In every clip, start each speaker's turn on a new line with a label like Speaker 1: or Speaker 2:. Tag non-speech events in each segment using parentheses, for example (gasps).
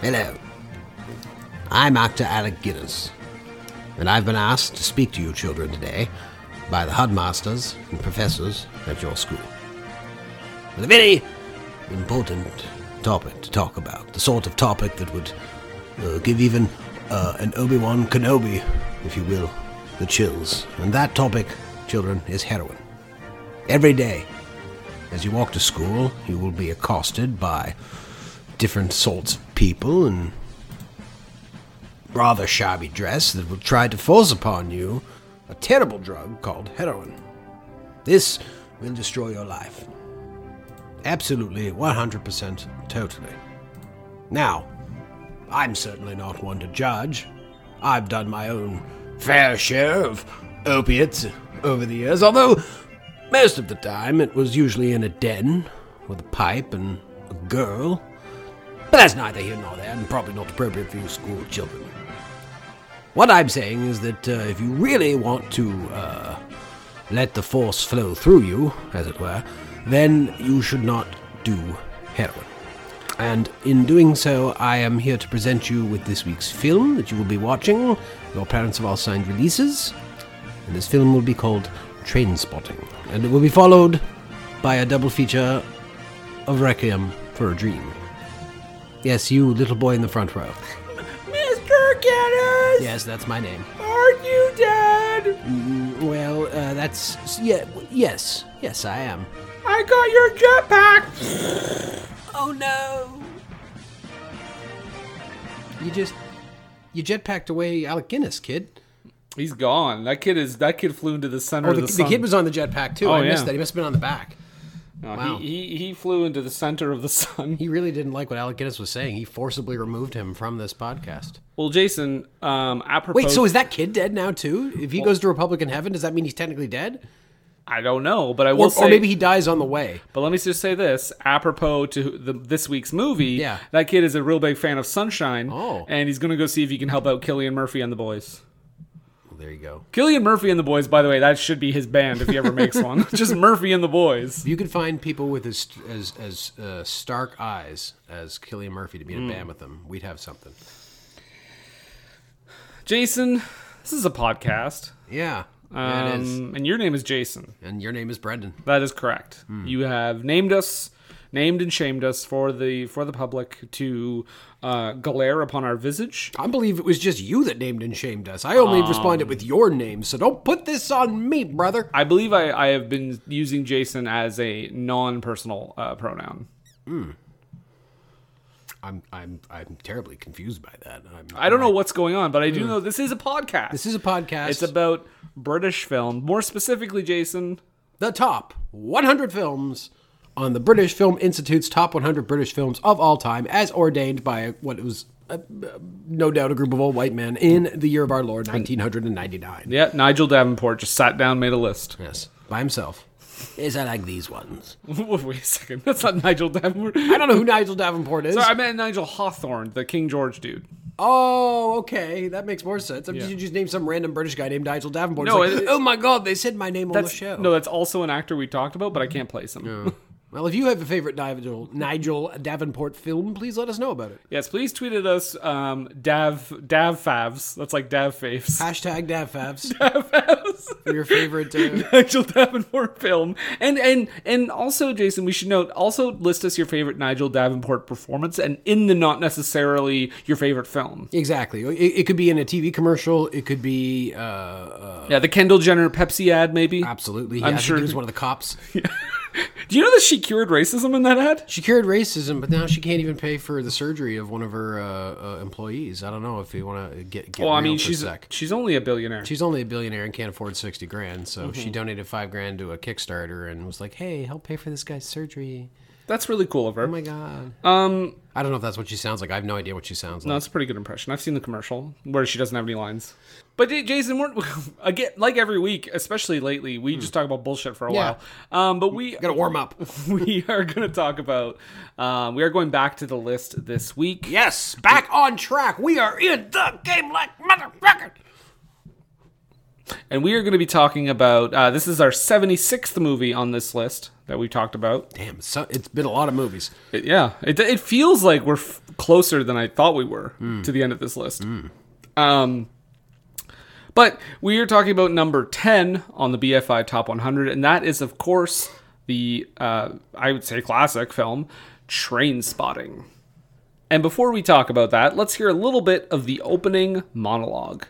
Speaker 1: Hello. I'm actor Alec Guinness, and I've been asked to speak to you children today by the headmasters and professors at your school. With a very important topic to talk about, the sort of topic that would uh, give even uh, an Obi-Wan Kenobi, if you will, the chills. And that topic, children, is heroin. Every day, as you walk to school, you will be accosted by different sorts of people in rather shabby dress that will try to force upon you a terrible drug called heroin. This will destroy your life. Absolutely, 100%, totally. Now, I'm certainly not one to judge. I've done my own fair share of opiates over the years, although most of the time it was usually in a den with a pipe and a girl. But that's neither here nor there, and probably not appropriate for you school children. What I'm saying is that uh, if you really want to uh, let the force flow through you, as it were, then you should not do heroin. And in doing so, I am here to present you with this week's film that you will be watching. Your parents have all signed releases. And this film will be called Train Spotting. And it will be followed by a double feature of Requiem for a Dream. Yes, you, little boy in the front row.
Speaker 2: Mr. Guinness,
Speaker 1: Yes, that's my name.
Speaker 2: are you dead?
Speaker 1: Well, uh, that's. s- Yeah, w- yes. Yes, I am.
Speaker 2: I got your jetpack.
Speaker 1: Oh no! You just. You jetpacked away Alec Guinness, kid.
Speaker 3: He's gone. That kid is. That kid flew into the center
Speaker 1: Oh,
Speaker 3: of
Speaker 1: the,
Speaker 3: the,
Speaker 1: the
Speaker 3: sun.
Speaker 1: kid was on the jetpack too.
Speaker 3: Oh,
Speaker 1: I missed
Speaker 3: yeah.
Speaker 1: that. He must have been on the back.
Speaker 3: No,
Speaker 1: wow.
Speaker 3: he, he he flew into the center of the (laughs) sun.
Speaker 1: He really didn't like what Alec Guinness was saying. He forcibly removed him from this podcast.
Speaker 3: Well, Jason, um, apropos.
Speaker 1: Wait, so is that kid dead now too? If he goes to Republican heaven, does that mean he's technically dead?
Speaker 3: I don't know, but I will
Speaker 1: Or,
Speaker 3: say.
Speaker 1: or maybe he dies on the way.
Speaker 3: But let me just say this: apropos to the, this week's movie,
Speaker 1: Yeah.
Speaker 3: that kid is a real big fan of Sunshine.
Speaker 1: Oh.
Speaker 3: and he's gonna go see if he can help out Killian Murphy and the Boys.
Speaker 1: Well, there you go.
Speaker 3: Killian Murphy and the Boys, by the way, that should be his band if he ever
Speaker 1: (laughs)
Speaker 3: makes one. Just Murphy and the Boys.
Speaker 1: If you could find people with as as as uh, stark eyes as Killian Murphy to be
Speaker 3: Hmm.
Speaker 1: in a band with them, we'd have something.
Speaker 3: Jason, this is a podcast,
Speaker 1: Yeah,
Speaker 3: um,
Speaker 1: that is.
Speaker 3: and your name is Jason.
Speaker 1: And your name is Brendan.
Speaker 3: That is correct.
Speaker 1: Hmm.
Speaker 3: You have named us, named and shamed us for the for the public to uh, glare upon our visage.
Speaker 1: I believe it was just you that named and shamed us. I only responded with your name, so don't put this on me, brother.
Speaker 3: I believe I, I have been using Jason as a non-personal uh, pronoun.
Speaker 1: I'm I'm I'm terribly confused by that. I'm,
Speaker 3: I don't know what's going on, but I do know this is a podcast.
Speaker 1: Hmm. This is a podcast.
Speaker 3: it's about British film, more specifically, Jason.
Speaker 1: the top 100 films on the British Film Institute's top 100 British films of all time, as ordained by what was uh, uh, no doubt a group of old white men in the year of our Lord 1999.
Speaker 3: Yeah, Nigel Davenport just sat down, made a list. (laughs)
Speaker 1: Yes, by himself. Yes, I like these ones.
Speaker 3: Wait a second, that's not Nigel Davenport.
Speaker 1: I don't know who Nigel Davenport is.
Speaker 3: Sorry, I meant Nigel Hawthorne, the King George dude.
Speaker 1: Oh, okay, that makes more sense. I'm just, you just named some random British guy named Nigel Davenport. It's
Speaker 3: No,
Speaker 1: like,
Speaker 3: it-
Speaker 1: oh my God, they said my name on the
Speaker 3: That's,
Speaker 1: show.
Speaker 3: No, that's also an actor we talked about, but I can't place him.
Speaker 1: Well, if you have a favorite Nigel Nigel Davenport film, please let us know about it.
Speaker 3: (laughs) Yes, please tweet at us um, Dav Dav Favs. That's like Dav Faves.
Speaker 1: Hashtag DavFavs. For (laughs) your favorite. Uh,
Speaker 3: (laughs) Nigel Davenport film, and and and also Jason, we should note also list us your favorite Nigel Davenport performance, and in the not necessarily your favorite film.
Speaker 1: Exactly. It, it could be in a TV commercial. It could be uh, uh,
Speaker 3: Yeah, the Kendall Jenner Pepsi ad, maybe.
Speaker 1: absolutely. Yeah,
Speaker 3: I'm
Speaker 1: I think
Speaker 3: sure-
Speaker 1: he was one of the
Speaker 3: (laughs)
Speaker 1: cops.
Speaker 3: Do you know that she cured racism in that ad?
Speaker 1: She cured racism, but now she can't even pay for the surgery of one of her uh, uh, employees. I don't know if you want to get get
Speaker 3: Well, I
Speaker 1: real
Speaker 3: mean,
Speaker 1: for
Speaker 3: she's
Speaker 1: a sec.
Speaker 3: she's only a billionaire.
Speaker 1: She's only a billionaire and can't afford sixty grand, so
Speaker 3: Mm-hmm.
Speaker 1: she donated five grand to a Kickstarter and was like, "Hey, help pay for this guy's surgery."
Speaker 3: That's really cool of her.
Speaker 1: Oh my god!
Speaker 3: Um,
Speaker 1: I don't know if that's what she sounds like. I have no idea what she sounds
Speaker 3: no,
Speaker 1: like.
Speaker 3: that's a pretty good impression. I've seen the commercial where she doesn't have any lines. But J- Jason, we're, (laughs) again, like every week, especially lately, we just talk about bullshit for a
Speaker 1: Hmm. Yeah.
Speaker 3: while. Um, but we
Speaker 1: Gotta warm up.
Speaker 3: (laughs) we are going to talk about. Um, we are going back to the list this week.
Speaker 1: yes, back on track. We are in the game like motherfucker.
Speaker 3: And we are going to be talking about uh, this is our 76th movie on this list that we talked about.
Speaker 1: Damn, so, it's been a lot of movies.
Speaker 3: It- yeah, it, it feels like we're f- closer than I thought we were to the end of this list. Um, but we are talking about number 10 on the BFI Top 100, and that is, of course, the, uh, I would say, classic film, Train Spotting. And before we talk about that, let's hear a little bit of the opening monologue.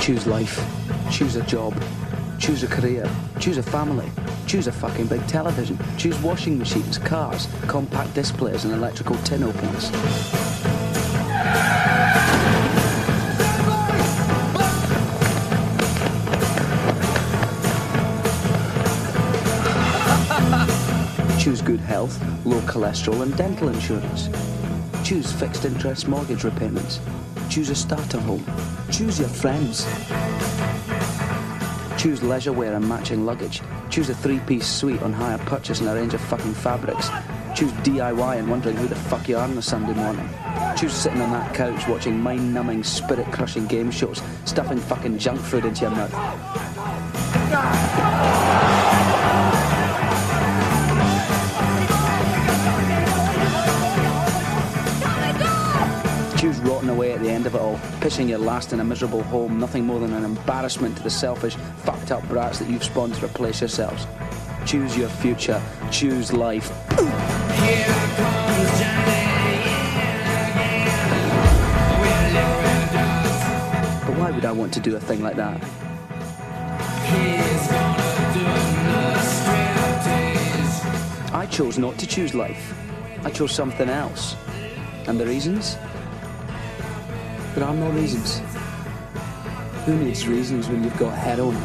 Speaker 4: Choose life. Choose a job. Choose a career. Choose a family. Choose a fucking big television. Choose washing machines, cars, compact displays, and electrical tin openers. Choose good health, low cholesterol, and dental insurance. Choose fixed interest mortgage repayments. Choose a starter home. Choose your friends. Choose leisure wear and matching luggage. Choose a three-piece suite on hire purchase and a range of fucking fabrics. Choose DIY and wondering who the fuck you are on a Sunday morning. Choose sitting on that couch watching mind-numbing, spirit-crushing game shows, stuffing fucking junk food into your mouth. Choose rotting away at the end of it all, pissing your last in a miserable home, nothing more than an embarrassment to the selfish, fucked up brats that you've spawned to replace yourselves. Choose your future, choose life. But why would I want to do a thing like that? I chose not to choose life. I chose something else. And the reasons? There are no reasons. Who needs reasons when you've got heroin?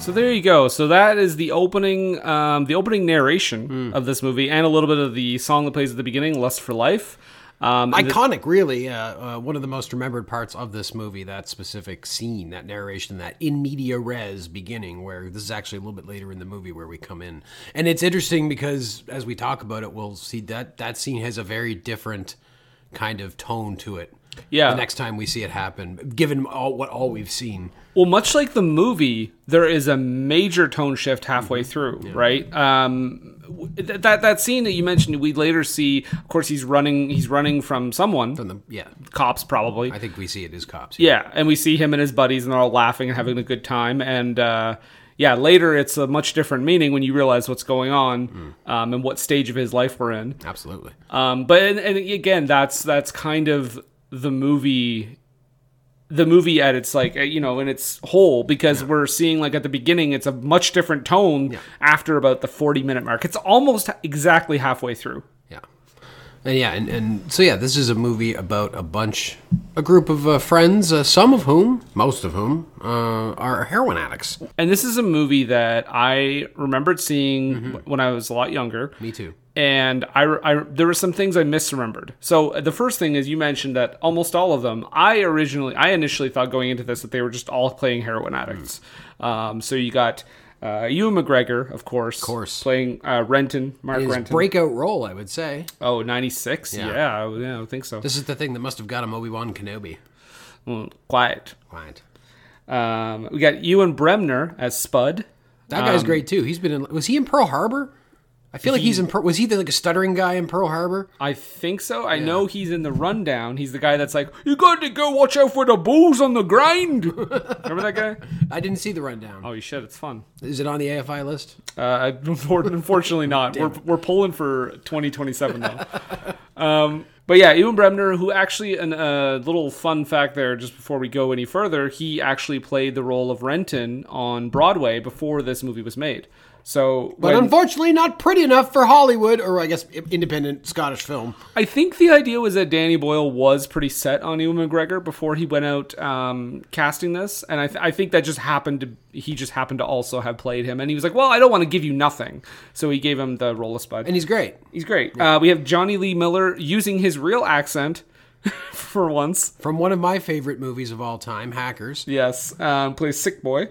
Speaker 3: So there you go. So that is the opening, um, the opening narration of this movie, and a little bit of the song that plays at the beginning, "Lust for Life." Um, and the-
Speaker 1: Iconic, really. Uh, uh, one of the most remembered parts of this movie, that specific scene, that narration, that in media res beginning, where this is actually a little bit later in the movie where we come in. And it's interesting because as we talk about it, we'll see that that scene has a very different kind of tone to it.
Speaker 3: Yeah.
Speaker 1: The next time we see it happen, given all what all we've seen.
Speaker 3: well, much like the movie, there is a major tone shift halfway
Speaker 1: Mm-hmm.
Speaker 3: through, right? Um, w- th- that that scene that you mentioned, we later see. Of course, he's running. He's running from someone,
Speaker 1: From the- yeah,
Speaker 3: cops probably.
Speaker 1: I think we see it as cops.
Speaker 3: Yeah, and we see him and his buddies, and they're all laughing and having a good time. And uh, yeah, later it's a much different meaning when you realize what's going on
Speaker 1: Mm.
Speaker 3: um, and what stage of his life we're in.
Speaker 1: Absolutely.
Speaker 3: Um, but and, and again, that's that's kind of the movie, the movie at its like uh, you know in its whole because we're seeing like at the beginning it's a much different tone after about the forty minute mark. It's almost exactly halfway through.
Speaker 1: Yeah. And yeah, and, and so yeah, this is a movie about a bunch, a group of uh, friends, uh, some of whom, most of whom, uh, are heroin addicts.
Speaker 3: And this is a movie that I remembered seeing w- when I was a lot younger.
Speaker 1: Me too.
Speaker 3: and I, I- there were some things I misremembered. So uh, the first thing is you mentioned that almost all of them. I originally, I initially thought going into this that they were just all playing heroin addicts. Um, so you got uh, Ewan McGregor, of course, of
Speaker 1: course.
Speaker 3: playing uh, Renton, Mark
Speaker 1: His
Speaker 3: Renton.
Speaker 1: breakout role, I would say.
Speaker 3: oh, 96? Yeah,
Speaker 1: Yeah.
Speaker 3: yeah, I, would- yeah, I would think so.
Speaker 1: This is the thing that must have got him Obi Wan Kenobi.
Speaker 3: Mm, quiet.
Speaker 1: Right.
Speaker 3: Um, we got Ewan Bremner as Spud.
Speaker 1: That guy's great too. He's been in. Was he in Pearl Harbor? I feel like he's in. Pearl- Was he the like a stuttering guy in Pearl Harbor?
Speaker 3: I think so. I know he's in the rundown. He's the guy that's like, "You got to go watch out for the bulls on the grind." Remember that guy?
Speaker 1: I didn't see the rundown.
Speaker 3: Oh, you should. It's fun.
Speaker 1: Is it on the AFI list?
Speaker 3: (laughs) Uh, unfortunately not. we're, we're pulling for 2027 though. um, but yeah, Ewan Bremner, who actually, a uh, little fun fact there, just before we go any further, he actually played the role of Renton on Broadway before this movie was made. So,
Speaker 1: But
Speaker 3: when-
Speaker 1: unfortunately, not pretty enough for Hollywood, or I guess i- independent Scottish film.
Speaker 3: I think the idea was that Danny Boyle was pretty set on Ewan McGregor before he went out um, casting this, and I, th- I think that just happened to he just happened to also have played him, and he was like, "Well, I don't want to give you nothing," so he gave him the role of Spud.
Speaker 1: And he's great.
Speaker 3: He's great. Uh, we have Johnny Lee Miller using his real accent (laughs) for once.
Speaker 1: From one of my favorite movies of all time, Hackers.
Speaker 3: Yes, um, plays Sick Boy.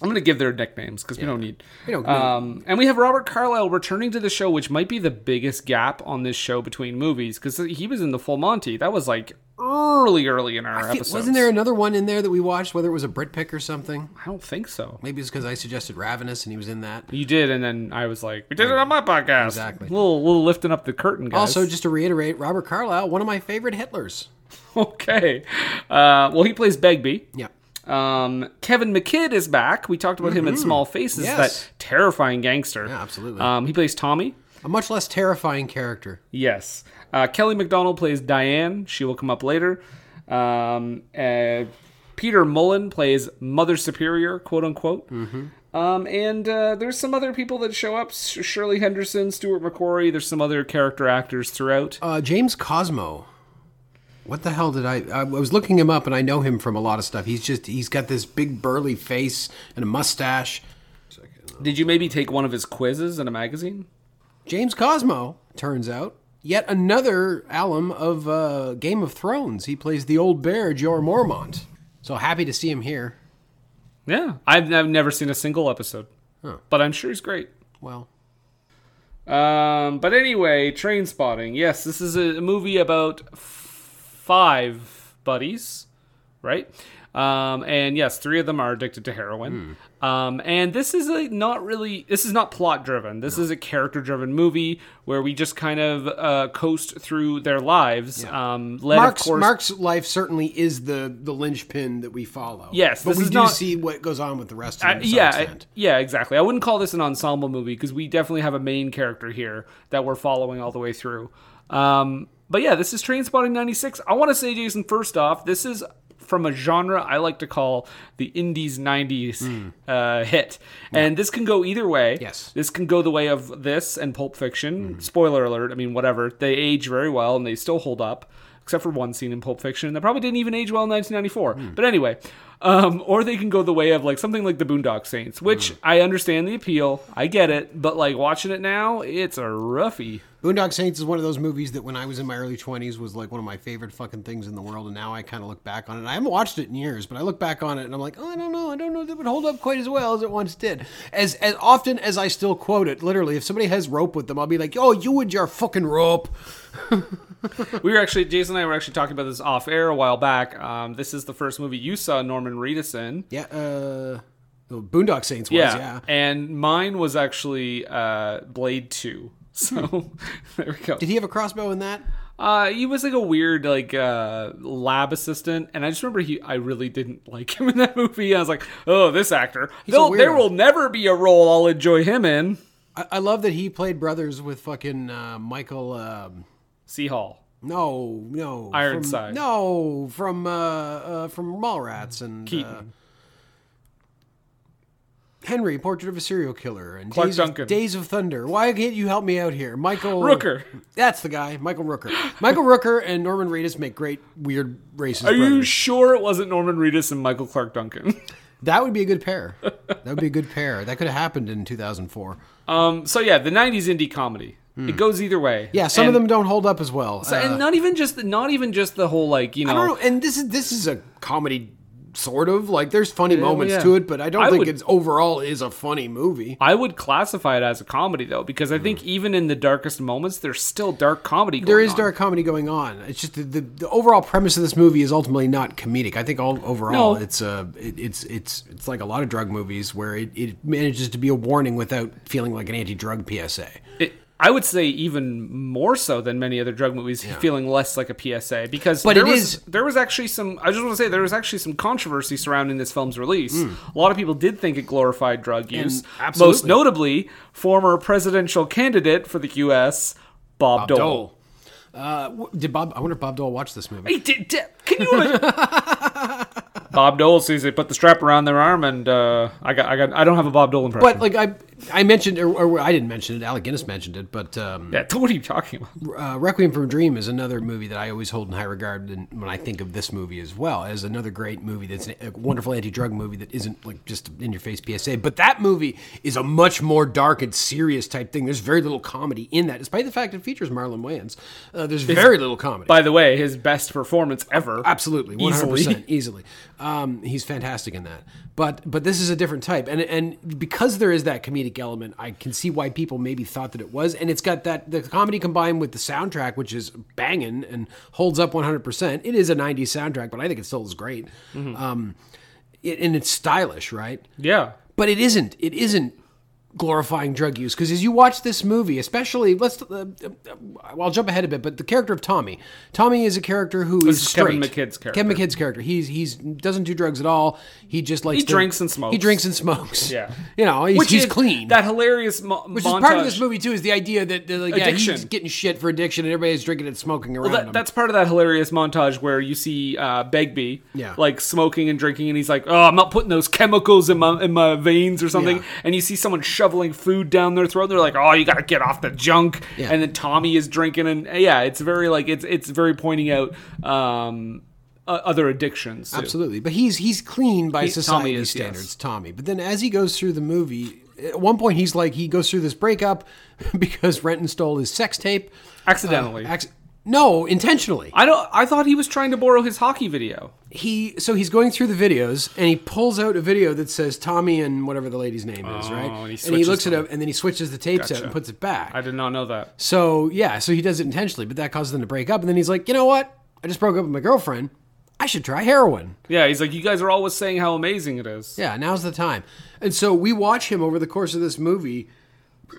Speaker 3: I'm going to give their nicknames because we don't need.
Speaker 1: We don't- we-
Speaker 3: um, and we have Robert Carlyle returning to the show, which might be the biggest gap on this show between movies because he was in the Full Monty. That was like early, early in our
Speaker 1: I feel-
Speaker 3: episode.
Speaker 1: Wasn't there another one in there that we watched, whether it was a Brit pick or something?
Speaker 3: I don't think so.
Speaker 1: Maybe it's because I suggested Ravenous and he was in that.
Speaker 3: You did, and then I was like, "We did it on my podcast."
Speaker 1: Exactly.
Speaker 3: Little, little lifting up the curtain, guys.
Speaker 1: Also, just to reiterate, Robert Carlyle, one of my favorite Hitlers.
Speaker 3: (laughs) okay. Uh, well, he plays Begbie.
Speaker 1: Yeah.
Speaker 3: Um, Kevin McKidd is back. We talked about him in Small Faces,
Speaker 1: Mm-hmm. Yes.
Speaker 3: that terrifying gangster.
Speaker 1: Yeah, absolutely.
Speaker 3: Um, he plays Tommy.
Speaker 1: A much less terrifying character.
Speaker 3: Yes. Uh, Kelly McDonald plays Diane. She will come up later. Um, uh, Peter Mullen plays Mother Superior, quote unquote.
Speaker 1: Mm-hmm.
Speaker 3: Um, and uh, there's some other people that show up Sh- Shirley Henderson, Stuart McCrory. There's some other character actors throughout.
Speaker 1: Uh, James Cosmo. What the hell did I? I was looking him up, and I know him from a lot of stuff. He's just he's got this big burly face and a mustache.
Speaker 3: Did you maybe take one of his quizzes in a magazine?
Speaker 1: James Cosmo turns out yet another alum of uh, Game of Thrones. He plays the old bear Jor Mormont. So happy to see him here.
Speaker 3: Yeah. I've, I've never seen a single episode, but I'm sure he's great.
Speaker 1: Well,
Speaker 3: Um, but anyway, Train Spotting. Yes, this is a movie about f- five buddies, right? Um, and yes, three of them are addicted to heroin. Um, and this is a not really this is not plot driven. This is a character driven movie where we just kind of uh, coast through their lives. Um, led
Speaker 1: Mark's
Speaker 3: of course.
Speaker 1: Mark's life certainly is the the linchpin that we follow.
Speaker 3: Yes,
Speaker 1: but
Speaker 3: this
Speaker 1: we
Speaker 3: is
Speaker 1: do
Speaker 3: not-
Speaker 1: see what goes on with the rest of
Speaker 3: Uh,
Speaker 1: them. to some
Speaker 3: yeah, I-
Speaker 1: extent.
Speaker 3: yeah, exactly. I wouldn't call this an ensemble movie because we definitely have a main character here that we're following all the way through. Um, but yeah, this is Train Spotting '96. I want to say, Jason, first off, this is from a genre I like to call the Indies '90s uh, hit, and this can go either way.
Speaker 1: Yes.
Speaker 3: this can go the way of this and Pulp Fiction. Spoiler alert. I mean, whatever. They age very well and they still hold up. Except for one scene in Pulp Fiction that probably didn't even age well in 1994. But anyway, um, or they can go the way of like something like the Boondock Saints, which I understand the appeal, I get it, but like watching it now, it's a roughie.
Speaker 1: Boondock Saints is one of those movies that when I was in my early 20s was like one of my favorite fucking things in the world. And now I kind of look back on it. I haven't watched it in years, but I look back on it and I'm like, oh, I don't know. I don't know that it would hold up quite as well as it once did. As, as often as I still quote it, literally, if somebody has rope with them, I'll be like, oh, you would your fucking rope.
Speaker 3: We were actually Jason and I were actually talking about this off air a while back. Um, this is the first movie you saw Norman Reedus in.
Speaker 1: Yeah. Uh, the Boondock Saints was, yeah.
Speaker 3: and mine was actually uh, Blade Two. (laughs) So there we go.
Speaker 1: Did he have a crossbow in that?
Speaker 3: Uh, he was like a weird like uh, lab assistant, and I just remember he. I really didn't (laughs) like him in that movie. I was like, oh, this actor. They'll- There
Speaker 1: weirdo.
Speaker 3: will never be a role I'll enjoy him in.
Speaker 1: I, I love that he played brothers with fucking uh, Michael. Um,
Speaker 3: Sea Hall.
Speaker 1: no, no, from-
Speaker 3: Ironside.
Speaker 1: no, from uh, uh, from Mallrats and
Speaker 3: Keaton.
Speaker 1: uh, Henry, Portrait of a Serial Killer, and
Speaker 3: Clark
Speaker 1: Days
Speaker 3: Duncan.
Speaker 1: Of, Days of Thunder. Why can't you help me out here, Michael
Speaker 3: Rooker.
Speaker 1: That's the guy, Michael Rooker. Michael Rooker and Norman Reedus make great weird racist.
Speaker 3: Are you
Speaker 1: brothers.
Speaker 3: sure it wasn't Norman Reedus and Michael Clark Duncan? (laughs)
Speaker 1: that would be a good pair. That would be a good pair. That could have happened in 2004.
Speaker 3: um. So yeah, the '90s indie comedy. It goes either way.
Speaker 1: Hmm. Yeah, some of
Speaker 3: And-
Speaker 1: them don't hold up as well. Uh,
Speaker 3: and not even just not even just the whole like you know.
Speaker 1: I don't know. And this is this is a comedy sort of like there's funny moments
Speaker 3: yeah.
Speaker 1: to it, but I don't
Speaker 3: I
Speaker 1: think
Speaker 3: would-
Speaker 1: it's overall is a funny movie.
Speaker 3: I would classify it as a comedy though, because I think even in the darkest moments, there's still dark comedy. Going
Speaker 1: Hmm. There is
Speaker 3: on.
Speaker 1: dark comedy going on. It's just the, the, the overall premise of this movie is ultimately not comedic. I think all overall
Speaker 3: No.
Speaker 1: it's a it, it's it's it's like a lot of drug movies where it, it manages to be a warning without feeling like an anti-drug PSA.
Speaker 3: It, I would say even more so than many other drug movies, feeling less like a PSA because
Speaker 1: But
Speaker 3: there
Speaker 1: it
Speaker 3: was
Speaker 1: is-
Speaker 3: there was actually some. I just want to say there was actually some controversy surrounding this film's release. A lot of people did think it glorified drug use,
Speaker 1: absolutely.
Speaker 3: most notably former presidential candidate for the U.S. Bob, Dole.
Speaker 1: Uh, wh- did Bob? I wonder if Bob Dole watched this movie.
Speaker 3: He did- did- can you imagine?
Speaker 1: (laughs)
Speaker 3: Bob Dole says they put the strap around their arm, and uh, I got I got I don't have a Bob Dole impression.
Speaker 1: But like I, I mentioned or, or I didn't mention it. Alec Guinness mentioned it, but um,
Speaker 3: yeah, what are you talking about?
Speaker 1: uh, Requiem for a Dream is another movie that I always hold in high regard and when I think of this movie as well as another great movie that's a wonderful anti-drug movie that isn't like just in your face PSA but that movie is a much more dark and serious type thing there's very little comedy in that despite the fact it features Marlon Wayans uh, there's very little comedy
Speaker 3: By the way, his best performance ever.
Speaker 1: absolutely 100% (laughs) easily,
Speaker 3: Easily.
Speaker 1: Um, he's fantastic in that. But but this is a different type, and and because there is that comedic element, I can see why people maybe thought that it was. And it's got that the comedy combined with the soundtrack, which is banging and holds up 100. percent It is a 90s soundtrack, but I think it still is great. Um, it, and it's stylish, right?
Speaker 3: Yeah.
Speaker 1: but it isn't it isn't glorifying drug use because as you watch this movie especially let's uh, uh, i'll jump ahead a bit but the character of tommy tommy is a character who is
Speaker 3: is Kevin
Speaker 1: straight.
Speaker 3: McKidd's character.
Speaker 1: kevin mckidd's character he's he's doesn't do drugs at all he just likes
Speaker 3: He drinks and smokes.
Speaker 1: he drinks and smokes
Speaker 3: Yeah.
Speaker 1: you know he's, he's
Speaker 3: is
Speaker 1: clean
Speaker 3: That hilarious mo-
Speaker 1: which
Speaker 3: montage.
Speaker 1: is part of this movie too is the idea that that, like, yeah, he's
Speaker 3: Addiction.
Speaker 1: getting shit for addiction and everybody's drinking and smoking around
Speaker 3: Well,
Speaker 1: him.
Speaker 3: that, that's part of that hilarious montage where you see uh, Begbie,
Speaker 1: Yeah.
Speaker 3: like smoking and drinking, and he's like, "Oh, I'm not putting those chemicals in my in my veins or something."
Speaker 1: Yeah.
Speaker 3: And you see someone shoveling food down their throat. They're like, "Oh, you gotta get off the junk."
Speaker 1: Yeah.
Speaker 3: And then Tommy is drinking, and uh, yeah, it's very like it's it's very pointing out um, uh, other addictions. too.
Speaker 1: Absolutely, but he's he's clean by
Speaker 3: He-
Speaker 1: society
Speaker 3: Tommy is,
Speaker 1: standards,
Speaker 3: yes.
Speaker 1: Tommy. But then as he goes through the movie, at one point he's like he goes through this breakup (laughs) because Renton stole his sex tape Uh,
Speaker 3: Accidentally.
Speaker 1: Acc- no, intentionally.
Speaker 3: I don't. I thought he was trying to borrow his hockey video.
Speaker 1: He so he's going through the videos and he pulls out a video that says Tommy and whatever the lady's name is, right?
Speaker 3: Oh, and he
Speaker 1: and he
Speaker 3: switches
Speaker 1: looks it
Speaker 3: them.
Speaker 1: up and then he switches the tapes out
Speaker 3: Gotcha.
Speaker 1: and puts it back.
Speaker 3: I did not know that.
Speaker 1: So yeah, so he does it intentionally, but that causes them to break up. And then he's like, you know what? I just broke up with my girlfriend. I should try heroin.
Speaker 3: Yeah, he's like, you guys are always saying how amazing it is.
Speaker 1: Yeah, now's the time. And so we watch him over the course of this movie.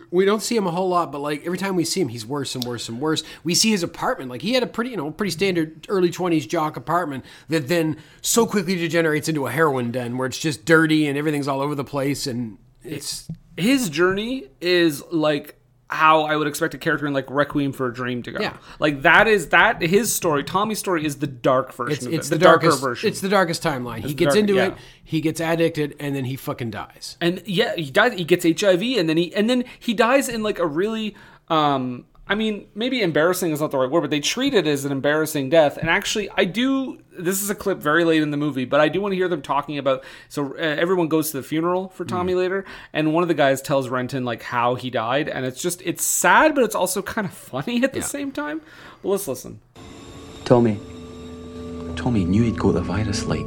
Speaker 1: We don't see him a whole lot, but like every time we see him, he's worse and worse and worse. We see his apartment. Like he had a pretty, you know, pretty standard early 20s jock apartment that then so quickly degenerates into a heroin den where it's just dirty and everything's all over the place and it's
Speaker 3: his journey is like how I would expect a character in like Requiem for a Dream to go.
Speaker 1: Yeah.
Speaker 3: Like that is that his story. Tommy's story is the dark version.
Speaker 1: it's,
Speaker 3: of
Speaker 1: it's
Speaker 3: it,
Speaker 1: the, darkest
Speaker 3: darker version.
Speaker 1: It's the darkest timeline. he
Speaker 3: the
Speaker 1: gets
Speaker 3: dark-
Speaker 1: into
Speaker 3: yeah.
Speaker 1: it, he gets addicted and then he fucking dies.
Speaker 3: and yeah, he dies. He gets HIV, and then he and then he dies in like a really. um I mean, maybe embarrassing is not the right word, but they treat it as an embarrassing death. And actually, I do. This is a clip very late in the movie, but I do want to hear them talking about. So uh, everyone goes to the funeral for Tommy later, and one of the guys tells Renton like how he died, and it's just it's sad, but it's also kind of (laughs) funny at the same time. Well, let's listen.
Speaker 5: Tommy,
Speaker 4: Tommy knew he'd got the virus, like,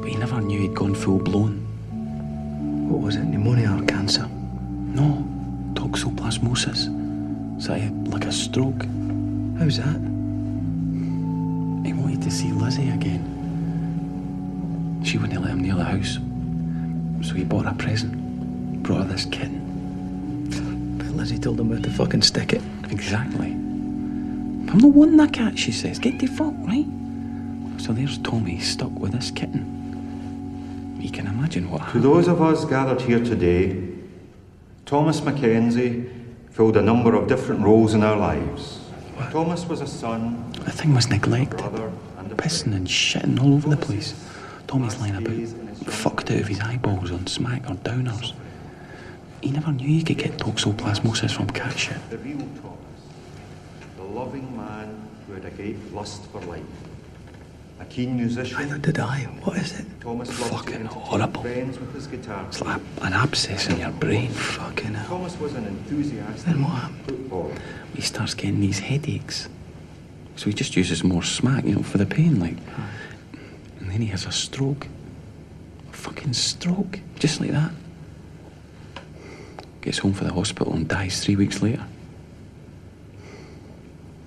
Speaker 4: but he never knew he'd gone full blown.
Speaker 5: what was it, pneumonia or cancer?
Speaker 4: No, toxoplasmosis. So I had like a stroke.
Speaker 5: How's that?
Speaker 4: He wanted to see Lizzie again. She wouldn't let him near the house, so he bought her a present. Brought her this kitten.
Speaker 5: But Lizzie told him where to fucking stick it.
Speaker 4: Exactly. I'm not wanting that cat, she says. Get the fuck, right? So there's Tommy stuck with this kitten. You can imagine what
Speaker 6: To
Speaker 4: happened.
Speaker 6: those of us gathered here today, Thomas Mackenzie filled a number of different roles in our lives. Thomas was a son,
Speaker 4: The thing was neglected.
Speaker 6: brother, and a
Speaker 4: pissing and shitting all over the place. Tommy's lying about, fucked out of his eyeballs on smack or downers. He never knew you could get toxoplasmosis from cat shit.
Speaker 6: the real Thomas, the loving man who had a great lust for life, a keen
Speaker 4: Neither
Speaker 6: musician.
Speaker 4: did I. What is it?
Speaker 6: Thomas loved to
Speaker 4: Fucking
Speaker 6: entertain
Speaker 4: horrible.
Speaker 6: friends with his guitar.
Speaker 4: It's like an abscess in your brain. Fucking hell.
Speaker 6: Thomas was an enthusiastic
Speaker 4: Then what happened?
Speaker 6: footballer.
Speaker 4: He starts getting these headaches. So he just uses more smack, you know, for the pain, like. And then he has a stroke. A fucking stroke. Just like that. Gets home for the hospital and dies three weeks later.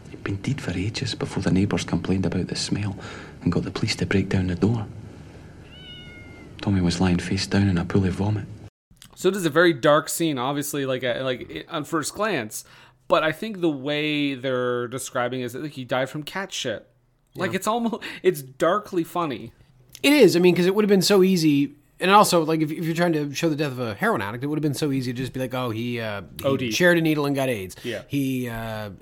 Speaker 4: He'd been dead for ages before the neighbours complained about the smell and got the police to break down the door. Tommy was lying face down in a pool of vomit.
Speaker 3: So it is a very dark scene, obviously, like a, like it- on first glance. But I think the way they're describing it is that like, he died from cat shit. Like it's almost it's darkly funny.
Speaker 1: It is. I mean, because it would have been so easy. And also, like, if, if you're trying to show the death of a heroin addict, it would have been so easy to just be like, oh, he, uh, he
Speaker 3: OD.
Speaker 1: shared a needle and got AIDS.
Speaker 3: Yeah.
Speaker 1: He uh,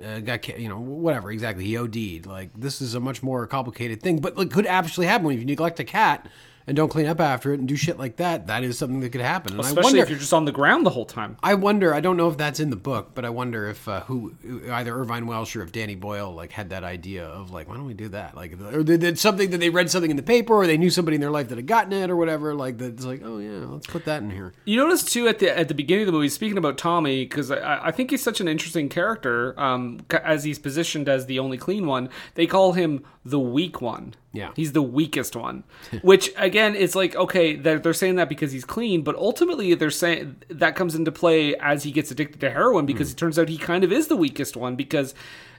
Speaker 1: uh, got, ca- you know, whatever, exactly. He OD'd. Like, this is a much more complicated thing, but like, could actually happen when you neglect a cat and don't clean up after it and do shit like that. That is something that could happen. And I
Speaker 3: Especially
Speaker 1: wonder,
Speaker 3: if you're just on the ground the whole time.
Speaker 1: I wonder. I don't know if that's in the book, but I wonder if uh, who either Irvine Welsh or if Danny Boyle like had that idea of like, why don't we do that? Like, or they did something that they read something in the paper, or they knew somebody in their life that had gotten it, or whatever. Like that's like, oh yeah, let's put that in here.
Speaker 3: You notice too at the at the beginning of the movie, speaking about Tommy, because I, I think he's such an interesting character. Um, c- as he's positioned as the only clean one, they call him the weak one.
Speaker 1: Yeah.
Speaker 3: he's the weakest one, (laughs) which I again, it's like okay, they're, they're saying that because he's clean, but ultimately they're saying that comes into play as he gets addicted to heroin because it turns out he kind of is the weakest one because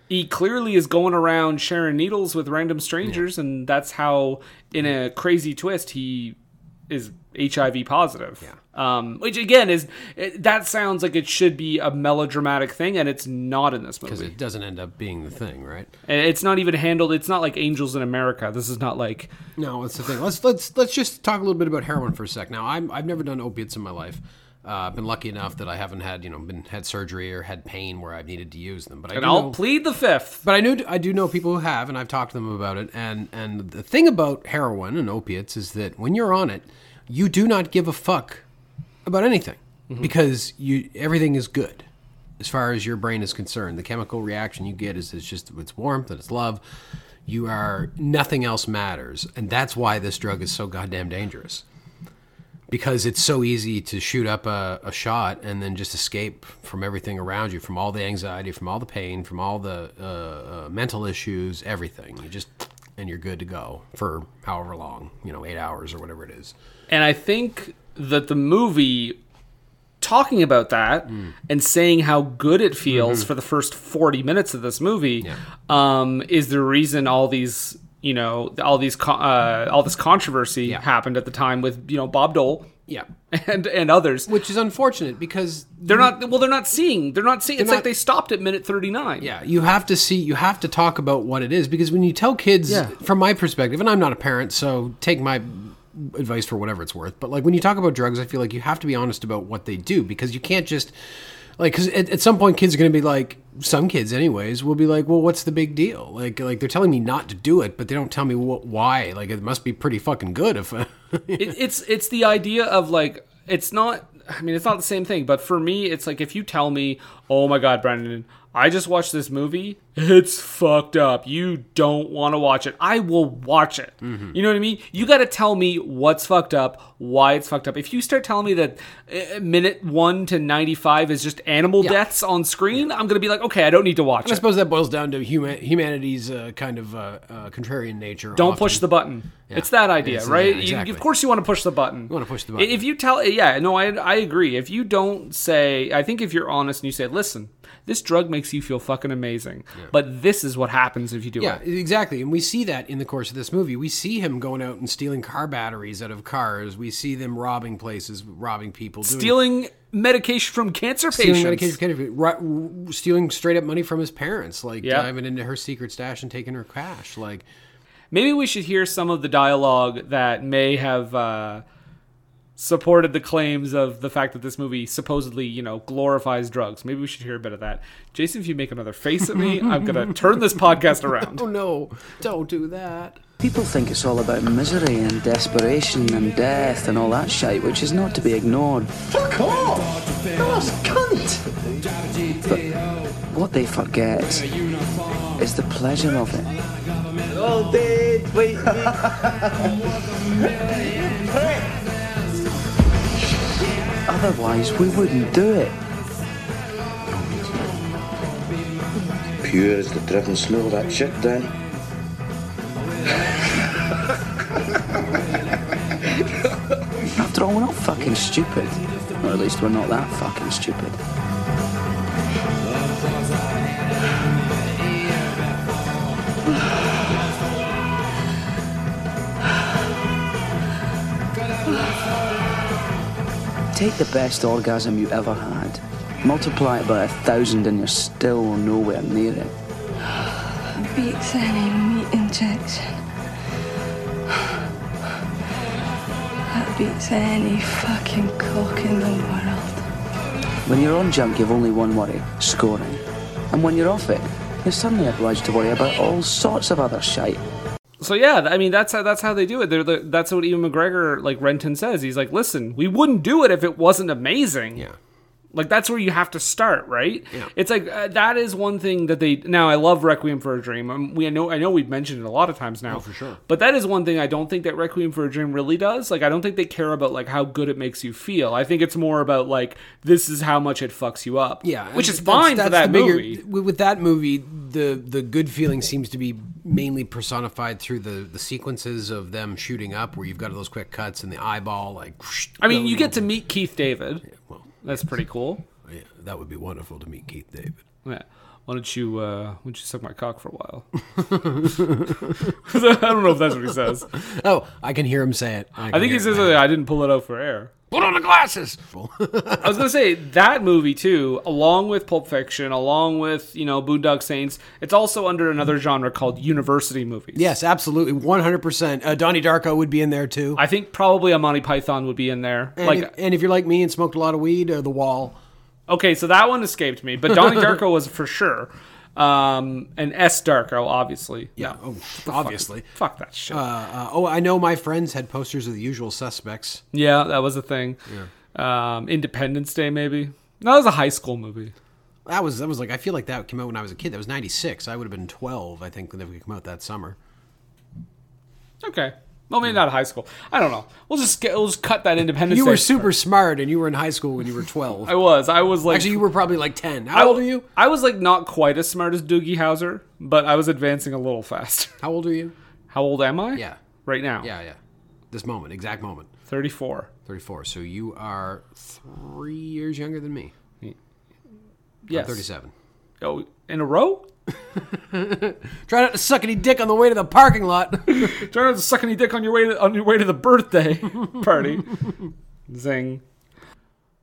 Speaker 3: he clearly is going around sharing needles with random strangers, and that's how, in a crazy twist, he is HIV positive. Yeah. Um, which again is it, that sounds like it should be a melodramatic thing, and it's not in this
Speaker 1: Because
Speaker 3: movie.
Speaker 1: it doesn't end up being the thing, right?
Speaker 3: And it's not even handled. It's not like Angels in America. This is not like
Speaker 1: No, that's the thing. Let's let's let's just talk a little bit about heroin for a sec. Now, I'm I've never done opiates in my life. Uh, I've been lucky enough that I haven't had you know been had surgery or had pain where I've needed to use them. But I
Speaker 3: And
Speaker 1: do
Speaker 3: I'll
Speaker 1: know-
Speaker 3: plead the fifth.
Speaker 1: But I knew I do know people who have, and I've talked to them about it. And and the thing about heroin and opiates is that when you're on it, you do not give a fuck about anything because you everything is good as far as your brain is concerned. The chemical reaction you get is it's just it's warmth and it's love. You are nothing else matters, and that's why this drug is so goddamn dangerous. Because it's so easy to shoot up a, a shot and then just escape from everything around you, from all the anxiety, from all the pain, from all the uh, uh, mental issues, everything. You just and you're good to go for however long, you know, eight hours or whatever it is.
Speaker 3: And I think that the movie talking about that
Speaker 1: Mm.
Speaker 3: and saying how good it feels
Speaker 1: Mm-hmm.
Speaker 3: for the first 40 minutes of this movie um, is the reason all these you know all these co- uh, all this controversy
Speaker 1: Yeah.
Speaker 3: happened at the time with you know Bob Dole (laughs)
Speaker 1: Yeah,
Speaker 3: and and others
Speaker 1: which is unfortunate because
Speaker 3: they're not well they're not seeing they're not seeing it's
Speaker 1: not-
Speaker 3: like they stopped at minute 39
Speaker 1: Yeah, you have to see, you have to talk about what it is because when you tell kids,
Speaker 3: Yeah.
Speaker 1: from my perspective, and I'm not a parent, so take my advice for whatever it's worth, but like when you talk about drugs, I feel like you have to be honest about what they do because you can't just, like, because at, at some point kids are going to be like, some kids, anyways, will be like, well, what's the big deal? Like, like they're telling me not to do it, but they don't tell me what, why. Like, it must be pretty fucking good if. (laughs)
Speaker 3: it, it's it's the idea of like it's not i mean it's not the same thing but for me it's like if you tell me oh my god brandon i just watched this movie it's fucked up you don't want to watch it i will watch it you know what i mean you got to tell me what's fucked up why it's fucked up if you start telling me that uh, minute 1 to 95 is just animal deaths on screen i'm gonna be like okay i don't need to watch
Speaker 1: I
Speaker 3: it
Speaker 1: suppose that boils down to human, humanity's uh, kind of uh, uh, contrarian nature.
Speaker 3: Don't
Speaker 1: often.
Speaker 3: push the button. It's that idea,
Speaker 1: It's-
Speaker 3: right?
Speaker 1: yeah,
Speaker 3: you,
Speaker 1: exactly.
Speaker 3: of course, you want to push the button. You
Speaker 1: wanna push the button.
Speaker 3: If you tell, yeah, no, I, I agree. If you don't say, I think if you're honest and you say, listen, this drug makes you feel fucking amazing, but this is what happens if you do
Speaker 1: Yeah,
Speaker 3: it.
Speaker 1: exactly. And we see that in the course of this movie. We see him going out and stealing car batteries out of cars. We see them robbing places, robbing people, doing-
Speaker 3: Stealing medication from cancer
Speaker 1: stealing medication,
Speaker 3: patients.
Speaker 1: kind of- ro- stealing straight up money from his parents, like
Speaker 3: Yeah.
Speaker 1: diving into her secret stash and taking her cash. Like,
Speaker 3: Maybe we should hear some of the dialogue that may have uh, supported the claims of the fact that this movie supposedly, you know, glorifies drugs. Maybe we should hear a bit of that. Jason, if you make another face at me, I'm going to
Speaker 1: (laughs)
Speaker 3: turn this podcast around.
Speaker 1: oh no, don't do that.
Speaker 5: People think it's all about misery and desperation and death and all that shit, which is not to be ignored.
Speaker 7: Fuck off! That's cunt!
Speaker 5: What they forget is the pleasure of it.
Speaker 7: All day, (laughs) wait.
Speaker 5: Otherwise, we wouldn't do it.
Speaker 8: Pure as the driven snow, that shit, then.
Speaker 5: After all, we're not fucking stupid. Or at least we're not that fucking stupid. Take the best orgasm you ever had, multiply it by a thousand, and you're still nowhere near it.
Speaker 9: beats any meat injection. That beats any fucking cock in the world.
Speaker 5: When you're on junk, you've only one worry scoring. And when you're off it, you're suddenly obliged to worry about all sorts of other shite.
Speaker 3: So yeah, I mean that's how that's how they do it. They're the, that's what Ewan McGregor like Renton says. He's like, listen, we wouldn't do it if it wasn't amazing.
Speaker 1: Yeah.
Speaker 3: Like that's where you have to start, right? It's like uh, that is one thing that they. Now I love Requiem for a Dream. Um, we I know I know we've mentioned it a lot of times
Speaker 1: Oh,
Speaker 3: now. for sure. But that is one thing I don't think that Requiem for a Dream really does. Like I don't think they care about like how good it makes you feel. I think it's more about like this is how much it fucks you up.
Speaker 1: Yeah,
Speaker 3: which
Speaker 1: and
Speaker 3: is fine for
Speaker 1: the
Speaker 3: that
Speaker 1: bigger-
Speaker 3: movie.
Speaker 1: with- With that movie, the the good feeling seems to be mainly personified through the the sequences of them shooting up, where you've got those quick cuts and the eyeball. Like,
Speaker 3: I mean, you get to meet Keith David. That's pretty cool.
Speaker 1: Yeah, that would be wonderful to meet Keith David.
Speaker 3: Yeah. Why don't you uh, why don't you suck my cock for a while?
Speaker 1: (laughs)
Speaker 3: I don't know if that's what he says.
Speaker 1: (laughs) Oh, I can hear him say it.
Speaker 3: I think he says that I didn't pull it out for air.
Speaker 1: "Put on the glasses."
Speaker 3: I was gonna say that movie too, along with Pulp Fiction, along with you know Boondock Saints. It's also under another genre called university movies.
Speaker 1: (laughs) yes, absolutely, one hundred percent. Uh, Donnie Darko would be in there too.
Speaker 3: I think probably a Monty Python would be in there.
Speaker 1: and
Speaker 3: like
Speaker 1: if, and if you're like me and smoked a lot of weed, uh, The Wall.
Speaker 3: Okay, so that one escaped me,
Speaker 1: (laughs)
Speaker 3: but Donnie Darko was for sure. Um, and S Darko, obviously.
Speaker 1: Yeah,
Speaker 3: No.
Speaker 1: oh, obviously.
Speaker 3: Fuck that shit.
Speaker 1: Uh, oh, I know. My friends had posters of the usual suspects.
Speaker 3: yeah, that was a thing. Um, Independence Day, maybe. No, that was a high school movie.
Speaker 1: That was that was like I feel like that came out when I was a kid. That was '96. I would have been 12, I think, when it came out that summer.
Speaker 3: Okay. Well, maybe not high school. I don't know. We'll just get, we'll just cut that Independence.
Speaker 1: You
Speaker 3: Day
Speaker 1: were super smart, and you were in high school when you were 12.
Speaker 3: (laughs) I was. I was like.
Speaker 1: Actually, you were probably like 10.
Speaker 3: I-
Speaker 1: How old are you?
Speaker 3: I was like not quite as smart as Doogie Howser, but I was advancing a little (laughs) faster.
Speaker 1: How old are you?
Speaker 3: How old am I?
Speaker 1: Yeah,
Speaker 3: Right now.
Speaker 1: yeah, yeah. This moment, exact moment,
Speaker 3: 34.
Speaker 1: 34. So you are three years younger than me.
Speaker 3: Yes.
Speaker 1: 37.
Speaker 3: Oh, in a row?
Speaker 1: Try not to suck any dick on the way to the parking lot. (laughs)
Speaker 3: Trying to suck any dick on your way to, on your way to the birthday (laughs) party. Zing.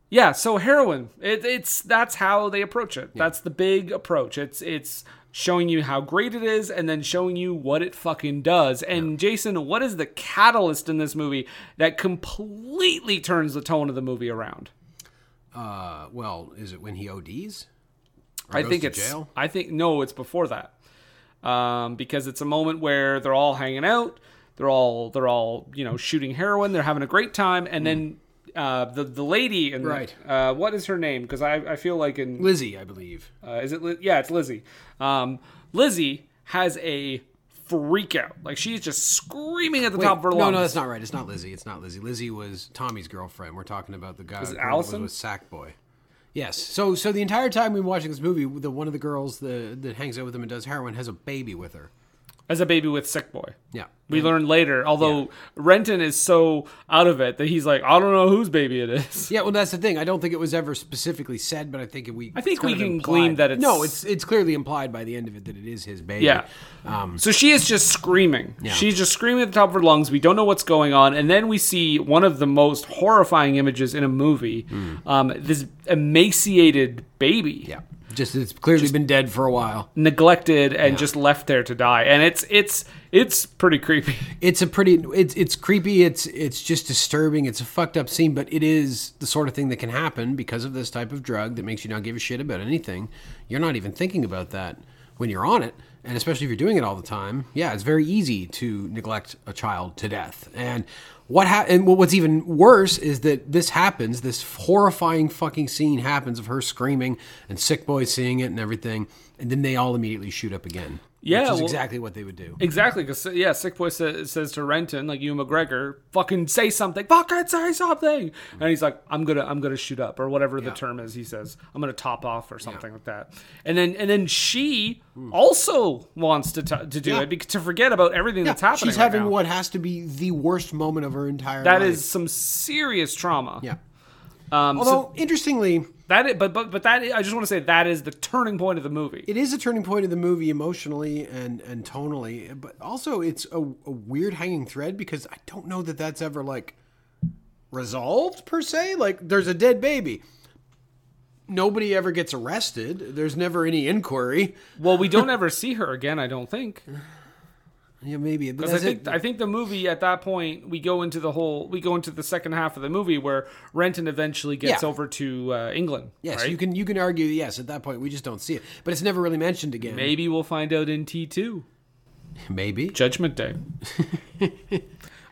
Speaker 3: Yeah, so heroin. It, it's that's how they approach it. That's the big approach. It's it's showing you how great it is and then showing you what it fucking does. And Jason, what is the catalyst in this movie that completely turns the tone of the movie around?
Speaker 1: uh, well, is it when he ODs? Or
Speaker 3: I
Speaker 1: goes
Speaker 3: think
Speaker 1: to
Speaker 3: it's.
Speaker 1: jail?
Speaker 3: I think no, it's before that, um, because it's a moment where they're all hanging out. They're all they're all you know shooting heroin. They're having a great time, and then uh, the the lady and
Speaker 1: Right.
Speaker 3: uh, what is her name? Because I, I feel like in
Speaker 1: Lizzie, I believe.
Speaker 3: uh, is it Liz? yeah it's Lizzie. Um, Lizzie has a freak out. Like she's just screaming at the
Speaker 1: Wait,
Speaker 3: top of her
Speaker 1: no,
Speaker 3: lungs.
Speaker 1: no, that's not right. It's not Lizzie. It's not Lizzie. Lizzie was Tommy's girlfriend. We're talking about the guy.
Speaker 3: Was it
Speaker 1: the girl that
Speaker 3: Allison?
Speaker 1: Was Sackboy. Yes. So, so the entire time we've been watching this movie, the one of the girls the, that hangs out with him and does heroin has a baby with her.
Speaker 3: As a baby with sick boy.
Speaker 1: Yeah.
Speaker 3: We learn later, although Renton is so out of it that he's like, I don't know whose baby it is.
Speaker 1: Yeah. Well, that's the thing. I don't think it was ever specifically said, but I think we.
Speaker 3: I think
Speaker 1: it's kind
Speaker 3: we
Speaker 1: of
Speaker 3: can
Speaker 1: implied.
Speaker 3: glean that it's-
Speaker 1: no. It's it's clearly implied by the end of it that it is his baby.
Speaker 3: Yeah. so she is just screaming. She's just screaming at the top of her lungs. We don't know what's going on. And then we see one of the most horrifying images in a movie um, this emaciated baby,
Speaker 1: Yeah. Just it's clearly been dead for a while.
Speaker 3: neglected and just left there to die. And it's, it's, it's pretty creepy.
Speaker 1: it's a pretty it's it's creepy it's it's just disturbing it's a fucked up scene but it is the sort of thing that can happen because of this type of drug that makes you not give a shit about anything you're not even thinking about that when you're on it and especially if you're doing it all the time yeah it's very easy to neglect a child to death and what ha- and what- what's even worse is that this happens this horrifying fucking scene happens of her screaming and sick boy seeing it and everything and then they all immediately shoot up again
Speaker 3: Yeah,
Speaker 1: which is
Speaker 3: well-
Speaker 1: exactly what they would do
Speaker 3: Exactly, because yeah, Sick Boy sa- says to Renton, like you McGregor, fucking say something, fucking say something, and he's like, I'm gonna, I'm gonna shoot up or whatever the term is. He says, I'm gonna top off or something like that, and then and then she also wants to t- to do
Speaker 1: Yeah.
Speaker 3: it because to forget about everything that's
Speaker 1: Yeah,
Speaker 3: happening.
Speaker 1: She's
Speaker 3: right
Speaker 1: having
Speaker 3: now.
Speaker 1: what has to be the worst moment of her entire
Speaker 3: That
Speaker 1: life.
Speaker 3: is some serious trauma. Um,
Speaker 1: yeah. Although interestingly,
Speaker 3: That is, but but but that I just want to say that is the turning point of the movie.
Speaker 1: it is a turning point of the movie emotionally and and tonally, but also it's a, a weird hanging thread because I don't know that that's ever like resolved per se. Like there's a dead baby. Nobody ever gets arrested. There's never any inquiry.
Speaker 3: well, we don't ever see her again. I don't think.
Speaker 1: Yeah, maybe. But
Speaker 3: Because
Speaker 1: that's
Speaker 3: I think
Speaker 1: it.
Speaker 3: I think the movie at that point we go into the whole we go into the second half of the movie where Renton eventually gets
Speaker 1: Yeah.
Speaker 3: over to uh, England.
Speaker 1: yes,
Speaker 3: right?
Speaker 1: you can you can argue. Yes, at that point we just don't see it, but it's never really mentioned again.
Speaker 3: Maybe we'll find out in T two
Speaker 1: Maybe. (laughs)
Speaker 3: Judgment Day.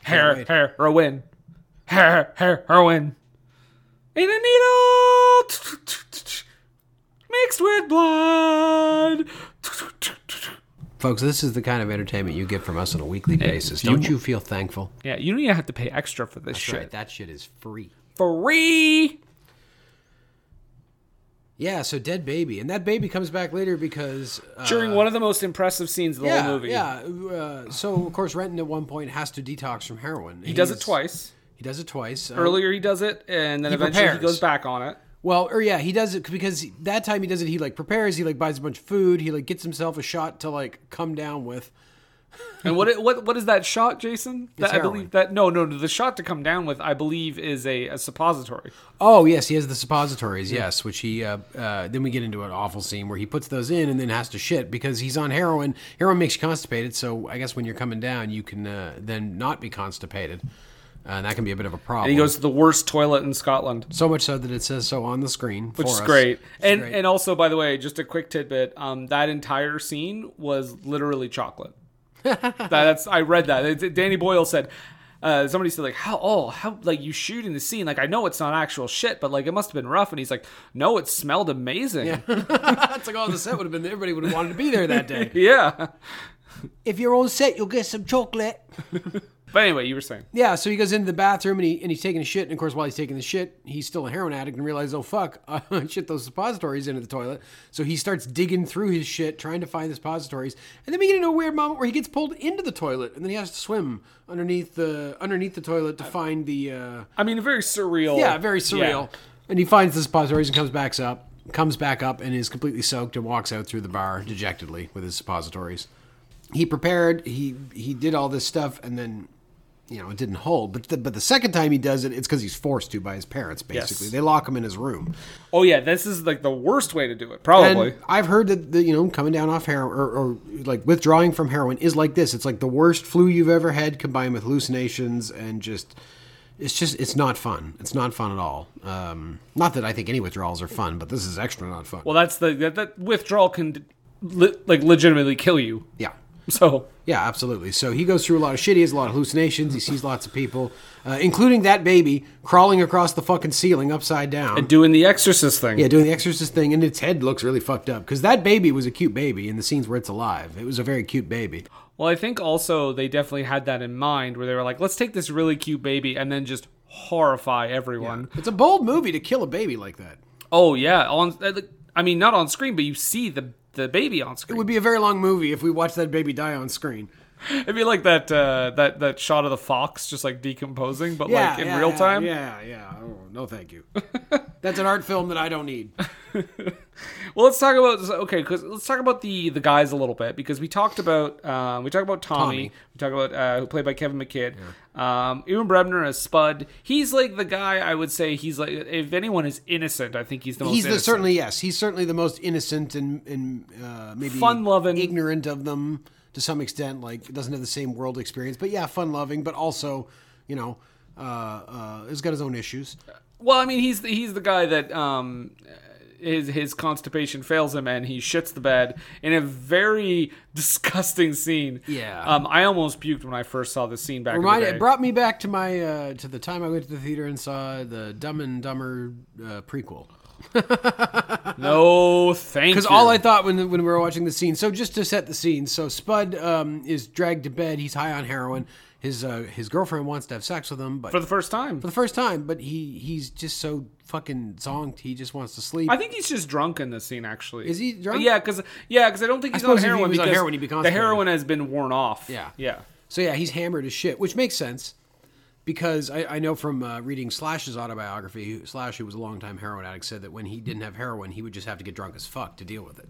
Speaker 3: hair, hair, heroin. Hair, hair, heroin. in a needle mixed with blood.
Speaker 1: Folks, this is the kind of entertainment you get from us on a weekly basis. Don't you feel thankful?
Speaker 3: Yeah, you don't even have to pay extra for this
Speaker 1: Shit,
Speaker 3: shit.
Speaker 1: that shit is free.
Speaker 3: Free.
Speaker 1: Yeah, so dead baby, and that baby comes back later because uh,
Speaker 3: During one of the most impressive scenes of the
Speaker 1: yeah,
Speaker 3: whole movie.
Speaker 1: yeah. Uh, so of course, Renton at one point has to detox from heroin.
Speaker 3: He does it twice.
Speaker 1: He does it twice. Uh,
Speaker 3: Earlier he does it, and then
Speaker 1: He
Speaker 3: eventually
Speaker 1: prepares.
Speaker 3: he goes back on
Speaker 1: (laughs)
Speaker 3: it.
Speaker 1: Well, or yeah, he does it because he- that time he does it. He like prepares. He like buys a bunch of food. He like gets himself a shot to like come down with.
Speaker 3: And what what what is that shot, Jason? That I
Speaker 1: heroin.
Speaker 3: believe that no no no, the shot to come down with I believe is a, a suppository.
Speaker 1: Oh yes, he has the suppositories. Yes, which he. Uh, uh, then we get into an awful scene where he puts those in and then has to shit because he's on heroin. Heroin makes you constipated, so I guess when you're coming down, you can uh, then not be constipated, uh, and that can be a bit of a problem.
Speaker 3: And he goes to the worst toilet in Scotland.
Speaker 1: so much so that it says so on the screen,
Speaker 3: Which
Speaker 1: for
Speaker 3: is
Speaker 1: us. (laughs)
Speaker 3: great. And
Speaker 1: great.
Speaker 3: and also by the way, just a quick tidbit, um, that entire scene was
Speaker 1: (laughs)
Speaker 3: literally chocolate. That- that's I read that. It's- Danny Boyle said uh, somebody said like how oh how like you shoot in the scene like I know it's not actual shit but like it must have been rough and he's like no it smelled amazing
Speaker 1: That's like, oh, the set would have been everybody would have wanted to be there that
Speaker 3: (laughs)
Speaker 1: day.
Speaker 3: (laughs) yeah
Speaker 1: if you're on set, you'll get some chocolate.
Speaker 3: but anyway you were saying
Speaker 1: Yeah, so he goes into the bathroom and he and he's taking a shit, and of course, while he's taking the shit, he's still a heroin addict and realizes, oh fuck, (laughs) I shit those suppositories into the toilet. So he starts digging through his shit, trying to find the suppositories, and then we get into a weird moment where he gets pulled into the toilet, and then he has to swim underneath the underneath the toilet to find the uh,
Speaker 3: I mean very surreal
Speaker 1: yeah, very surreal. And he finds the suppositories and comes backs up, comes back up, and is completely soaked and walks out through the bar dejectedly with his suppositories. He prepared, he he did all this stuff, and then you know it didn't hold. But the, but the second time he does it, it's because he's forced to by his parents. Basically, they lock him in his room.
Speaker 3: Oh yeah, this is like the worst way to do it, probably.
Speaker 1: And I've heard that the, you know coming down off heroin or, or like withdrawing from heroin is like this. It's like the worst flu you've ever had, combined with hallucinations and just it's just it's not fun. It's not fun at all. Um, not that I think any withdrawals are fun, but this is extra not fun.
Speaker 3: well, that's the that, that withdrawal can le- like legitimately kill you. (laughs)
Speaker 1: yeah.
Speaker 3: So
Speaker 1: Yeah, absolutely. So he goes through a lot of shit. He has a lot of hallucinations. He sees lots of people, uh, including that baby crawling across the fucking ceiling upside down.
Speaker 3: doing the Exorcist thing.
Speaker 1: Yeah, doing the exorcist thing, and its head looks really fucked up because that baby was a cute baby in the scenes where it's alive. It was a very cute baby.
Speaker 3: Well, I think also they definitely had that in mind, where they were like, let's take this really cute baby and then just horrify everyone.
Speaker 1: It's a bold movie to kill a baby like that.
Speaker 3: Oh yeah, on I mean not on screen, but you see the the baby on
Speaker 1: It
Speaker 3: screen.
Speaker 1: would be a very long movie if we watched that baby die on screen.
Speaker 3: It'd be like that uh, that that shot of the fox just like decomposing, but like in real
Speaker 1: yeah,
Speaker 3: time.
Speaker 1: Yeah, yeah. Oh, no, thank you. (laughs) That's an art film that I don't need.
Speaker 3: Well, let's talk about okay. Cause let's talk about the the guys a little bit because we talked about um, we talked about Tommy,
Speaker 1: Tommy.
Speaker 3: we talked about uh, who played by Kevin McKidd, um, Ewan Brebner as Spud. He's like the guy I would say he's like if anyone is innocent, I think he's the most
Speaker 1: He's the,
Speaker 3: innocent.
Speaker 1: certainly yes. He's certainly the most innocent and and uh, maybe
Speaker 3: Fun-loving.
Speaker 1: ignorant of them to some extent. Like doesn't have the same world experience, but yeah, fun loving, but also you know uh, uh, has got his own issues.
Speaker 3: well. I mean he's the, he's the guy that um, his his constipation fails him and he shits the bed in a very (laughs) disgusting scene.
Speaker 1: Yeah.
Speaker 3: um, I almost puked when I first saw this scene back. in the
Speaker 1: Remind,
Speaker 3: day.
Speaker 1: it brought me back to my uh, to the time I went to the theater and saw the Dumb and Dumber uh, prequel.
Speaker 3: no, thank
Speaker 1: Because
Speaker 3: you.
Speaker 1: all I thought when when we were watching the scene, so just to set the scene, so Spud um, is dragged to bed. He's high on heroin. His uh, his girlfriend wants to have sex with him, but
Speaker 3: for the first time.
Speaker 1: for the first time, but he he's just so fucking zonked. He just wants to sleep.
Speaker 3: I think he's just drunk in this scene. Actually,
Speaker 1: Is he drunk?
Speaker 3: Yeah, because yeah, because I don't think he's on
Speaker 1: suppose if he
Speaker 3: heroin.
Speaker 1: was on
Speaker 3: because
Speaker 1: heroin, he'd be
Speaker 3: the
Speaker 1: constipated.
Speaker 3: heroin has been worn off.
Speaker 1: Yeah.
Speaker 3: yeah.
Speaker 1: so. Yeah, he's hammered as shit, which makes sense because I, I know from uh, reading Slash's autobiography, who- Slash, who was a longtime heroin addict, said that when he didn't have heroin, he would just have to get drunk as fuck to deal with it.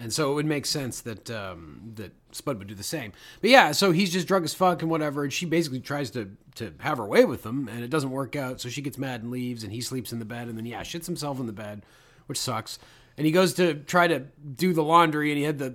Speaker 1: And so it would make sense that um, that Spud would do the same. But yeah, so he's just drunk as fuck and whatever. And she basically tries to to have her way with him, and it doesn't work out. So she gets mad and leaves, and he sleeps in the bed, and then yeah, shits himself in the bed, which sucks. And he goes to try to do the laundry, and he had the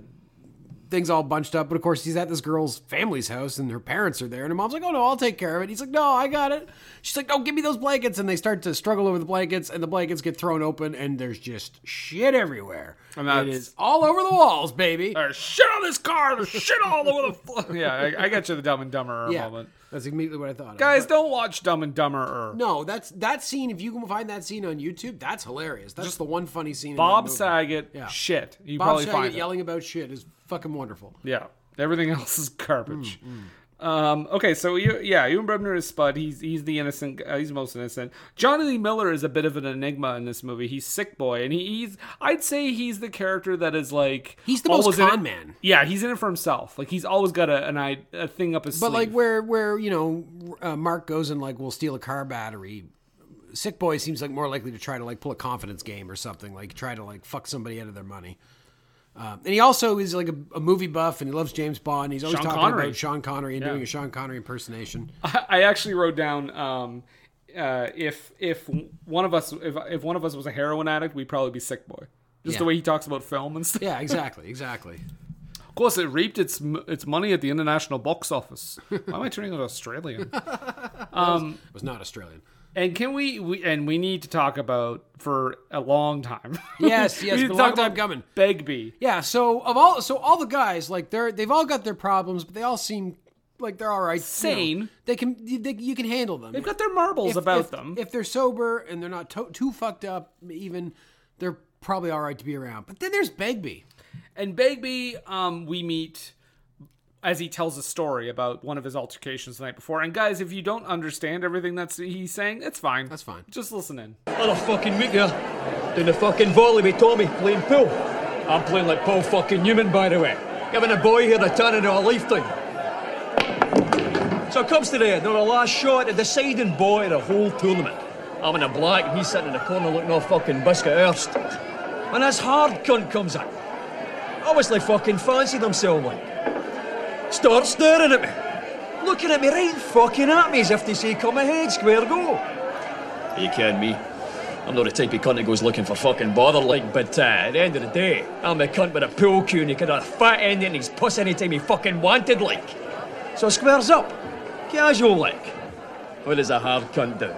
Speaker 1: things all bunched up. But of course, he's at this girl's family's house, and her parents are there. And her mom's like, "Oh no, I'll take care of it." He's like, "No, I got it." She's like, "No, give me those blankets." And they start to struggle over the blankets, and the blankets get thrown open, and there's just shit everywhere.
Speaker 3: And
Speaker 1: it
Speaker 3: that's-
Speaker 1: is all over the walls, baby. (laughs)
Speaker 3: There's shit on this car. There's shit all over the floor. Yeah, I, I got you the Dumb and Dumber
Speaker 1: Yeah.
Speaker 3: moment.
Speaker 1: That's immediately what I thought. of.
Speaker 3: Guys, don't watch Dumb and Dumberer.
Speaker 1: no, that's that scene. If you can find that scene on YouTube, that's hilarious. That's the one funny scene. in
Speaker 3: Bob
Speaker 1: that movie.
Speaker 3: Saget,
Speaker 1: Yeah.
Speaker 3: shit. You
Speaker 1: Bob
Speaker 3: probably
Speaker 1: Saget
Speaker 3: find it.
Speaker 1: yelling about shit is fucking wonderful.
Speaker 3: Yeah, everything (laughs) else is garbage.
Speaker 1: Mm,
Speaker 3: Um, okay, so you, yeah, Ewan Bremner is Spud. He's he's the innocent. Uh, he's most innocent. Johnny Lee Miller is a bit of an enigma in this movie. He's sick boy, and he, he's I'd say he's the character that is like
Speaker 1: He's the most
Speaker 3: always in it-
Speaker 1: con man.
Speaker 3: Yeah, he's in it for himself. Like he's always got a an I, a thing up his
Speaker 1: But like
Speaker 3: sleeve.
Speaker 1: where where you know uh, Mark goes and like will steal a car battery. Sick boy seems like more likely to try to like pull a confidence game or something like try to like fuck somebody out of their money. Um, and he also is like a, a movie buff and he loves James Bond. He's always
Speaker 3: Sean
Speaker 1: talking
Speaker 3: Connery.
Speaker 1: about Sean Connery and
Speaker 3: Yeah.
Speaker 1: doing a Sean Connery
Speaker 3: (laughs)
Speaker 1: impersonation.
Speaker 3: I actually wrote down um, uh, if if one of us if, if one of us was a heroin addict, we'd probably be sick boy. Just the
Speaker 1: Yeah.
Speaker 3: way he talks about film and stuff.
Speaker 1: Yeah, exactly, exactly.
Speaker 3: Of course, it reaped its its money at the international box office. Why am I turning into
Speaker 1: (laughs)
Speaker 3: Australian?
Speaker 1: It was not
Speaker 3: (laughs)
Speaker 1: Australian.
Speaker 3: And can we, we and we need to talk about for a long time. (laughs)
Speaker 1: Yes,
Speaker 3: We
Speaker 1: yes,
Speaker 3: need
Speaker 1: been
Speaker 3: to
Speaker 1: a long
Speaker 3: talk
Speaker 1: time
Speaker 3: about
Speaker 1: coming.
Speaker 3: Begbie.
Speaker 1: Yeah, so of all so all the guys like they're they've all got their problems, but they all seem like they're all right, you know.
Speaker 3: Sane.
Speaker 1: they can you- they, you can handle them.
Speaker 3: They've got their marbles about
Speaker 1: if,
Speaker 3: them.
Speaker 1: If they're sober and they're not to- too fucked up, even they're probably all right to be around. But then there's Begbie.
Speaker 3: and Begbie, um, we meet as he tells a story about one of his altercations the night before. And guys, if you don't understand everything that's he's saying, it's fine.
Speaker 1: That's fine.
Speaker 3: Just listen in.
Speaker 7: Another fucking week there. Doing the fucking volley with Tommy, playing pool. I'm playing like Paul fucking Newman, by the way. Giving a boy here the turn into a lifetime. So it comes to the end, on the last shot, the deciding boy of the whole tournament. I'm in a black and he's sitting in the corner looking all fucking biscuit erst. And this hard cunt comes in. Obviously fucking fancied himself like. Starts staring at me. Looking at me right fucking at me as if to say, come ahead, square go. Are you kidding me? I'm not the type of cunt that goes looking for fucking bother like, but uh, at the end of the day, I'm a cunt with a pool cue and he could have a fat end in his puss anytime he fucking wanted like. So squares up. Casual like. What does a hard cunt do?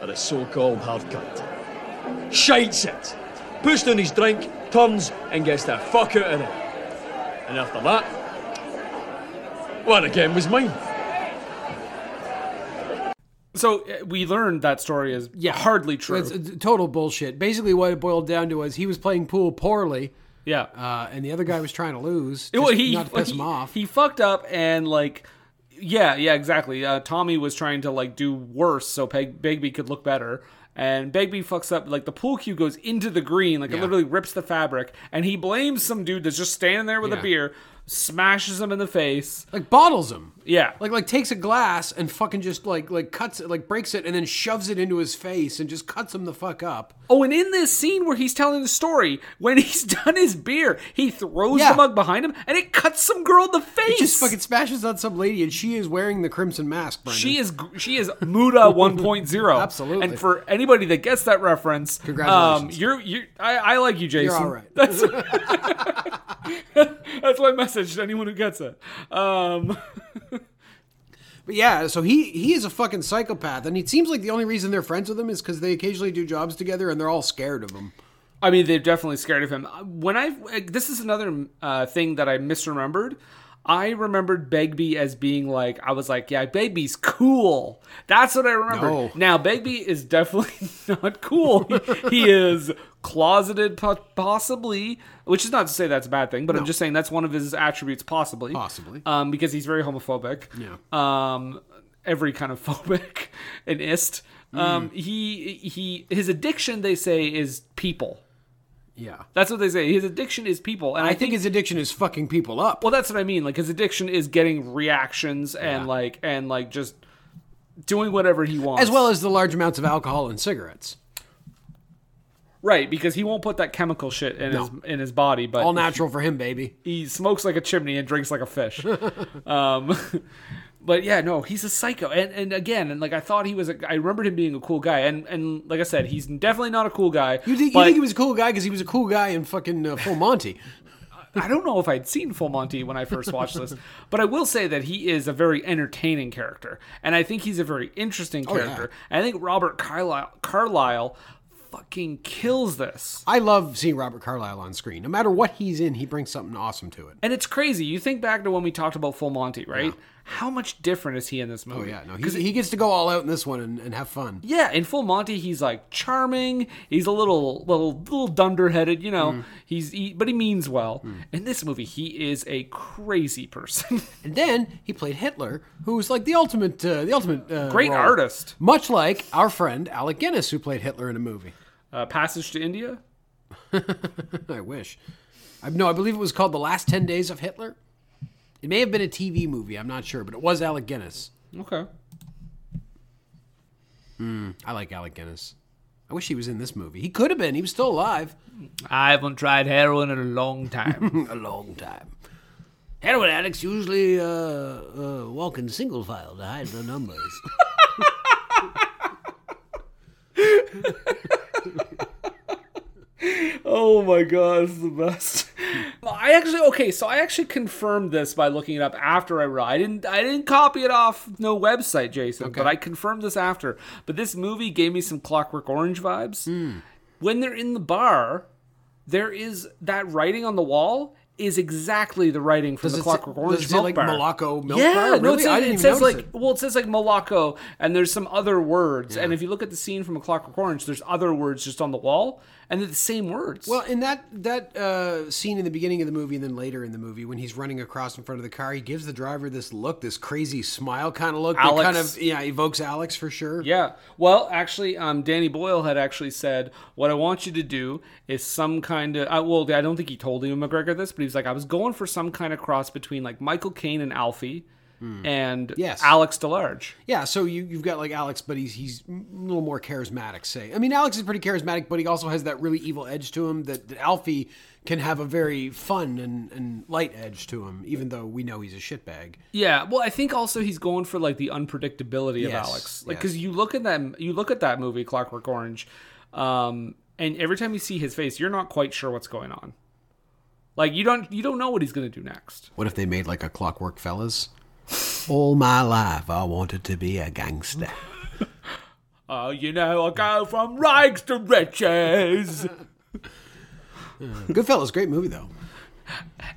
Speaker 7: Or a so-called hard cunt? Shites it. Puts down his drink, turns, and gets the fuck out of there. And after that, one again was mine.
Speaker 3: So uh, we learned that story is hardly true.
Speaker 1: It's, uh, it's total bullshit. Basically, what it boiled down to was he was playing pool poorly,
Speaker 3: yeah.
Speaker 1: uh, and the other guy was trying to lose,
Speaker 3: Well,
Speaker 1: just
Speaker 3: he,
Speaker 1: not to piss
Speaker 3: he,
Speaker 1: him off.
Speaker 3: He fucked up and like, yeah, yeah, exactly. Uh, Tommy was trying to like do worse so Peg- Begbie could look better, and Begbie fucks up. Like the pool cue goes into the green, like it
Speaker 1: Yeah.
Speaker 3: literally rips the fabric, and he blames some dude that's just standing there with a
Speaker 1: Yeah.
Speaker 3: beer, smashes him in the face.
Speaker 1: like bottles him.
Speaker 3: Yeah,
Speaker 1: Like like takes a glass and fucking just like like cuts it, like breaks it, and then shoves it into his face and just cuts him the fuck up.
Speaker 3: Oh, and in this scene where he's telling the story, when (laughs) he's done his beer, he throws
Speaker 1: Yeah.
Speaker 3: the mug behind him and it cuts some girl in the face.
Speaker 1: He just fucking smashes on some lady, and she is wearing the crimson mask. Brendan.
Speaker 3: She is gr- she is
Speaker 1: (laughs)
Speaker 3: Muda 1.0.
Speaker 1: Absolutely.
Speaker 3: And for anybody that gets that reference,
Speaker 1: Congratulations.
Speaker 3: Um, you're you I, I like you, Jason.
Speaker 1: You're all right.
Speaker 3: That's (laughs) that's my message to anyone who gets it. Um, (laughs)
Speaker 1: But yeah, so he he is a fucking psychopath, and it seems like the only reason they're friends with him is because they occasionally do jobs together, and they're all scared of him.
Speaker 3: I mean, they're definitely scared of him. Uh, When I this is another uh, thing that I misremembered. I remembered Begbie as being like I was like, yeah, Begbie's cool. That's what I remember.
Speaker 1: No.
Speaker 3: Now Begbie is definitely (laughs) not cool. He- he is closeted, po- possibly, which is not to say that's a bad thing, but I'm just saying that's one of his attributes, possibly.
Speaker 1: Possibly.
Speaker 3: um, because he's very homophobic. Yeah, um, every kind of (laughs) phobic and ist.
Speaker 1: Mm.
Speaker 3: Um, he he his addiction they say is people.
Speaker 1: Yeah,
Speaker 3: That's what they say. His addiction is people, and
Speaker 1: I
Speaker 3: I, think,
Speaker 1: think his addiction is fucking people up.
Speaker 3: well, that's what I mean. Like his addiction is getting reactions and like and like just doing whatever he wants,
Speaker 1: as well as the large amounts of alcohol and cigarettes,
Speaker 3: right because he won't put that chemical shit in
Speaker 1: No.
Speaker 3: his in his body, but
Speaker 1: all natural for him, baby.
Speaker 3: he smokes like a chimney and drinks like
Speaker 1: (laughs)
Speaker 3: a fish. um, (laughs) but yeah, no, he's a psycho, and and again, and like I thought he was. A, I remembered him being a cool guy, and and like I said, he's definitely not a cool guy.
Speaker 1: You think, you
Speaker 3: but
Speaker 1: think he was a cool guy because he was a cool guy in fucking uh, Full Monty?
Speaker 3: I don't know if I'd seen Full Monty when I first
Speaker 1: (laughs)
Speaker 3: watched this, but I will say that he is a very entertaining character, and I think he's a very interesting
Speaker 1: Oh, yeah.
Speaker 3: character. And I think Robert Carlyle, Carlyle fucking kills this,
Speaker 1: I love seeing Robert Carlyle on screen. No matter what he's in, he brings something awesome to it.
Speaker 3: and it's crazy. You think back to when we talked about Full Monty, right? How much different is he in this movie?
Speaker 1: Oh yeah, no, he, he gets to go all out in this one and, and have fun.
Speaker 3: Yeah, in Full Monty, he's like charming. He's a little, little, little dunderheaded, you
Speaker 1: Mm.
Speaker 3: know. He's, he, but he means well. In this movie, he is a
Speaker 1: (laughs)
Speaker 3: crazy person.
Speaker 1: And then he played Hitler, who was like the ultimate, uh, the ultimate uh,
Speaker 3: Great
Speaker 1: role.
Speaker 3: artist.
Speaker 1: Much like our friend Alec Guinness, who played Hitler in a movie. (laughs)
Speaker 3: Uh, Passage to India.
Speaker 1: I wish. I, no, I believe it was called The Last Ten Days of Hitler. It may have been a TV movie. I'm not sure, but it was Alec Guinness.
Speaker 3: Okay.
Speaker 1: I like Alec Guinness. I wish he was in this movie. He could have been. He was still alive.
Speaker 3: I haven't tried heroin in a long (laughs) time.
Speaker 1: a long time. Heroin addicts usually uh, uh, walk in single file to hide their numbers.
Speaker 3: oh my god, it's the (laughs) best. I actually okay, so I actually confirmed this by looking it up after I read. I didn't I didn't copy it off no website, Jason, but I confirmed this after. But this movie gave me some Clockwork Orange vibes.
Speaker 1: Hmm.
Speaker 3: When they're in the bar, there is that writing on the wall is exactly the writing from the
Speaker 1: it
Speaker 3: Clockwork
Speaker 1: say-
Speaker 3: Orange
Speaker 1: does it say,
Speaker 3: milk
Speaker 1: like,
Speaker 3: bar.
Speaker 1: Malacco milk
Speaker 3: yeah,
Speaker 1: bar?
Speaker 3: no,
Speaker 1: Really?
Speaker 3: it says,
Speaker 1: I didn't
Speaker 3: it
Speaker 1: even
Speaker 3: says
Speaker 1: notice
Speaker 3: like
Speaker 1: it.
Speaker 3: well, it says like Malacco, and there's some other words. And if you look at the scene from A Clockwork Orange, there's other words just on the wall, and they're the same words.
Speaker 1: (laughs) Well, in that that uh, scene in the beginning of the movie, and then later in the movie, when he's running across in front of the car, he gives the driver this look, this crazy smile kind of look. that
Speaker 3: Alex.
Speaker 1: kind of yeah evokes Alex for sure.
Speaker 3: Yeah. Well, actually, um, Danny Boyle had actually said, "What I want you to do is some kind of." I, well, I don't think he told Ian McGregor this, but he was like, "I was going for some kind of cross between like Michael Caine and Alfie, Hmm. and
Speaker 1: Yes.
Speaker 3: Alex DeLarge."
Speaker 1: yeah. So you you've got like Alex, but he's he's a little more charismatic. Say, I mean, Alex is pretty charismatic, but he also has that really evil edge to him that, that Alfie can have a very fun and, and light edge to him, even though we know he's a shitbag.
Speaker 3: Yeah. Well, I think also he's going for like the unpredictability of
Speaker 1: Yes,
Speaker 3: Alex, like
Speaker 1: yes.
Speaker 3: because you look at that, you look at that movie Clockwork Orange, um, and every time you see his face, you're not quite sure what's going on. Like you don't you don't know what he's going to do next.
Speaker 1: What if they made like a Clockwork Fellas? All my life, I wanted to be a gangster.
Speaker 3: Oh, you know, I go from rags to riches.
Speaker 1: Goodfellas, great movie though.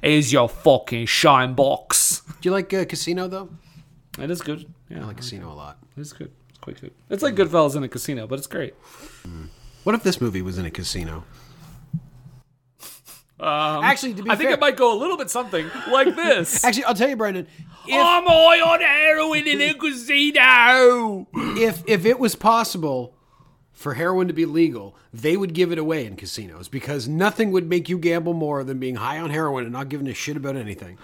Speaker 3: Is your fucking shine box.
Speaker 1: Do you like uh, Casino though?
Speaker 3: That is good. Yeah,
Speaker 1: I like Casino a lot.
Speaker 3: it's good. It's quite good. It's like Goodfellas in a casino, but it's great.
Speaker 1: What if this movie was in a casino? actually, to be
Speaker 3: Um, I think
Speaker 1: fair-
Speaker 3: it might go a little bit something (laughs) like this.
Speaker 1: Actually, I'll tell you, Brandon.
Speaker 3: I'm high on heroin in a casino.
Speaker 1: If if it was possible for heroin to be legal, they would give it away in casinos because nothing would make you gamble more than being high on heroin and not giving a shit about anything.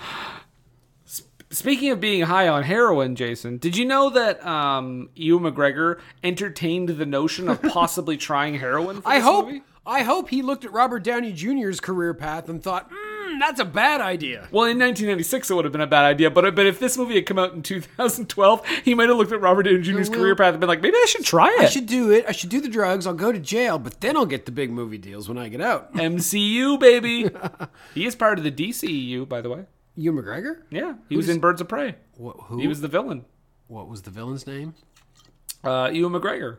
Speaker 3: Speaking of being high on heroin, Jason, did you know that um, Ewan McGregor entertained the notion of
Speaker 1: (laughs)
Speaker 3: possibly trying heroin? For
Speaker 1: I
Speaker 3: this
Speaker 1: hope
Speaker 3: movie?
Speaker 1: I hope he looked at Robert Downey Jr.'s career path and thought, mm, that's a bad idea.
Speaker 3: Well, in 1996, it would have been a bad idea, but but if this movie had come out in 2012, he might have looked at Robert Downey Jr.'s career path and been like, maybe I should try it.
Speaker 1: I should do it. I should do the drugs. I'll go to jail, but then I'll get the big movie deals when I get out.
Speaker 3: MCU,
Speaker 1: (laughs)
Speaker 3: baby. he is part of the DCEU, by the way.
Speaker 1: You McGregor?
Speaker 3: Yeah, he was in Birds of Prey.
Speaker 1: What, who?
Speaker 3: He was the villain.
Speaker 1: what was the villain's name?
Speaker 3: Uh, Ewan McGregor.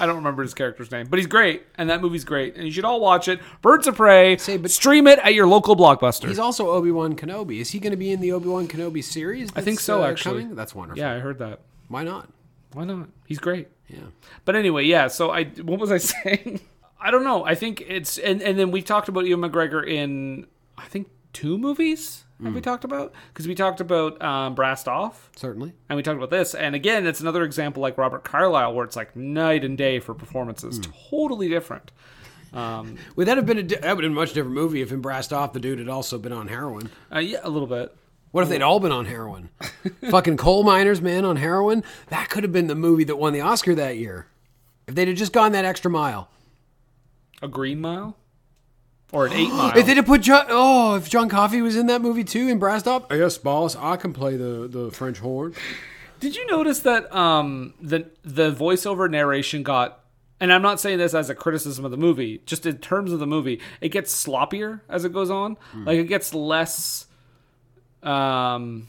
Speaker 3: I don't remember his character's name, but he's great, and that movie's great, and you should all watch it. Birds of Prey.
Speaker 1: Say, but-
Speaker 3: stream it at your local blockbuster.
Speaker 1: He's also Obi Wan Kenobi. Is he going to be in the Obi Wan Kenobi series?
Speaker 3: I think
Speaker 1: that's,
Speaker 3: so,
Speaker 1: uh,
Speaker 3: actually.
Speaker 1: coming? that's wonderful.
Speaker 3: yeah, I heard that.
Speaker 1: Why not?
Speaker 3: Why not? He's great.
Speaker 1: Yeah.
Speaker 3: But anyway, yeah. So I, what was I (laughs) saying? I don't know. I think it's and and then we talked about Ewan McGregor in I think two movies. Have
Speaker 1: Hmm.
Speaker 3: we talked about? Because we talked about um, Brassed Off,
Speaker 1: Certainly.
Speaker 3: and we talked about this, and again, it's another example like Robert Carlyle, where it's like night and day for performances,
Speaker 1: Hmm.
Speaker 3: totally different.
Speaker 1: Would that have been a di- that would have been a much different movie if in Brassed Off the dude had also been on heroin?
Speaker 3: Uh, yeah, a little bit.
Speaker 1: What if they'd all been on (laughs) heroin? Fucking coal miners, man, on heroin. That could have been the movie that won the Oscar that year. If they'd have just gone that extra mile.
Speaker 3: A Green Mile, or an Eight Mile.
Speaker 1: If they'd have put John, oh, if John Coffey was in that movie too in Brassed Off, yes, boss, I can play the the French horn.
Speaker 3: Did you notice that um, the the voiceover narration got, and I'm not saying this as a criticism of the movie, just in terms of the movie, it gets sloppier as it goes on. Like it gets less. Um,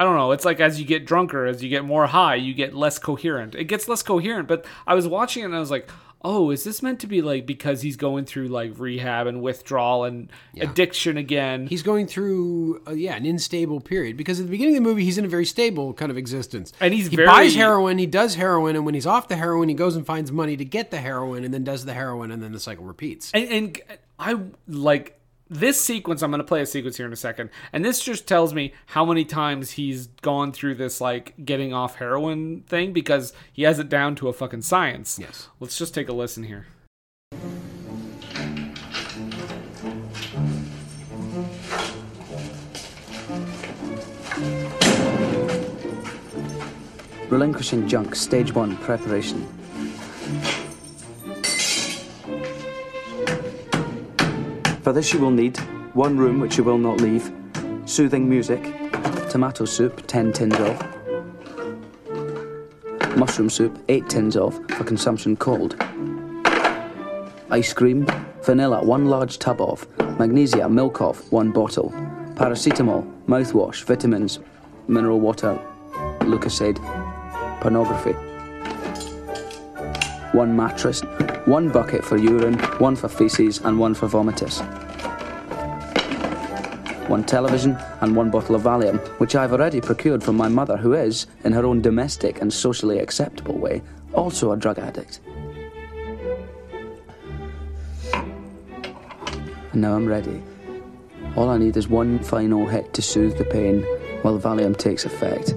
Speaker 3: I don't know. It's like as you get drunker, as you get more high, you get less coherent. It gets less coherent. But I was watching it and I was like, oh, is this meant to be like because he's going through like rehab and withdrawal and addiction again?
Speaker 1: He's going through, uh, yeah, an unstable period because at the beginning of the movie, he's in a very stable kind of existence.
Speaker 3: And he's
Speaker 1: he
Speaker 3: very-
Speaker 1: buys heroin, he does heroin, and when he's off the heroin, he goes and finds money to get the heroin, and then does the heroin, and then the cycle repeats.
Speaker 3: and, and I like this sequence. I'm going to play a sequence here in a second, and this just tells me how many times he's gone through this like getting off heroin thing because he has it down to a fucking science.
Speaker 1: Yes.
Speaker 3: Let's just take a listen here.
Speaker 5: Relinquishing junk, stage one, preparation. For this, you will need one room which you will not leave, soothing music, tomato soup, 10 tins of, mushroom soup, 8 tins of, for consumption cold, ice cream, vanilla, one large tub of, magnesia, milk of, one bottle, paracetamol, mouthwash, vitamins, mineral water, Lucasade, pornography. One mattress, one bucket for urine, one for feces, and one for vomitus. One television and one bottle of Valium, which I've already procured from my mother, who is, in her own domestic and socially acceptable way, also a drug addict. And now I'm ready. All I need is one final hit to soothe the pain while Valium takes effect.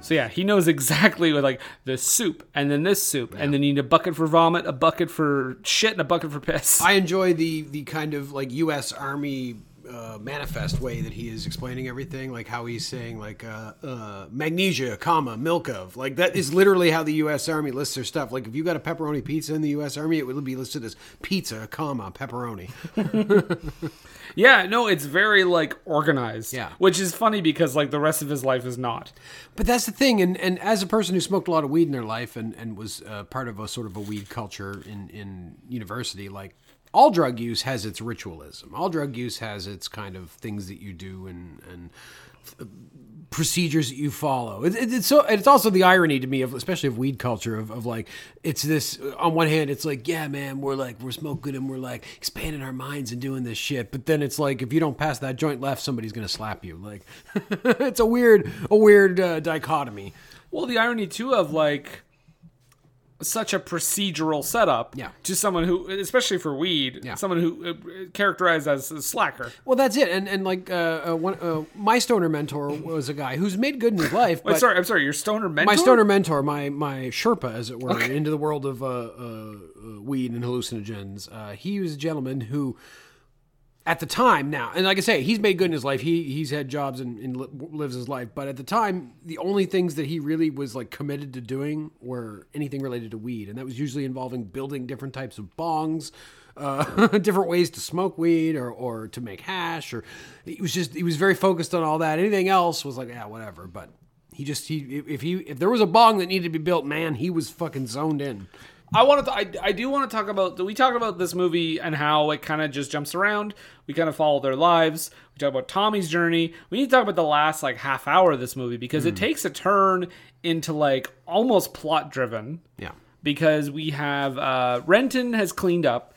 Speaker 3: So yeah, he knows exactly (laughs) what, like the soup, and then this soup, and then you need a bucket for vomit, a bucket for shit, and a bucket for piss.
Speaker 1: I enjoy the the kind of like U.S. Army uh, manifest way that he is explaining everything, like how he's saying like uh, uh, magnesia, comma milk of, like that is literally how the U.S. Army lists their stuff. Like if you got a pepperoni pizza in the U.S. Army, it would be listed as pizza, comma pepperoni.
Speaker 3: (laughs)
Speaker 1: (laughs)
Speaker 3: yeah, no, it's very like organized.
Speaker 1: Yeah.
Speaker 3: which is funny because like the rest of his life is not.
Speaker 1: But that's the thing, and, and as a person who smoked a lot of weed in their life and, and was uh, part of a sort of a weed culture in, in university, like all drug use has its ritualism. All drug use has its kind of things that you do and, and uh, procedures that you follow. It, it- it's so and it's also the irony to me of especially of weed culture of, of like it's this on one hand it's like yeah man we're like we're smoking and we're like expanding our minds and doing this shit, but then it's like if you don't pass that joint left, somebody's gonna slap you. Like (laughs) it's a weird a weird uh, dichotomy.
Speaker 3: Well, the irony too of like such a procedural setup
Speaker 1: Yeah.
Speaker 3: to someone who, especially for weed,
Speaker 1: Yeah.
Speaker 3: someone who uh, characterized as a slacker.
Speaker 1: Well, that's it. And and like uh, uh, one, uh, my stoner mentor was a guy who's made good in his life.
Speaker 3: Wait,
Speaker 1: but-
Speaker 3: sorry, I'm sorry. Your stoner mentor.
Speaker 1: My stoner mentor, my my Sherpa, as it were, into the world of uh, uh, uh, weed and hallucinogens. Uh, he was a gentleman who, at the time now, and like I say, he's made good in his life. He he's had jobs and, and li- lives his life. But at the time, the only things that he really was like committed to doing were anything related to weed, and that was usually involving building different types of bongs. Uh, (laughs) different ways to smoke weed or, or to make hash or he was just he was very focused on all that anything else was like yeah whatever but he just he if- if he if there was a bong that needed to be built, man, he was fucking zoned in.
Speaker 3: I want to. I, I do want to talk about. We talked about this movie and how it kind of just jumps around. We kind of follow their lives. We talk about Tommy's journey. We need to talk about the last like half hour of this movie because
Speaker 1: Mm.
Speaker 3: it takes a turn into like almost plot driven.
Speaker 1: Yeah.
Speaker 3: because we have uh, Renton has cleaned up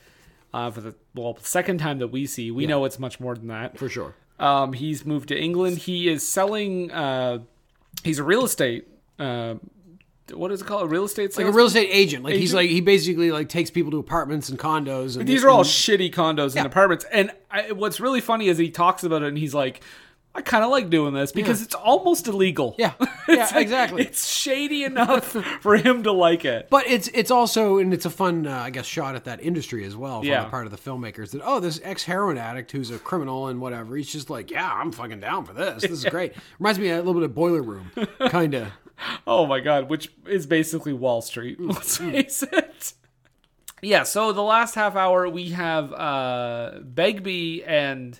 Speaker 3: uh, for the well second time that we see. We know it's much more than that
Speaker 1: For sure.
Speaker 3: Um, he's moved to England. He is selling. Uh, he's a real estate. Uh, what is it called? A real
Speaker 1: Like
Speaker 3: estate.
Speaker 1: a
Speaker 3: sales-
Speaker 1: real estate agent. Like he's
Speaker 3: Agent?
Speaker 1: like he basically like takes people to apartments and condos and
Speaker 3: These are all
Speaker 1: and-
Speaker 3: shitty condos and apartments. And I, what's really funny is he talks about it and he's like, I kind of like doing this because it's almost illegal. (laughs)
Speaker 1: Yeah.
Speaker 3: It's
Speaker 1: Yeah,
Speaker 3: like-
Speaker 1: exactly.
Speaker 3: It's shady enough (laughs) for him to like it.
Speaker 1: but it's it's also and it's a fun uh, I guess shot at that industry as well from
Speaker 3: Yeah.
Speaker 1: the part of the filmmakers that oh this ex heroin addict who's a criminal and whatever he's just like yeah I'm fucking down for this this is great reminds me a little bit of Boiler Room kind of
Speaker 3: Oh my God, which is basically Wall Street. (laughs) Let's
Speaker 1: Mm.
Speaker 3: face it. Yeah, so the last half hour we have uh, Begbie and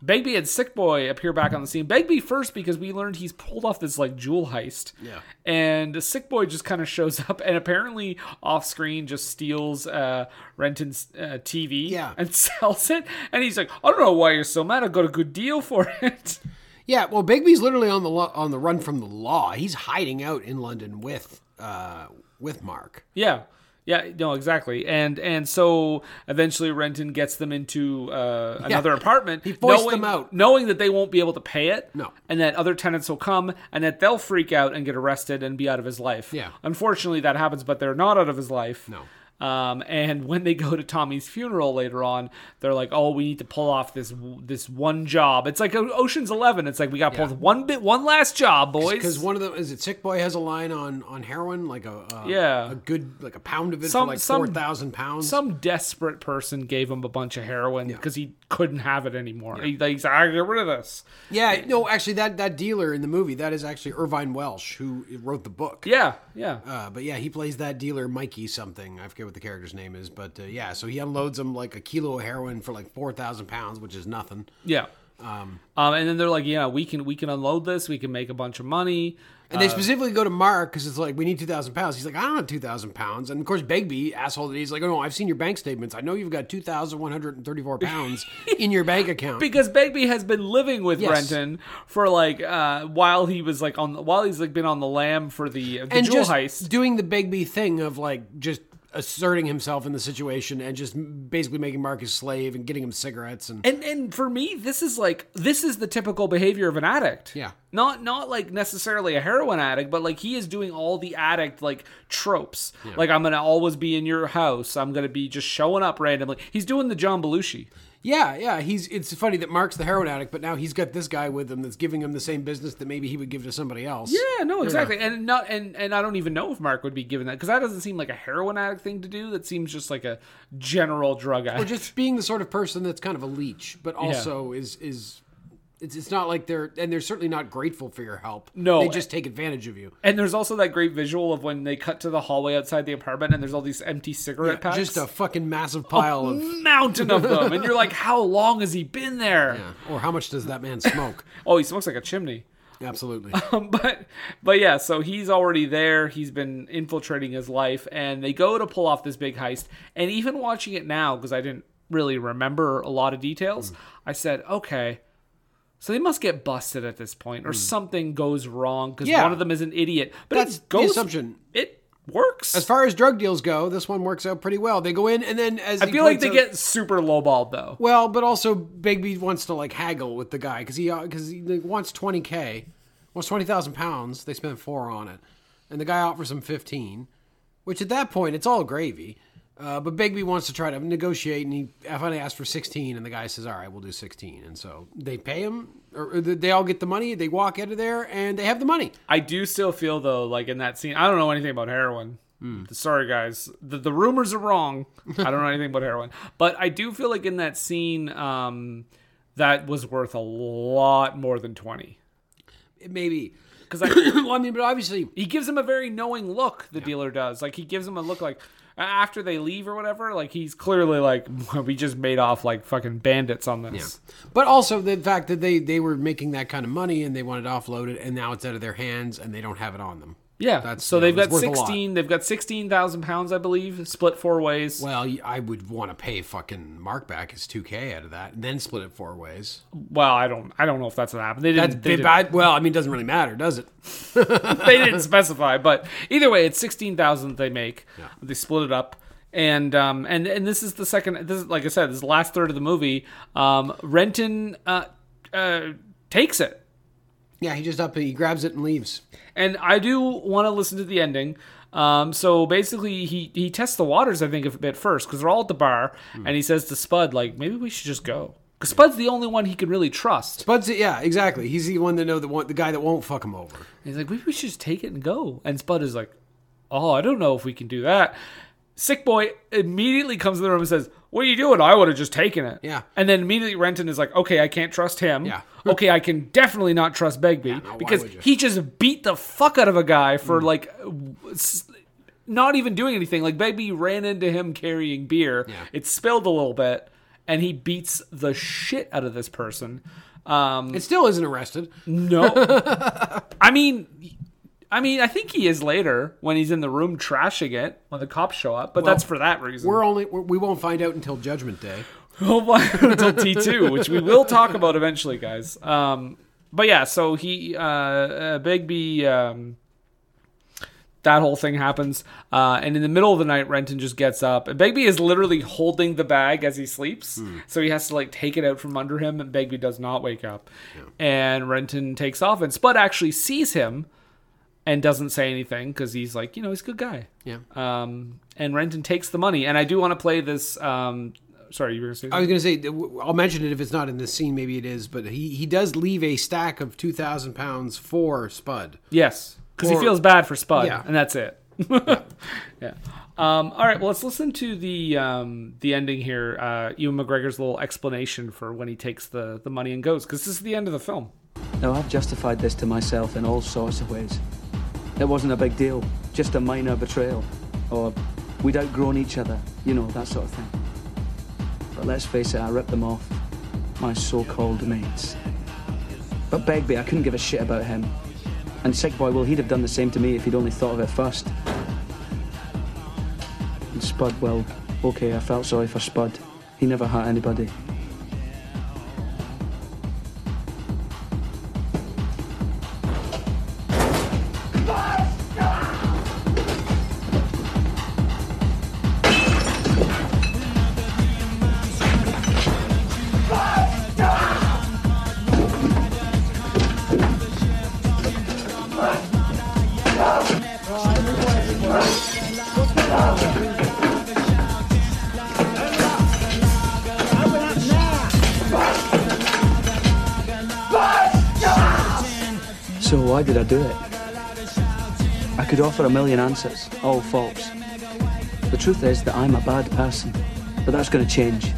Speaker 3: Begbie and Sick Boy appear back on the scene. Begbie first because we learned he's pulled off this like jewel heist.
Speaker 1: Yeah.
Speaker 3: And Sick Boy just kind of shows up and apparently off screen just steals uh, Renton's uh, TV
Speaker 1: Yeah.
Speaker 3: (laughs) and sells it. And he's like, I don't know why you're so mad. I got a good deal for it.
Speaker 1: (laughs) Yeah, well, Bigby's literally on the lo- on the run from the law. He's hiding out in London with uh, with Mark.
Speaker 3: Yeah. Yeah, no, exactly, and and so eventually Renton gets them into uh, another apartment.
Speaker 1: He voiced
Speaker 3: knowing,
Speaker 1: them out.
Speaker 3: knowing that they won't be able to pay it.
Speaker 1: No.
Speaker 3: and that other tenants will come, and that they'll freak out and get arrested and be out of his life.
Speaker 1: Yeah.
Speaker 3: unfortunately, that happens, but they're not out of his life.
Speaker 1: No.
Speaker 3: Um, and when they go to Tommy's funeral later on, they're like, "Oh, we need to pull off this this one job." It's like Ocean's Eleven. It's like we got to pull
Speaker 1: Yeah.
Speaker 3: off one bit, one last job, boys.
Speaker 1: Because one of them is it Sick Boy has a line on on heroin, like a, a
Speaker 3: Yeah.
Speaker 1: a good like a pound of it
Speaker 3: Some-
Speaker 1: for like
Speaker 3: some-
Speaker 1: four thousand pounds.
Speaker 3: some desperate person gave him a bunch of heroin because he couldn't have it anymore. He, he's like, I gotta get rid of this.
Speaker 1: yeah, no, actually, that that dealer in the movie that is actually Irvine Welsh who wrote the book.
Speaker 3: Yeah, yeah.
Speaker 1: Uh, but yeah, he plays that dealer Mikey something. I forget what the character's name is, but uh, yeah, so he unloads him like a kilo of heroin for like four thousand pounds, which is nothing.
Speaker 3: yeah. Um, and then they're like, yeah, we can we can unload this. We can make a bunch of money.
Speaker 1: And they specifically go to Mark because it's like we need two thousand pounds. He's like, I don't have two thousand pounds. And of course, Begbie asshole, that he's like, Oh no, I've seen your bank statements. I know you've got two thousand one hundred and thirty-four pounds in your bank account.
Speaker 3: Because Begbie has been living with
Speaker 1: Uh, Yes.
Speaker 3: Renton for like uh, while he was like on while he's like been on the lam for the, the
Speaker 1: and
Speaker 3: jewel
Speaker 1: just
Speaker 3: heist.
Speaker 1: doing the Begbie thing of like just asserting himself in the situation and just basically making Mark his slave and getting him cigarettes and
Speaker 3: and and for me this is like this is the typical behavior of an addict
Speaker 1: Yeah.
Speaker 3: not not like necessarily a heroin addict but like he is doing all the addict like tropes like i'm gonna always be in your house i'm gonna be just showing up randomly he's doing the john belushi
Speaker 1: Yeah, yeah. He's it's funny that Mark's the heroin addict, but now he's got this guy with him that's giving him the same business that maybe he would give to somebody else.
Speaker 3: yeah no exactly and not and and i don't even know if mark would be given that because that doesn't seem like a heroin addict thing to do that seems just like a general drug addict
Speaker 1: Or just being the sort of person that's kind of a leech, but also is is it's it's not like they're and they're certainly not grateful for your help.
Speaker 3: No.
Speaker 1: They just take advantage of you.
Speaker 3: and there's also that great visual of when they cut to the hallway outside the apartment and there's all these empty cigarette packs
Speaker 1: Just a fucking massive pile
Speaker 3: Oh.
Speaker 1: of
Speaker 3: mountain of them, and
Speaker 1: (laughs)
Speaker 3: you're like, how long has he been there?
Speaker 1: or how much does that man
Speaker 3: (laughs)
Speaker 1: smoke?
Speaker 3: Oh, he smokes like a chimney. (laughs) Um,
Speaker 1: Absolutely.
Speaker 3: but but yeah, so he's already there. He's been infiltrating his life, and they go to pull off this big heist. And even watching it now, because I didn't really remember a lot of
Speaker 1: Mm.
Speaker 3: details, I said, okay. So they must get busted at this point, or something goes wrong because
Speaker 1: Mm. Yeah.
Speaker 3: one of them is an idiot. But
Speaker 1: That's
Speaker 3: it's
Speaker 1: the
Speaker 3: ghost,
Speaker 1: assumption.
Speaker 3: It works.
Speaker 1: As far as drug deals go, this one works out pretty well. They go in and then as
Speaker 3: I feel like they
Speaker 1: get.
Speaker 3: get super lowballed though.
Speaker 1: Well, but also Bigby wants to like haggle with the guy because he because he like, wants twenty k, wants twenty thousand pounds. They spent four on it, and the guy offers him fifteen, which at that point it's all gravy. Uh, but Bigby wants to try to negotiate, and he finally asks for sixteen, and the guy says, "All right, we'll do 16. And so they pay him, or or they all get the money. They walk out of there, and they have the money.
Speaker 3: I do still feel though, like in that scene, I don't know anything about heroin.
Speaker 1: Hmm.
Speaker 3: Sorry guys, the, the rumors are wrong. I don't know anything about heroin, but I do feel like in that scene, um, that was worth a lot more than twenty.
Speaker 1: Maybe
Speaker 3: Because
Speaker 1: (coughs)
Speaker 3: I,
Speaker 1: (clears throat) well, I mean, but obviously,
Speaker 3: he gives him a very knowing look. The dealer does, like he gives him a look, like a- after they leave or whatever. Like he's clearly like (laughs) we just made off like fucking bandits on this.
Speaker 1: But also the fact that they they were making that kind of money and they wanted to offload it, and now it's out of their hands and they don't have it on them.
Speaker 3: Yeah,
Speaker 1: That's-
Speaker 3: so
Speaker 1: yeah,
Speaker 3: they've
Speaker 1: it's
Speaker 3: got
Speaker 1: worth a lot.
Speaker 3: sixteen. They've got sixteen thousand pounds, I believe, split four ways.
Speaker 1: Well, y- I would want to pay fucking Mark back his two k out of that, and then split it four ways.
Speaker 3: Well, I don't, I don't know if that's what happened. They didn't.
Speaker 1: That's
Speaker 3: they
Speaker 1: big.
Speaker 3: didn't-
Speaker 1: I, well, I mean, it doesn't really matter, does it?
Speaker 3: (laughs) they didn't specify, but either way, it's sixteen thousand they make. They split it up, and um, and and this is the second. This is like I said, this is the last third of the movie. Um, Renton uh, uh, takes it,
Speaker 1: Yeah, he just up he grabs it and leaves.
Speaker 3: and I do want to listen to the ending. Um, so basically, he he tests the waters, I think, a bit first because they're all at the bar, and he says to Spud, like, maybe we should just go. Because Spud's the only one he can really trust.
Speaker 1: But yeah, exactly. He's the one that know the one, the guy that won't fuck him over.
Speaker 3: He's like, maybe we should just take it and go. And Spud is like, oh, I don't know if we can do that. Sick boy immediately comes in the room and says, "What are you doing? I would have just taken it."
Speaker 1: Yeah.
Speaker 3: And then immediately Renton is like, "Okay, I can't trust him.
Speaker 1: Yeah.
Speaker 3: (laughs) okay, I can definitely not trust Begbie
Speaker 1: no, why
Speaker 3: because
Speaker 1: would you?" Mm.
Speaker 3: he just beat the fuck out of a guy for like w- s- not even doing anything. Like Begbie ran into him carrying beer. It spilled a little bit, and he beats the shit out of this person. Um,
Speaker 1: It still isn't arrested.
Speaker 3: no. I mean, I mean, I think he is later when he's in the room trashing it when the cops show up, but that's for that reason.
Speaker 1: We're only we're, we won't find out until Judgment Day.
Speaker 3: Oh, (laughs) until T2, which we will talk about eventually, guys. Um, but yeah, so he uh, uh Bigby um that whole thing happens. Uh, and in the middle of the night, Renton just gets up. And Begbie is literally holding the bag as he sleeps. So he has to like take it out from under him. And Begbie does not wake up. And Renton takes off. And Spud actually sees him and doesn't say anything because he's like, you know, he's a good guy.
Speaker 1: Yeah.
Speaker 3: Um, and Renton takes the money. And I do want to play this. Um, sorry, you were going to say
Speaker 1: I was going to say, th- w- I'll mention it if it's not in this scene, maybe it is, but he, he does leave a stack of 2,000 pounds for Spud.
Speaker 3: Yes, because he
Speaker 1: Or-
Speaker 3: feels bad for Spud,
Speaker 1: Yeah.
Speaker 3: and that's it. (laughs) yeah. Um, all right. Well, let's listen to the um, the ending here. Uh, Ewan McGregor's little explanation for when he takes the the money and goes, because this is the end of the film.
Speaker 5: Now, I've justified this to myself in all sorts of ways. It wasn't a big deal, just a minor betrayal. Or we'd outgrown each other, you know, that sort of thing. But let's face it, I ripped them off. My so called mates. But Begbie, I couldn't give a shit about him. And Sick Boy, well, he'd have done the same to me if he'd only thought of it first. And Spud, well, okay, I felt sorry for Spud. He never hurt anybody. So why did I do it? I could offer a million answers, all false. The truth is that I'm a bad person, but that's going to change.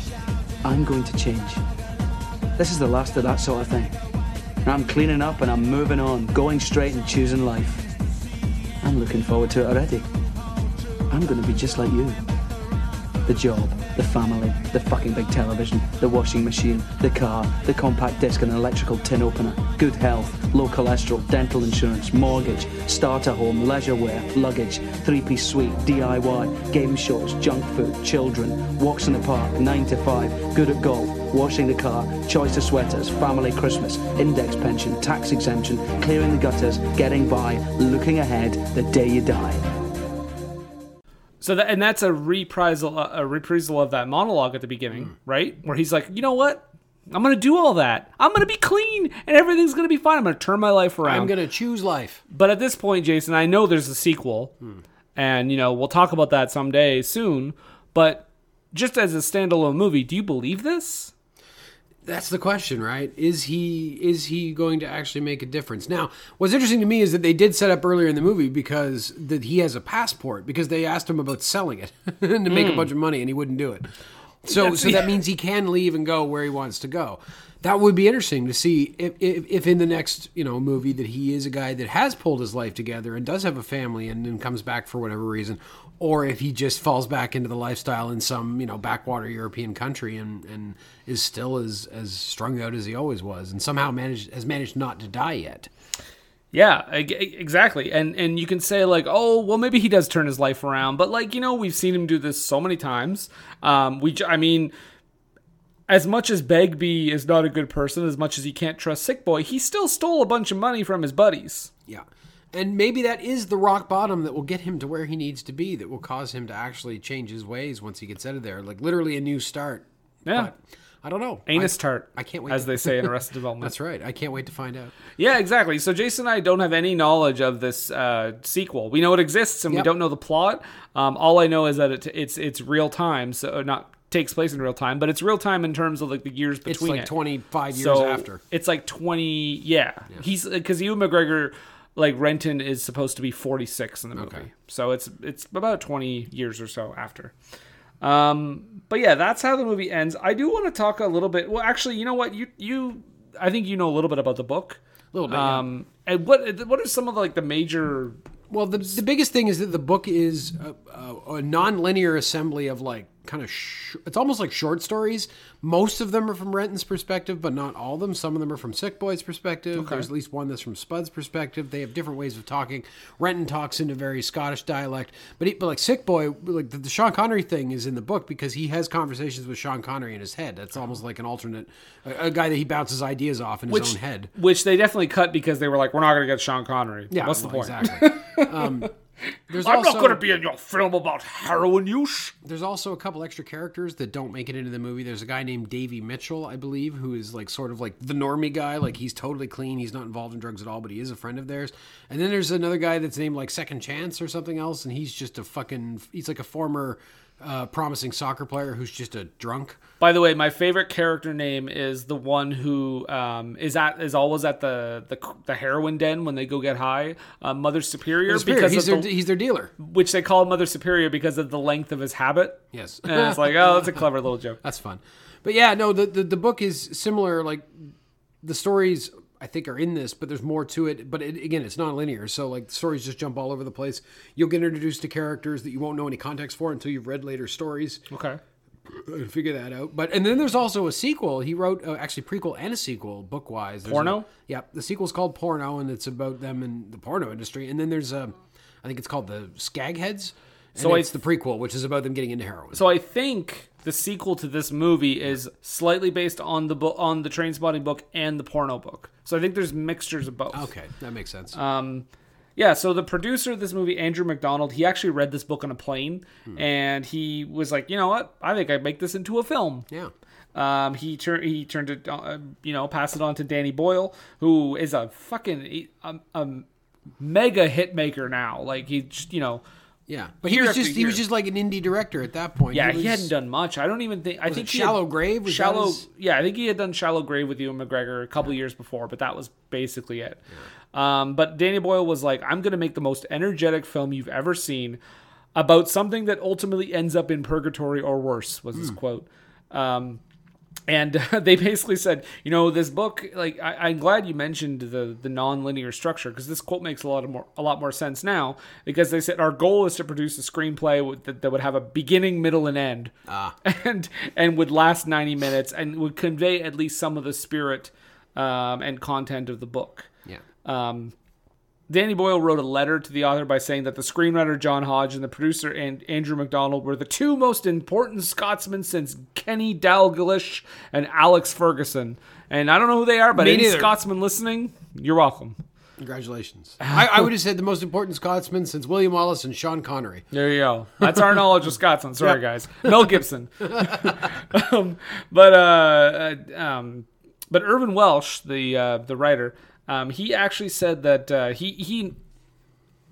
Speaker 5: I'm going to change. This is the last of that sort of thing. And I'm cleaning up and I'm moving on, going straight and choosing life. I'm looking forward to it already. I'm going to be just like you. The job, the family, the fucking big television, the washing machine, the car, the compact disc and an electrical tin opener, good health, low cholesterol, dental insurance, mortgage, starter home, leisure wear, luggage, three-piece suite, DIY, game shows, junk food, children, walks in the park, nine to five, good at golf, washing the car, choice of sweaters, family Christmas, index pension, tax exemption, clearing the gutters, getting by, looking ahead, the day you die.
Speaker 3: So that and that's a reprisal uh, a, a reprisal of that monologue at the beginning,
Speaker 1: Mm.
Speaker 3: right? Where he's like, you know what? I'm gonna do all that. I'm gonna be clean, and everything's gonna be fine. I'm gonna turn my life around.
Speaker 1: I'm going to choose life.
Speaker 3: But at this point, Jason, I know there's a sequel, and you know we'll talk about that someday soon. But just as a standalone movie, do you believe this?
Speaker 1: That's the question, right? Is he is he going to actually make a difference? Now, what's interesting to me is that they did set up earlier in the movie because that he has a passport because they asked him about selling it (laughs) to make a bunch of money and he wouldn't do it. So so that means he can leave and go where he wants to go. That would be interesting to see if, if, if in the next you know movie that he is a guy that has pulled his life together and does have a family and then comes back for whatever reason, or if he just falls back into the lifestyle in some you know backwater European country and, and is still as as strung out as he always was and somehow managed has managed not to die yet.
Speaker 3: Yeah, e- e- exactly. And and you can say like, oh, well, maybe he does turn his life around. But like, you know, we've seen him do this so many times. Um, we, j- I mean, as much as Begbie is not a good person, as much as he can't trust Sick Boy, he still stole a bunch of money from his buddies.
Speaker 1: Yeah. And maybe that is the rock bottom that will get him to where he needs to be, that will cause him to actually change his ways once he gets out of there. Like literally a new start.
Speaker 3: Yeah,
Speaker 1: But I don't know.
Speaker 3: anus
Speaker 1: I-
Speaker 3: tart.
Speaker 1: I can't wait
Speaker 3: as
Speaker 1: to-
Speaker 3: they (laughs) say
Speaker 1: (laughs)
Speaker 3: in Arrested Development.
Speaker 1: That's right. I can't wait to find out.
Speaker 3: Yeah, exactly. So Jason and I don't have any knowledge of this uh, sequel. We know it exists, and we
Speaker 1: Yep.
Speaker 3: don't know the plot. Um, all I know is that it, it's it's real time, so not takes place in real time, but it's real time in terms of like the years between.
Speaker 1: It's like
Speaker 3: it.
Speaker 1: 25 years
Speaker 3: So
Speaker 1: after.
Speaker 3: it's like twenty. Yeah, he's because Ewan McGregor, like Renton, is supposed to be forty six in the movie,
Speaker 1: Okay.
Speaker 3: so it's it's about twenty years or so after. Um, but yeah, that's how the movie ends. I do want to talk a little bit. Well, actually, you know what? You you, I think you know a little bit about the book. A
Speaker 1: little bit, yeah.
Speaker 3: Um, and what what are some of the, like the major?
Speaker 1: Well, the, the biggest thing is that the book is a, a, a non-linear assembly of like kind of sh- it's almost like short stories. Most of them are from Renton's perspective, but not all of them. Some of them are from Sick Boy's perspective. There's at least one that's from Spud's perspective. They have different ways of talking. Renton talks in a very Scottish dialect, but he, but like Sick Boy, like the, the Sean Connery thing is in the book because he has conversations with Sean Connery in his head. That's almost like an alternate, a, a guy that he bounces ideas off in his own head.
Speaker 3: Which they definitely cut because they were like, we're not going to get Sean Connery.
Speaker 1: Yeah,
Speaker 3: What's the
Speaker 1: well,
Speaker 3: point? (laughs)
Speaker 1: Exactly. um, there's
Speaker 3: I'm
Speaker 1: also-
Speaker 3: not going to be in your film about heroin use.
Speaker 1: there's also a couple extra characters that don't make it into the movie. There's a guy named Davy Mitchell, I believe, who is like sort of like the normie guy. Like he's totally clean. He's not involved in drugs at all, but he is a friend of theirs. And then there's another guy that's named like Second Chance or something else, and he's just a fucking. He's like a former uh, promising soccer player who's just a drunk.
Speaker 3: By the way, my favorite character name is the one who um, is at is always at the, the the heroin den when they go get high. Uh, Mother Superior, because
Speaker 1: he's
Speaker 3: of
Speaker 1: their,
Speaker 3: the,
Speaker 1: he's their dealer.
Speaker 3: which they call Mother Superior because of the length of his habit.
Speaker 1: Yes.
Speaker 3: and
Speaker 1: (laughs)
Speaker 3: it's like, oh, that's a clever little joke.
Speaker 1: That's fun. But yeah, no, the, the the book is similar. Like the stories, I think, are in this, but there's more to it. But it, again, it's non-linear, so like stories just jump all over the place. You'll get introduced to characters that you won't know any context for until you've read later stories
Speaker 3: Okay,
Speaker 1: and figure that out. But and then there's also a sequel. He wrote uh, actually prequel and a sequel book wise.
Speaker 3: Porno?
Speaker 1: yeah, the sequel's called Porno, and it's about them in the porno industry. And then there's a, I think it's called the Skagheads. And
Speaker 3: So I-
Speaker 1: it's the prequel, which is about them getting into heroin.
Speaker 3: so I think the sequel to this movie is slightly based on the bo- on the Train Spotting book and the porno book. So I think there's mixtures of both. Um,
Speaker 1: okay, that makes sense.
Speaker 3: Uh, Yeah, so the producer of this movie, Andrew McDonald, he actually read this book on a plane,
Speaker 1: Hmm.
Speaker 3: and he was like, you know what, I think I'd make this into a film.
Speaker 1: yeah.
Speaker 3: Um, he turned he turned it, uh, you know, passed it on to Danny Boyle, who is a fucking a, a mega hit maker now. Like he, just, you know,
Speaker 1: Yeah, but he
Speaker 3: Year
Speaker 1: was
Speaker 3: after
Speaker 1: just he was
Speaker 3: year.
Speaker 1: just like an indie director at that point.
Speaker 3: yeah,
Speaker 1: was,
Speaker 3: he hadn't done much. I don't even think. I think
Speaker 1: it
Speaker 3: he had-
Speaker 1: Shallow Grave? Was that
Speaker 3: shallow.
Speaker 1: his-
Speaker 3: Yeah, I think he had done Shallow Grave with Ewan McGregor a couple years before, but that was basically it. Um, but Danny Boyle was like, "I'm going to make the most energetic film you've ever seen about something that ultimately ends up in purgatory or worse." Was his
Speaker 1: Hmm.
Speaker 3: quote. Um, and (laughs) they basically said, you know, this book, like, I, I'm glad you mentioned the the non-linear structure because this quote makes a lot of more a lot more sense now because they said our goal is to produce a screenplay with, that, that would have a beginning, middle, and end, (laughs) and and would last 90 minutes and would convey at least some of the spirit um, and content of the book.
Speaker 1: Yeah,
Speaker 3: uh, Danny Boyle wrote a letter to the author by saying that the screenwriter John Hodge and the producer and Andrew MacDonald were the two most important Scotsmen since Kenny Dalglish and Alex Ferguson. And I don't know who they are, but
Speaker 1: Me
Speaker 3: any
Speaker 1: neither.
Speaker 3: Scotsman listening, you're welcome.
Speaker 1: congratulations.
Speaker 3: Uh,
Speaker 1: I, I would have said the most important Scotsman since William Wallace and Sean Connery.
Speaker 3: There you go. That's our knowledge (laughs) of Scotsman. Sorry, guys. Mel Gibson. um, but uh, uh, um, but Irvin Welsh, the uh, the writer, um, he actually said that uh, he he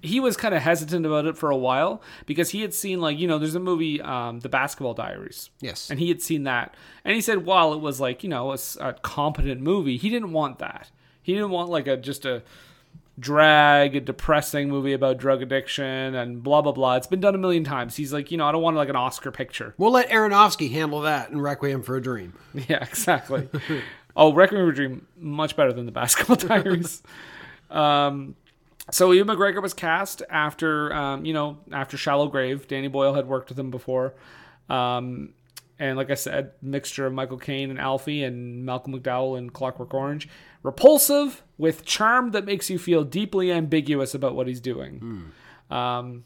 Speaker 3: he was kind of hesitant about it for a while because he had seen like you know there's a movie um, the basketball diaries
Speaker 1: Yes.
Speaker 3: and he had seen that and he said while it was like you know a, s- a competent movie he didn't want that he didn't want like a just a drag a depressing movie about drug addiction and blah blah blah it's been done a million times he's like you know i don't want like an oscar picture
Speaker 1: We'll let Aronofsky handle that in Requiem for a Dream.
Speaker 3: (laughs) yeah, exactly. oh, Requiem for a Dream, much better than the Basketball (laughs) Diaries. um, so Ewan McGregor was cast after, um, you know, after Shallow Grave. Danny Boyle had worked with him before. Um, and like I said, mixture of Michael Caine and Alfie and Malcolm McDowell and Clockwork Orange. Repulsive with charm that makes you feel deeply ambiguous about what he's doing. Um,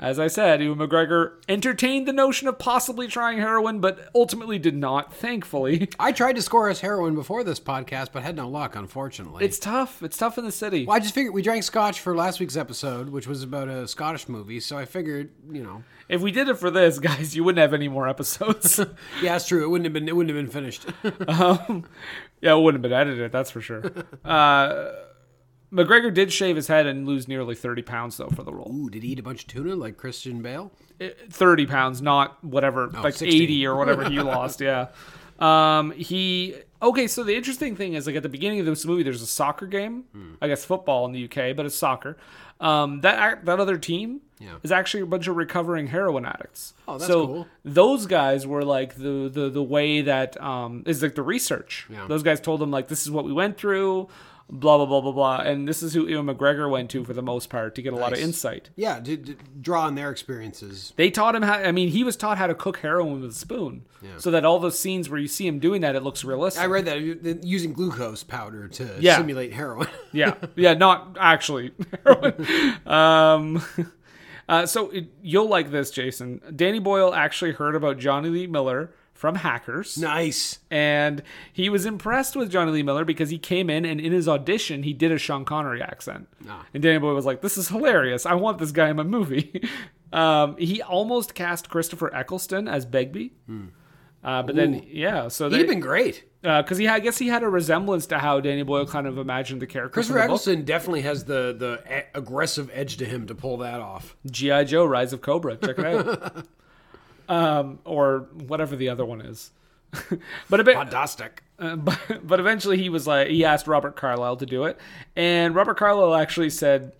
Speaker 3: as I said, Ewan McGregor entertained the notion of possibly trying heroin, but ultimately did not, thankfully.
Speaker 1: I tried to score us heroin before this podcast, but had no luck, unfortunately.
Speaker 3: It's tough. It's tough in the city.
Speaker 1: well, I just figured we drank scotch for last week's episode, which was about a Scottish movie, so I figured, you know,
Speaker 3: If we did it for this, (laughs) guys, you wouldn't have any more episodes.
Speaker 1: yeah, it's true. It wouldn't have been it wouldn't have been finished. (laughs)
Speaker 3: yeah, it wouldn't have been edited, that's for sure. Uh, McGregor did shave his head and lose nearly 30 pounds, though, for the role.
Speaker 1: Ooh, did he eat a bunch of tuna like Christian Bale?
Speaker 3: 30 pounds, not whatever, like
Speaker 1: 16.
Speaker 3: 80 or
Speaker 1: (laughs)
Speaker 3: whatever he lost, yeah. Um, he. Okay, so the interesting thing is, like, at the beginning of this movie, there's a soccer game.
Speaker 1: Hmm.
Speaker 3: I guess football in the UK, but it's soccer. Um, that, ac- that other team is actually a bunch of recovering heroin addicts.
Speaker 1: Oh, that's
Speaker 3: so
Speaker 1: cool.
Speaker 3: those guys were like the the the way that um is like the research. Those guys told them like this is what we went through. blah blah blah blah blah. And this is who Ewan McGregor went to for the most part to get a lot of
Speaker 1: Nice.
Speaker 3: insight.
Speaker 1: Yeah, to, to draw on their experiences.
Speaker 3: They taught him how. I mean, he was taught how to cook heroin with a spoon, so that all those scenes where you see him doing that, it looks realistic.
Speaker 1: I read that uh, using glucose powder to
Speaker 3: Yeah.
Speaker 1: simulate heroin. (laughs)
Speaker 3: yeah, yeah, not actually (laughs) heroin. um, (laughs) uh, so it, you'll like this, Jason. Danny Boyle actually heard about Johnny Lee Miller from Hackers.
Speaker 1: nice.
Speaker 3: and he was impressed with Johnny Lee Miller because he came in and in his audition he did a Sean Connery accent.
Speaker 1: Ah.
Speaker 3: And Danny Boy was like, "This is hilarious! I want this guy in my movie." (laughs) um, he almost cast Christopher Eccleston as Begbie, uh, but then yeah, so
Speaker 1: Hmm. He'd
Speaker 3: they
Speaker 1: have been great.
Speaker 3: because he had, I guess he had a resemblance to how Danny Boyle kind of imagined the character. from
Speaker 1: Christopher
Speaker 3: the book.
Speaker 1: Eccleston definitely has the the a- aggressive edge to him to pull that off.
Speaker 3: GI Joe: Rise of Cobra. Check it out.
Speaker 1: (laughs)
Speaker 3: Um, or whatever the other one is, (laughs) but a bit
Speaker 1: Fantastic.
Speaker 3: Uh, (laughs) but, but eventually he was like he asked Robert Carlyle to do it, and Robert Carlyle actually said,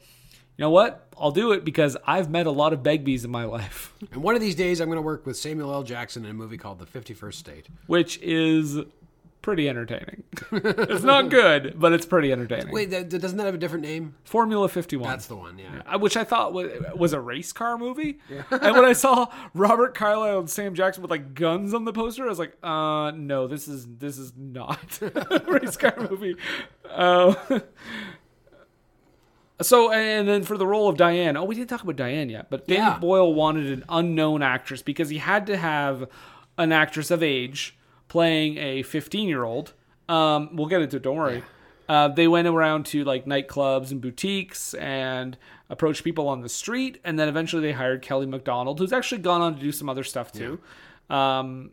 Speaker 3: "You know what? I'll do it because I've met a lot of Begbys in my life, (laughs)
Speaker 1: And one of these days, I'm going to work with Samuel L. Jackson in a movie called The 51st State.
Speaker 3: which is pretty entertaining. (laughs) it's not good, but it's pretty entertaining.
Speaker 1: Wait, that, that- doesn't that have a different name?
Speaker 3: Formula Fifty One.
Speaker 1: That's the one, yeah.
Speaker 3: I- which I thought was, was a race car movie.
Speaker 1: (laughs)
Speaker 3: and when I saw Robert Carlyle and Sam Jackson with like guns on the poster, I was like, uh, no, this is this is not (laughs) a race car movie. Uh, (laughs) so and then for the role of Diane, oh, we didn't talk about Diane yet, but Danny
Speaker 1: Yeah.
Speaker 3: Boyle wanted an unknown actress because he had to have an actress of age playing a 15 year old. Um, we'll get into it. Don't worry. Uh, they went around to like nightclubs and boutiques and approached people on the street, and then eventually they hired Kelly McDonald, who's actually gone on to do some other stuff too. Um,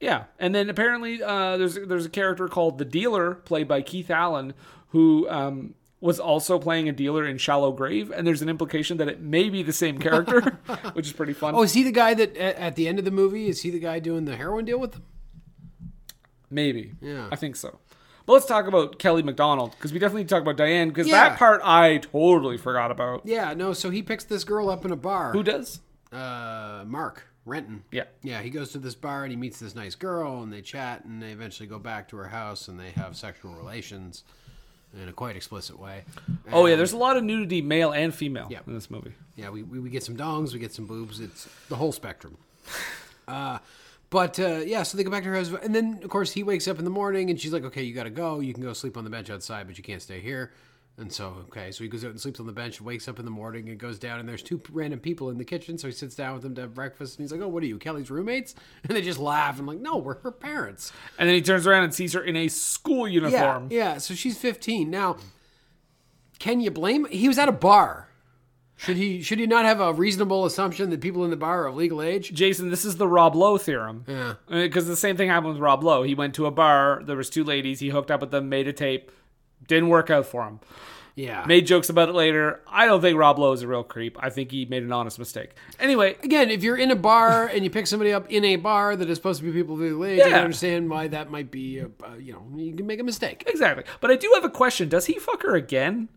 Speaker 3: yeah, and then apparently uh, there's there's a character called the dealer, played by Keith Allen, who um, was also playing a dealer in Shallow Grave, and there's an implication that it may be the
Speaker 1: (laughs)
Speaker 3: same character, which is pretty fun.
Speaker 1: Oh, is he the guy that at, at the end of the movie is he the guy doing the heroin deal with them?
Speaker 3: Maybe.
Speaker 1: Yeah.
Speaker 3: I think so. But let's talk about Kelly McDonald because we definitely need to talk about Diane because
Speaker 1: Yeah.
Speaker 3: that part I totally forgot about.
Speaker 1: Yeah, no. So he picks this girl up in a bar.
Speaker 3: Who does?
Speaker 1: uh, Mark Renton.
Speaker 3: Yeah.
Speaker 1: Yeah, he goes to this bar and he meets this nice girl and they chat and they eventually go back to her house and they have sexual relations in a quite explicit way.
Speaker 3: Oh yeah, there's a lot of nudity, male and female,
Speaker 1: Yeah.
Speaker 3: in this movie.
Speaker 1: Yeah, we, we, we get some dongs, we get some boobs. It's the whole spectrum. (laughs) Uh, but uh, yeah, so they go back to her house. And then, of course, he wakes up in the morning and she's like, okay, you got to go. You can go sleep on the bench outside, but you can't stay here. And so, okay, so he goes out and sleeps on the bench, wakes up in the morning and goes down. And there's two random people in the kitchen. So he sits down with them to have breakfast. And he's like, oh, what are you, Kelly's roommates? (laughs) And they just laugh. and like, no, we're her parents.
Speaker 3: And then he turns around and sees her in a school uniform.
Speaker 1: Yeah, yeah. So she's 15 now. Can you blame? He was at a bar. Should he? Should he not have a reasonable assumption that people in the bar are of legal age?
Speaker 3: Jason, this is the Rob Lowe theorem. Yeah. Because the same thing happened with Rob Lowe. He went to a bar, there was two ladies, he hooked up with them, made a tape, didn't work out for him.
Speaker 1: Yeah.
Speaker 3: Made jokes about it later. I don't think Rob Lowe is a real creep. I think he made an honest mistake. Anyway,
Speaker 1: Again, if you're in a
Speaker 3: (laughs)
Speaker 1: bar and you pick somebody up in a bar that is supposed to be people of legal age, I
Speaker 3: Yeah.
Speaker 1: can understand why that might be. A, uh, you know, you can make a mistake.
Speaker 3: exactly. But I do have a question. Does he fuck her again?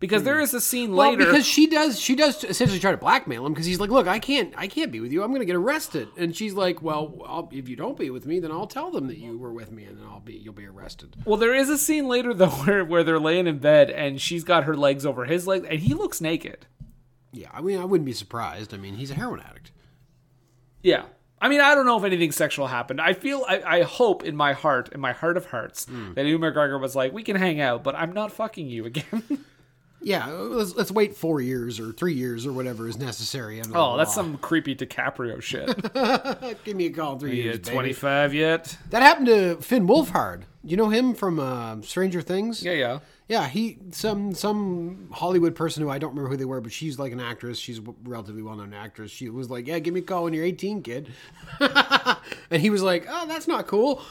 Speaker 3: Because there is a scene
Speaker 1: Well,
Speaker 3: later.
Speaker 1: because she does, she does essentially try to blackmail him because he's like, "Look, I can't, I can't be with you. I'm going to get arrested." And she's like, "Well, I'll, if you don't be with me, then I'll tell them that you were with me, and then I'll be, you'll be arrested."
Speaker 3: well, there is a scene later though (laughs) where, where they're laying in bed and she's got her legs over his legs and he looks naked.
Speaker 1: Yeah, I mean, I wouldn't be surprised. I mean, he's a heroin addict.
Speaker 3: Yeah. I mean, I don't know if anything sexual happened. I feel, I, I hope in my heart, in my heart of hearts, that Ewan McGregor was like, we can hang out, but I'm not fucking you again. (laughs)
Speaker 1: Yeah, let's, let's wait four years or three years or whatever is necessary. under the
Speaker 3: oh, that's
Speaker 1: law.
Speaker 3: some creepy DiCaprio (laughs) shit.
Speaker 1: Give me a call in three
Speaker 3: yeah,
Speaker 1: years. baby.
Speaker 3: 25 yet?
Speaker 1: That happened to Finn Wolfhard. You know him from uh, Stranger Things?
Speaker 3: Yeah, yeah.
Speaker 1: Yeah, he some some Hollywood person who I don't remember who they were, but she's like an actress. She's a relatively well known actress. She was like, "Yeah, give me a call when you're 18, kid," (laughs) and he was like, "Oh, that's not cool."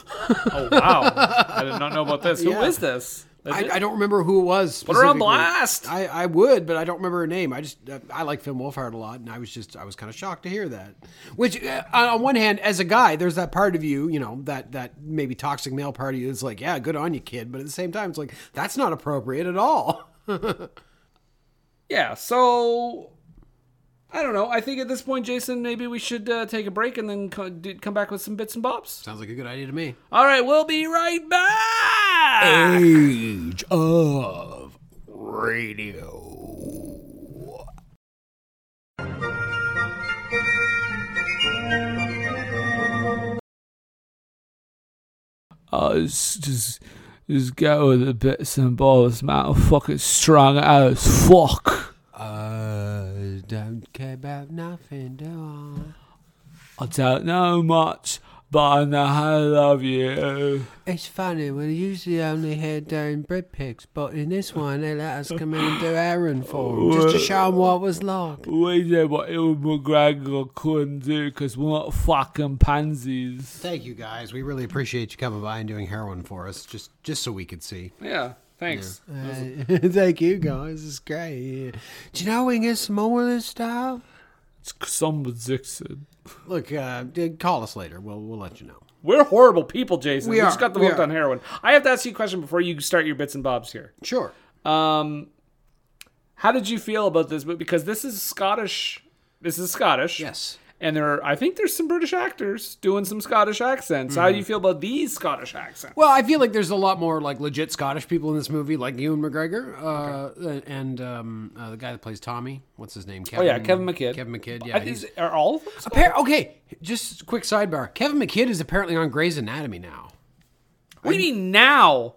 Speaker 3: Oh, wow. I did not know about this. Who
Speaker 1: Yeah.
Speaker 3: is this? Is
Speaker 1: I,
Speaker 3: it-
Speaker 1: I don't remember who it was.
Speaker 3: Put her on
Speaker 1: specifically.
Speaker 3: blast!
Speaker 1: I, I would, but I don't remember her name. I just uh, I like Finn Wolfhard a lot, and I was just I was kind of shocked to hear that. Which, uh, on one hand, as a guy, there's that part of you, you know, that that maybe toxic male part of you is like, yeah, good on you, kid. But at the same time, it's like that's not appropriate at all. (laughs)
Speaker 3: yeah, so I don't know. I think at this point, Jason, maybe we should uh, take a break and then co- do- come back with some bits and bobs.
Speaker 1: Sounds like a good idea to me.
Speaker 3: All right, we'll be right back. back.
Speaker 1: Age of Radio.
Speaker 3: Oh, it's just, just go with the bits and balls, man. I'm fucking strong as fuck.
Speaker 1: I Uh, don't care about nothing, do
Speaker 3: I don't know much, but I know I love you.
Speaker 1: I? It's funny, we usually only head down bread picks, but in this one they let us come in and (gasps) do errand for 'em, just to show 'em what was like.
Speaker 3: We did what Il McGregor couldn't do because we're not fucking pansies.
Speaker 1: Thank you guys. We really appreciate you coming by and doing heroin for us, just just so we could see.
Speaker 3: Yeah, thanks.
Speaker 1: (laughs) Thank you guys. It's great. Do you know we can get some more of this stuff?
Speaker 3: It's Someone Dixon.
Speaker 1: Look, uh, d- call us later. We'll we'll let you know.
Speaker 3: We're horrible people, Jason. We,
Speaker 1: We
Speaker 3: just
Speaker 1: are,
Speaker 3: got the
Speaker 1: we
Speaker 3: hooked
Speaker 1: are.
Speaker 3: on heroin. I have to ask you a question before you start your bits and bobs here.
Speaker 1: Sure.
Speaker 3: Um, how did you feel about this movie? Because this is Scottish. This is Scottish.
Speaker 1: Yes.
Speaker 3: And there are, I think there's some British actors doing some Scottish accents. How do
Speaker 1: Mm-hmm.
Speaker 3: you feel about these Scottish accents?
Speaker 1: Well, I feel like there's a lot more like legit Scottish people in this movie, like Ewan McGregor uh, and um, uh, the guy that plays Tommy. What's his name? Oh, Kevin,
Speaker 3: yeah, Kevin McKidd.
Speaker 1: Kevin McKidd.
Speaker 3: I
Speaker 1: Yeah,
Speaker 3: think-
Speaker 1: he's
Speaker 3: are all of them? Scottish?
Speaker 1: appar- okay. Just quick sidebar. Kevin McKidd is apparently on Grey's Anatomy now.
Speaker 3: What do you mean now?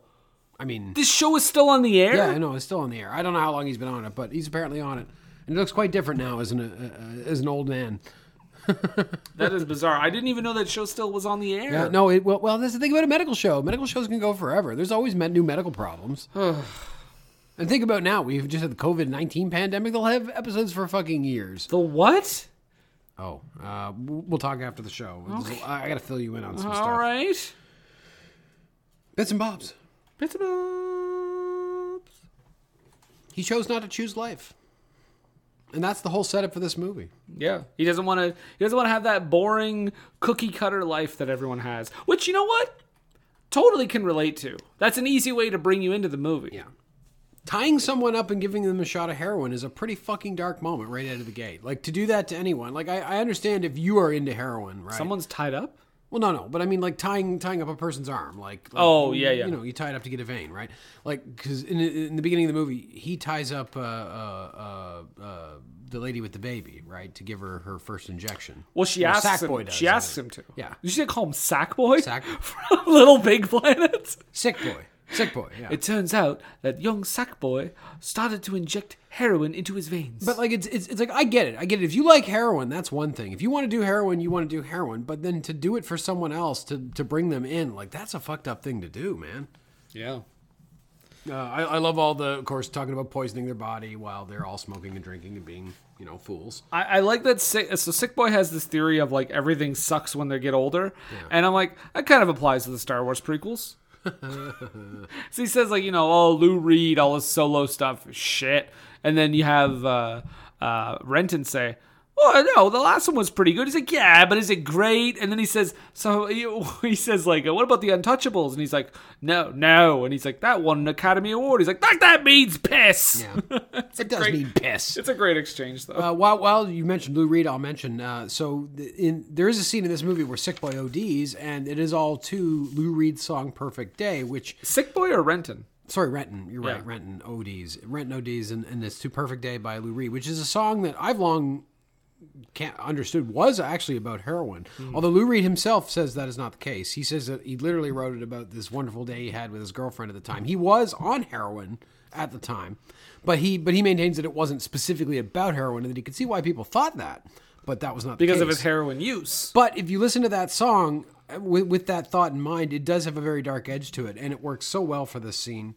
Speaker 1: I mean,
Speaker 3: This show is still on the air.
Speaker 1: yeah, I know it's still on the air. I don't know how long he's been on it, but he's apparently on it, and it looks quite different now as an uh, uh, as an old man.
Speaker 3: That is bizarre. I didn't even know that show still was on the air.
Speaker 1: Yeah, no, it, well, well, that's the thing about a medical show. Medical shows can go forever. There's always med- new medical
Speaker 3: (sighs)
Speaker 1: problems. and think about now, we've just had the COVID 19 pandemic. They'll have episodes for fucking years.
Speaker 3: The what?
Speaker 1: Oh, uh, w- we'll talk after the show. There's a- I got to fill you in on some
Speaker 3: All
Speaker 1: stuff.
Speaker 3: right.
Speaker 1: Bits and bobs.
Speaker 3: Bits and bobs.
Speaker 1: He chose not to choose life. And that's the whole setup for this movie.
Speaker 3: Yeah, he doesn't want to. He doesn't want to have that boring cookie cutter life that everyone has. Which you know what, totally can relate to. That's an easy way to bring you into the movie.
Speaker 1: Yeah. Tying someone up and giving them a shot of heroin is a pretty fucking dark moment right out of the gate. Like, to do that to anyone, like, I, I understand if you are into heroin, right?
Speaker 3: someone's tied up.
Speaker 1: Well, no, no, but I mean, like tying tying up a person's arm, like, like,
Speaker 3: Oh, yeah, yeah.
Speaker 1: you know, you tie it up to get a vein, right? Like, because in, in the beginning of the movie, he ties up uh, uh, uh, uh, the lady with the baby, right, to give her her first injection.
Speaker 3: Well, she
Speaker 1: Or
Speaker 3: asks him.
Speaker 1: Sackboy does,
Speaker 3: she
Speaker 1: I
Speaker 3: asks
Speaker 1: think.
Speaker 3: him to.
Speaker 1: Yeah.
Speaker 3: you should call him Sackboy
Speaker 1: Sack-
Speaker 3: (laughs) from Little Big Planet.
Speaker 1: Sick boy, sick boy. Yeah.
Speaker 3: It turns out that young Sackboy started to inject heroin into his veins.
Speaker 1: but like, it's, it's it's like I get it, I get it. If you like heroin, that's one thing. If you want to do heroin, you want to do heroin. But then to do it for someone else to to bring them in, like that's a fucked up thing to do, man.
Speaker 3: yeah,
Speaker 1: Uh, I, I love all the, of course, talking about poisoning their body while they're all smoking and drinking and being, you know, fools.
Speaker 3: I, I like that. Sick, so Sick Boy has this theory of like everything sucks when they get older, and I'm like that kind of applies to the Star Wars prequels. so he says like you know oh Lou Reed all his solo stuff is shit, and then you have uh, uh, Renton say. Oh no, the last one was pretty good. He's like, yeah, but is it great? And then he says, so you- (laughs) he says like, uh, what about the Untouchables? And he's like, no, no. And he's like, that won an Academy Award. He's like, that that means piss.
Speaker 1: it does mean piss.
Speaker 3: (laughs) It's a great exchange though.
Speaker 1: Uh, while, while you mentioned Lou Reed, I'll mention. Uh, so the, in, there is a scene in this movie where Sick Boy ODs, and it is all to Lou Reed's song "Perfect Day," which
Speaker 3: Sick Boy or Renton?
Speaker 1: sorry, Renton, you're
Speaker 3: Yeah.
Speaker 1: right, Renton ODs, Renton ODs, and, and it's to "Perfect Day" by Lou Reed, which is a song that I've long can't understood was actually about heroin.
Speaker 3: Hmm.
Speaker 1: Although Lou Reed himself says that is not the case. He says that he literally wrote it about this wonderful day he had with his girlfriend at the time. He was on heroin at the time, but he but he maintains that it wasn't specifically about heroin and that he could see why people thought that, but that was not the
Speaker 3: because of
Speaker 1: case.
Speaker 3: his heroin use.
Speaker 1: But if you listen to that song uh, with, with that thought in mind, it does have a very dark edge to it, and it works so well for this scene.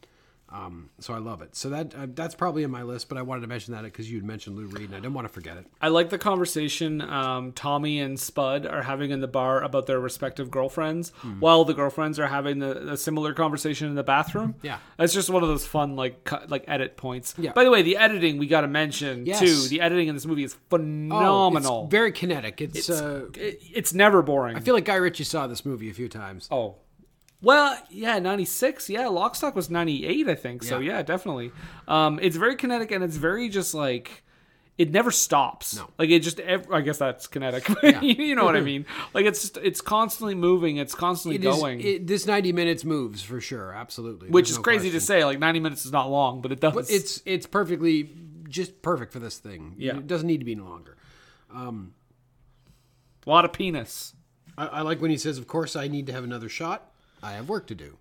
Speaker 1: Um, so I love it. So that uh, that's probably in my list, but I wanted to mention that because you had mentioned Lou Reed, and I didn't want to forget it.
Speaker 3: I like the conversation um, Tommy and Spud are having in the bar about their respective girlfriends,
Speaker 1: Hmm.
Speaker 3: while the girlfriends are having the, a similar conversation in the bathroom.
Speaker 1: Yeah.
Speaker 3: that's just one of those fun like cut, like edit points.
Speaker 1: Yeah.
Speaker 3: By the way, the editing we got to mention
Speaker 1: Yes.
Speaker 3: too. The editing in this movie is
Speaker 1: Oh,
Speaker 3: phenomenal.
Speaker 1: It's very kinetic. It's, uh,
Speaker 3: It- it's never boring.
Speaker 1: I feel like Guy Ritchie saw this movie a few times.
Speaker 3: Oh. Well, yeah, 96. Yeah, Lockstock was 98, I think. So,
Speaker 1: Yeah.
Speaker 3: yeah, definitely. Um, it's very kinetic and it's very just like it never stops.
Speaker 1: No.
Speaker 3: Like it just, ev- I guess that's kinetic. (laughs) you know
Speaker 1: (laughs)
Speaker 3: what I mean? Like it's just, it's constantly moving. It's constantly
Speaker 1: It is-
Speaker 3: going,
Speaker 1: it- this 90 minutes moves for sure, absolutely.
Speaker 3: which
Speaker 1: There's
Speaker 3: is
Speaker 1: no
Speaker 3: crazy
Speaker 1: question.
Speaker 3: to say. Like 90 minutes is not long, but it does.
Speaker 1: But it's it's perfectly just perfect for this thing.
Speaker 3: Yeah.
Speaker 1: It doesn't need to be any longer.
Speaker 3: a lot of penis.
Speaker 1: I, I like when he says, "Of course, I need to have another shot. I have work to do."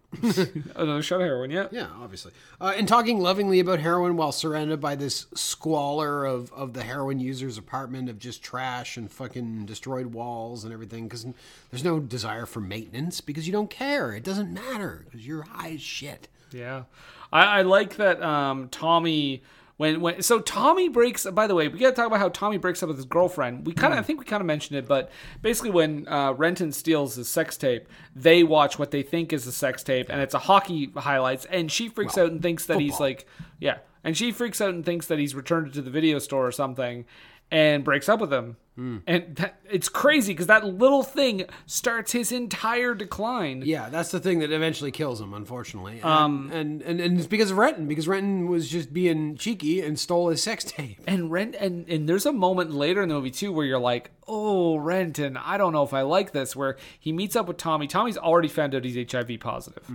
Speaker 3: Another shot of heroin. Yeah.
Speaker 1: Yeah, obviously. Uh, and talking lovingly about heroin while surrounded by this squalor of, of the heroin user's apartment of just trash and fucking destroyed walls and everything because there's no desire for maintenance because you don't care. It doesn't matter because you're high as shit.
Speaker 3: Yeah, I, I like that. Um, Tommy when when so Tommy breaks. By the way, we got to talk about how Tommy breaks up with his girlfriend. We kind of I think we kind of mentioned it, but basically when uh, Renton steals his sex tape, they watch what they think is a sex tape, and it's a hockey highlights, and she freaks out and thinks that he's like yeah, and she freaks out and thinks that he's returned it to the video store or something. And breaks up with him, and that, it's crazy because that little thing starts his entire decline.
Speaker 1: Yeah, that's the thing that eventually kills him, unfortunately. Um, and, and, and it's because of Renton because Renton was just being cheeky and stole his sex (laughs) tape.
Speaker 3: and rent and and there's a moment later in the movie too where you're like oh renton i don't know if i like this where he meets up with tommy tommy's already found out he's hiv positive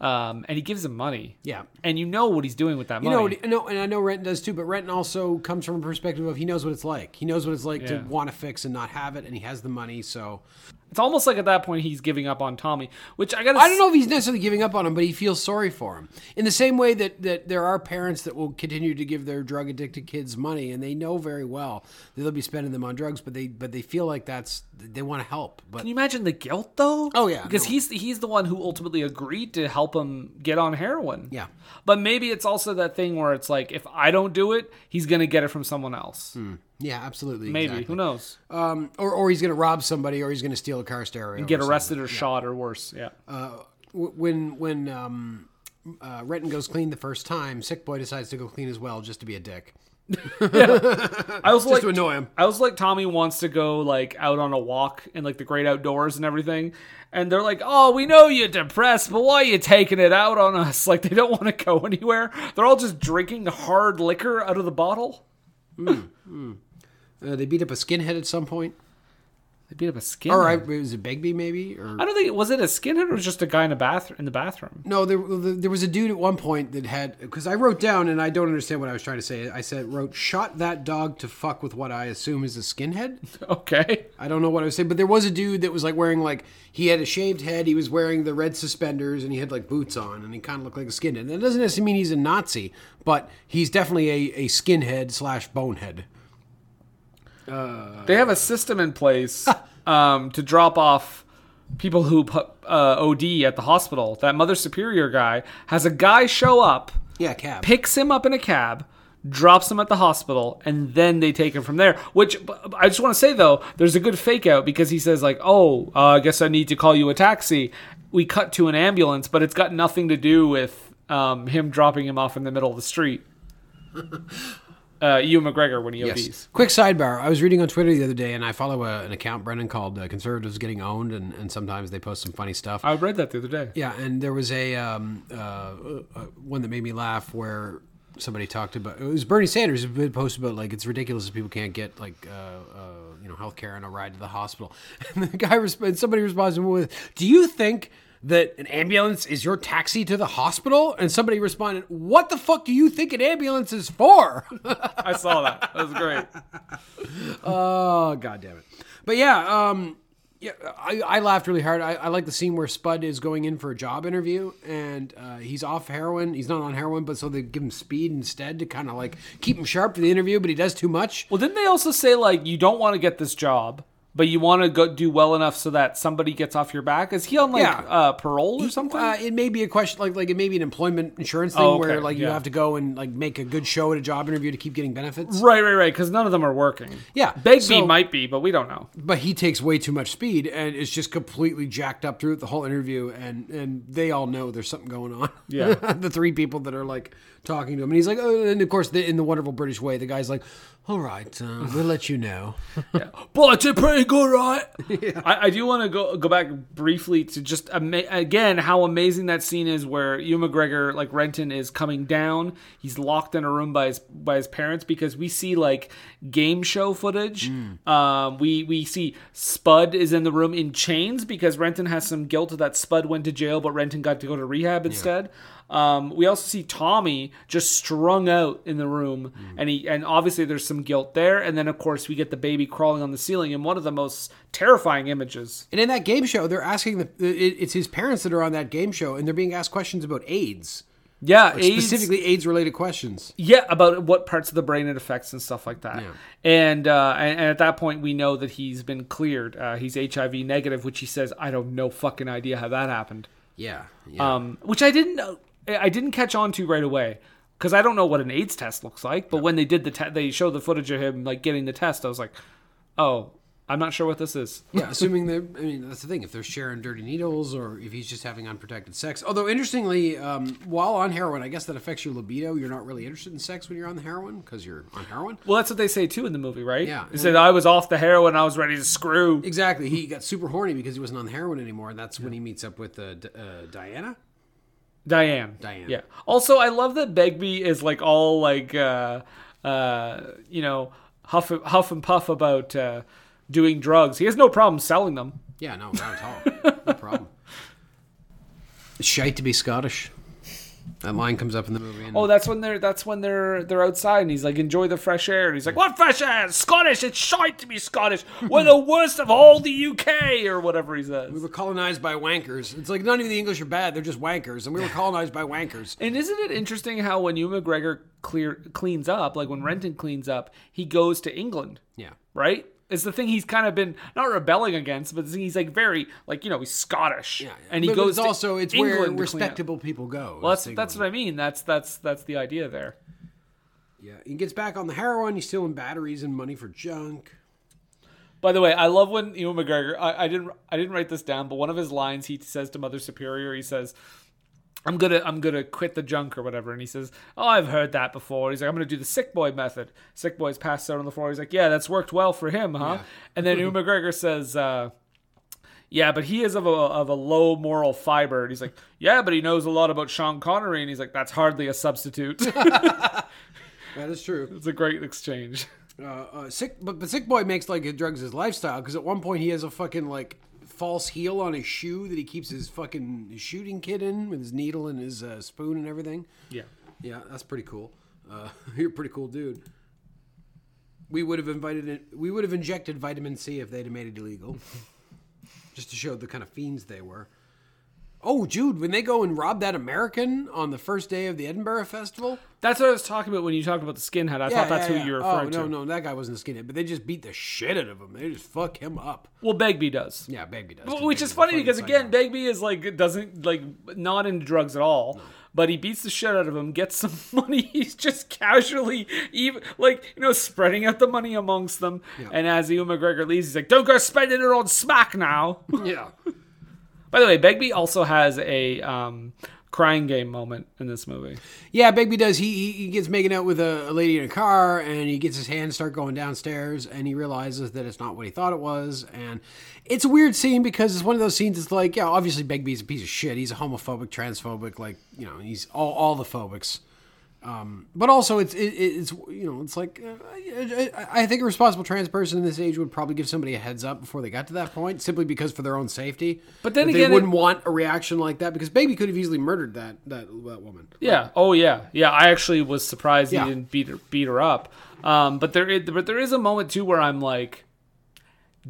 Speaker 3: um, and he gives him money
Speaker 1: Hmm. Yeah.
Speaker 3: and you know what he's doing with that
Speaker 1: You
Speaker 3: money
Speaker 1: know, no, and I know Renton does too, but Renton also comes from a perspective of he knows what it's like. He knows what it's like to
Speaker 3: Yeah.
Speaker 1: want to fix and not have it, and he has the money, so
Speaker 3: it's almost like at that point he's giving up on tommy which i gotta
Speaker 1: I don't know if he's necessarily giving up on him, but he feels sorry for him. In the same way that, that there are parents that will continue to give their drug addicted kids money, and they know very well that they'll be spending them on drugs, but they but they feel like that's they want to help. But
Speaker 3: can you imagine the guilt though?
Speaker 1: Oh, yeah,
Speaker 3: because
Speaker 1: no.
Speaker 3: he's he's the one who ultimately agreed to help him get on heroin.
Speaker 1: Yeah.
Speaker 3: but maybe it's also that thing where it's like if I don't do it, he's gonna get it from someone else.
Speaker 1: yeah, absolutely, Hmm. exactly.
Speaker 3: Maybe
Speaker 1: Um,
Speaker 3: who knows?
Speaker 1: or or he's going to rob somebody, or he's going to steal a car stereo, or
Speaker 3: Get
Speaker 1: something. Uh,
Speaker 3: arrested or shot or worse. Yeah.
Speaker 1: W- When when um, uh, Renton goes clean the first time, Sick Boy decides to go clean as well, just to be a dick.
Speaker 3: I also like
Speaker 1: to annoy him.
Speaker 3: I was like Tommy wants to go like out on a walk in like the great outdoors and everything, and they're like, "Oh, we know you're depressed, but why are you taking it out on us?" (laughs) Like they don't want to go anywhere. They're all just drinking hard liquor out of the bottle.
Speaker 1: Uh, they beat up a skinhead at some point.
Speaker 3: They beat up a skinhead.
Speaker 1: All right, was it Begbie maybe? Or
Speaker 3: I don't think it was it a skinhead or just a guy in a bathroom in
Speaker 1: (laughs)
Speaker 3: the bathroom.
Speaker 1: No, there, there was a dude at one point that had because I wrote down and I don't understand what I was trying to say. I said wrote shot that dog to fuck with what I assume is a skinhead.
Speaker 3: Okay,
Speaker 1: I don't know what I was saying, but there was a dude that was like wearing like he had a shaved head, he was wearing the red suspenders, and he had like boots on, and he kind of looked like a skinhead. And that doesn't necessarily mean he's a Nazi, but he's definitely a, a skinhead slash bonehead.
Speaker 3: they have a system in
Speaker 1: (laughs)
Speaker 3: place um, to drop off people who put uh, OD at the hospital. That Mother Superior guy has a guy show up.
Speaker 1: Yeah, cab.
Speaker 3: picks him up in a cab, drops him at the hospital, and then they take him from there. Which b- I just want to say though, there's a good fake out because he says like, "Oh, uh, I guess I need to call you a taxi." We cut to an ambulance, but it's got nothing to do with um, him dropping him off in the middle of the (laughs) street. Uh, Ewan McGregor when he ODs.
Speaker 1: Quick sidebar. I was reading on Twitter the other day, and I follow a, an account, Brennan, called uh, Conservatives Getting Owned, and, and sometimes they post some funny stuff.
Speaker 3: I read that the other day.
Speaker 1: Yeah, and there was a um, uh, uh, one that made me laugh where somebody talked about it was Bernie Sanders who had posted about like it's ridiculous that people can't get like uh, uh, you know health care and a ride to the hospital, (laughs) and the guy resp- somebody responds to him with, "Do you think?" That an ambulance is your taxi to the hospital, and somebody responded, "What the fuck do you think an ambulance is for?" (laughs)
Speaker 3: I saw that. That was great.
Speaker 1: Oh god damn it! But yeah, um, yeah, I, I laughed really hard. I, I like the scene where Spud is going in for a job interview, and uh, he's off heroin. He's not on heroin, but so they give him speed instead to kind of like keep him sharp for the interview. But he does too much.
Speaker 3: (laughs) Well, didn't they also say like you don't want to get this job, but you want to go do well enough so that somebody gets off your back? Is he on like
Speaker 1: Yeah.
Speaker 3: uh, parole or something?
Speaker 1: Uh, it may be a question like like it may be an employment insurance thing
Speaker 3: Oh, okay,
Speaker 1: where like you
Speaker 3: yeah.
Speaker 1: have to go and like make a good show at a job interview to keep getting benefits.
Speaker 3: Right, right, right. Because none of them are working.
Speaker 1: Yeah,
Speaker 3: Begbie
Speaker 1: so-
Speaker 3: might be, but we don't know.
Speaker 1: but he takes way too much speed and is just completely jacked up through the whole interview and and they all know there's something going on (laughs)
Speaker 3: Yeah.
Speaker 1: the three people that are like talking to him and he's like oh, and of course (laughs)
Speaker 3: (laughs)
Speaker 1: the, in the wonderful british way the guy's like all right uh, we'll let you know
Speaker 3: But it's a
Speaker 1: Everything
Speaker 3: pretty
Speaker 1: all right?
Speaker 3: I, I do want to go go back briefly to just ama- again how amazing that scene is where Ewan McGregor like Renton is coming down. He's locked in a room by his by his parents because we see like game show footage.
Speaker 1: Mm.
Speaker 3: Um, we we see Spud is in the room in chains because Renton has some guilt that Spud went to jail, but Renton got to go to rehab instead. Um, we also see Tommy just strung out in the room, and he and obviously there's some guilt there. And then of course we get the baby crawling on the ceiling in one of the most terrifying images.
Speaker 1: And in that game show, they're asking the it, it's his parents that are on that game show, and they're being asked questions about AIDS,
Speaker 3: Yeah, AIDS-
Speaker 1: specifically AIDS related questions.
Speaker 3: yeah, about what parts of the brain it affects and stuff like that. And, uh, and and at that point we know that he's been cleared. Uh, he's HIV negative, which he says I don't know fucking idea how that happened.
Speaker 1: Yeah, yeah.
Speaker 3: um, which I didn't know, I didn't catch on to right away because I don't know what an AIDS test looks like. But when they did the te- they showed the footage of him like getting the test, I was like, oh, I'm not sure what this is.
Speaker 1: yeah, assuming they're, I mean, that's the thing. If they're sharing dirty needles or if he's just having unprotected sex. Although, interestingly, um, while on heroin, I guess that affects your libido. You're not really interested in sex when you're on the heroin because you're on heroin.
Speaker 3: Well, that's what they say too in the movie, right?
Speaker 1: Yeah.
Speaker 3: they said I was off the heroin, I was ready to screw.
Speaker 1: Exactly. He got super horny because he wasn't on the heroin anymore, and that's when he meets up with uh, D- uh, Diana.
Speaker 3: Diane.
Speaker 1: Diane.
Speaker 3: Yeah. Also, I love that Begbie is like all like, uh, uh, you know, huff, huff and puff about uh, doing drugs. He has no problem selling them.
Speaker 1: Yeah, no, not at all. no problem. Shite to be Scottish. That line comes up in the movie. And
Speaker 3: Oh, that's when they're that's when they're they're outside and he's like, enjoy the fresh air. And he's like, what fresh air? Scottish. It's shite to be Scottish.
Speaker 1: (laughs)
Speaker 3: We're the worst of all the UK or whatever he
Speaker 1: we
Speaker 3: says.
Speaker 1: were colonized by wankers. It's like not even the English are bad; they're just wankers, and we were colonized by wankers.
Speaker 3: And isn't it interesting how when Ewan McGregor clear cleans up, like when Renton cleans up, he goes to England.
Speaker 1: Yeah,
Speaker 3: right? It's the thing he's kind of been not rebelling against, but he's like very like you know he's Scottish,
Speaker 1: yeah.
Speaker 3: and he
Speaker 1: But
Speaker 3: goes
Speaker 1: it's
Speaker 3: to
Speaker 1: also it's where
Speaker 3: England to clean up.
Speaker 1: respectable people go.
Speaker 3: Well, that's that's what I mean. That's that's that's the idea there.
Speaker 1: Yeah, he gets back on the heroin. He's stealing batteries and money for junk.
Speaker 3: By the way, I love when Ewan McGregor. I, I didn't I didn't write this down, but one of his lines he says to Mother Superior, he says. I'm gonna, I'm gonna quit the junk or whatever, and he says, "Oh, I've heard that before." He's like, "I'm gonna do the sick boy method." Sick boy's passed out on the floor. He's like, "Yeah, that's worked well for him, huh?"
Speaker 1: (laughs)
Speaker 3: And then Ewan McGregor says, uh, "Yeah, but he is of a of a low moral fiber." And he's like, "Yeah, but he knows a lot about Sean Connery," and he's like, "That's hardly a substitute." (laughs)
Speaker 1: That is true.
Speaker 3: it's a great exchange.
Speaker 1: Uh, sick, but but sick boy makes like drugs his lifestyle because at one point he has a fucking like false heel on his shoe that he keeps his fucking his shooting kit in with his needle and his uh, spoon and everything.
Speaker 3: Yeah.
Speaker 1: Yeah, that's pretty cool. Uh, (laughs) you're a pretty cool dude. We would have invited it. We would have injected vitamin C if they'd have made it
Speaker 3: (laughs)
Speaker 1: illegal, just to show the kind of fiends they were. Oh, Jude, when they go and rob that American on the first day of the Edinburgh Festival,
Speaker 3: That's what I was talking about when you talked about the skinhead. I thought that's who you were referring
Speaker 1: oh,
Speaker 3: to.
Speaker 1: no, no, that guy wasn't a skinhead, but they just beat the shit out of him. They just fuck him up.
Speaker 3: Well, Begbie does.
Speaker 1: Yeah, Begbie does.
Speaker 3: Well,
Speaker 1: 'cause
Speaker 3: Which
Speaker 1: Begbie's
Speaker 3: is
Speaker 1: a
Speaker 3: funny
Speaker 1: fucking
Speaker 3: because
Speaker 1: psycho.
Speaker 3: again, Begbie is like doesn't like not into drugs at all. But he beats the shit out of him, gets some (laughs) money. He's just casually, even like you know, spreading out the money amongst them. And as Ewan McGregor leaves, he's like, "Don't go spending it on smack now." (laughs)
Speaker 1: yeah,
Speaker 3: By the way, Begbie also has a um, crying game moment in this movie.
Speaker 1: yeah, Begbie does. He he, he gets making out with a, a lady in a car, and he gets his hands start going downstairs, and he realizes that it's not what he thought it was, and it's a weird scene because it's one of those scenes. It's like, yeah, obviously Begbie's a piece of shit. He's a homophobic, transphobic, like you know, he's all all the phobics. Um, but also it's it, it's you know it's like uh, I, I- I think a responsible trans person in this age would probably give somebody a heads up before they got to that point simply because for their own safety
Speaker 3: But then
Speaker 1: That
Speaker 3: again,
Speaker 1: they wouldn't
Speaker 3: it-
Speaker 1: want a reaction like that because baby could have easily murdered that that, that woman
Speaker 3: Yeah. Oh, yeah. Yeah. I actually was surprised
Speaker 1: Yeah.
Speaker 3: he didn't beat her, beat her up. Um, but there, is, but there is a moment too where I'm like,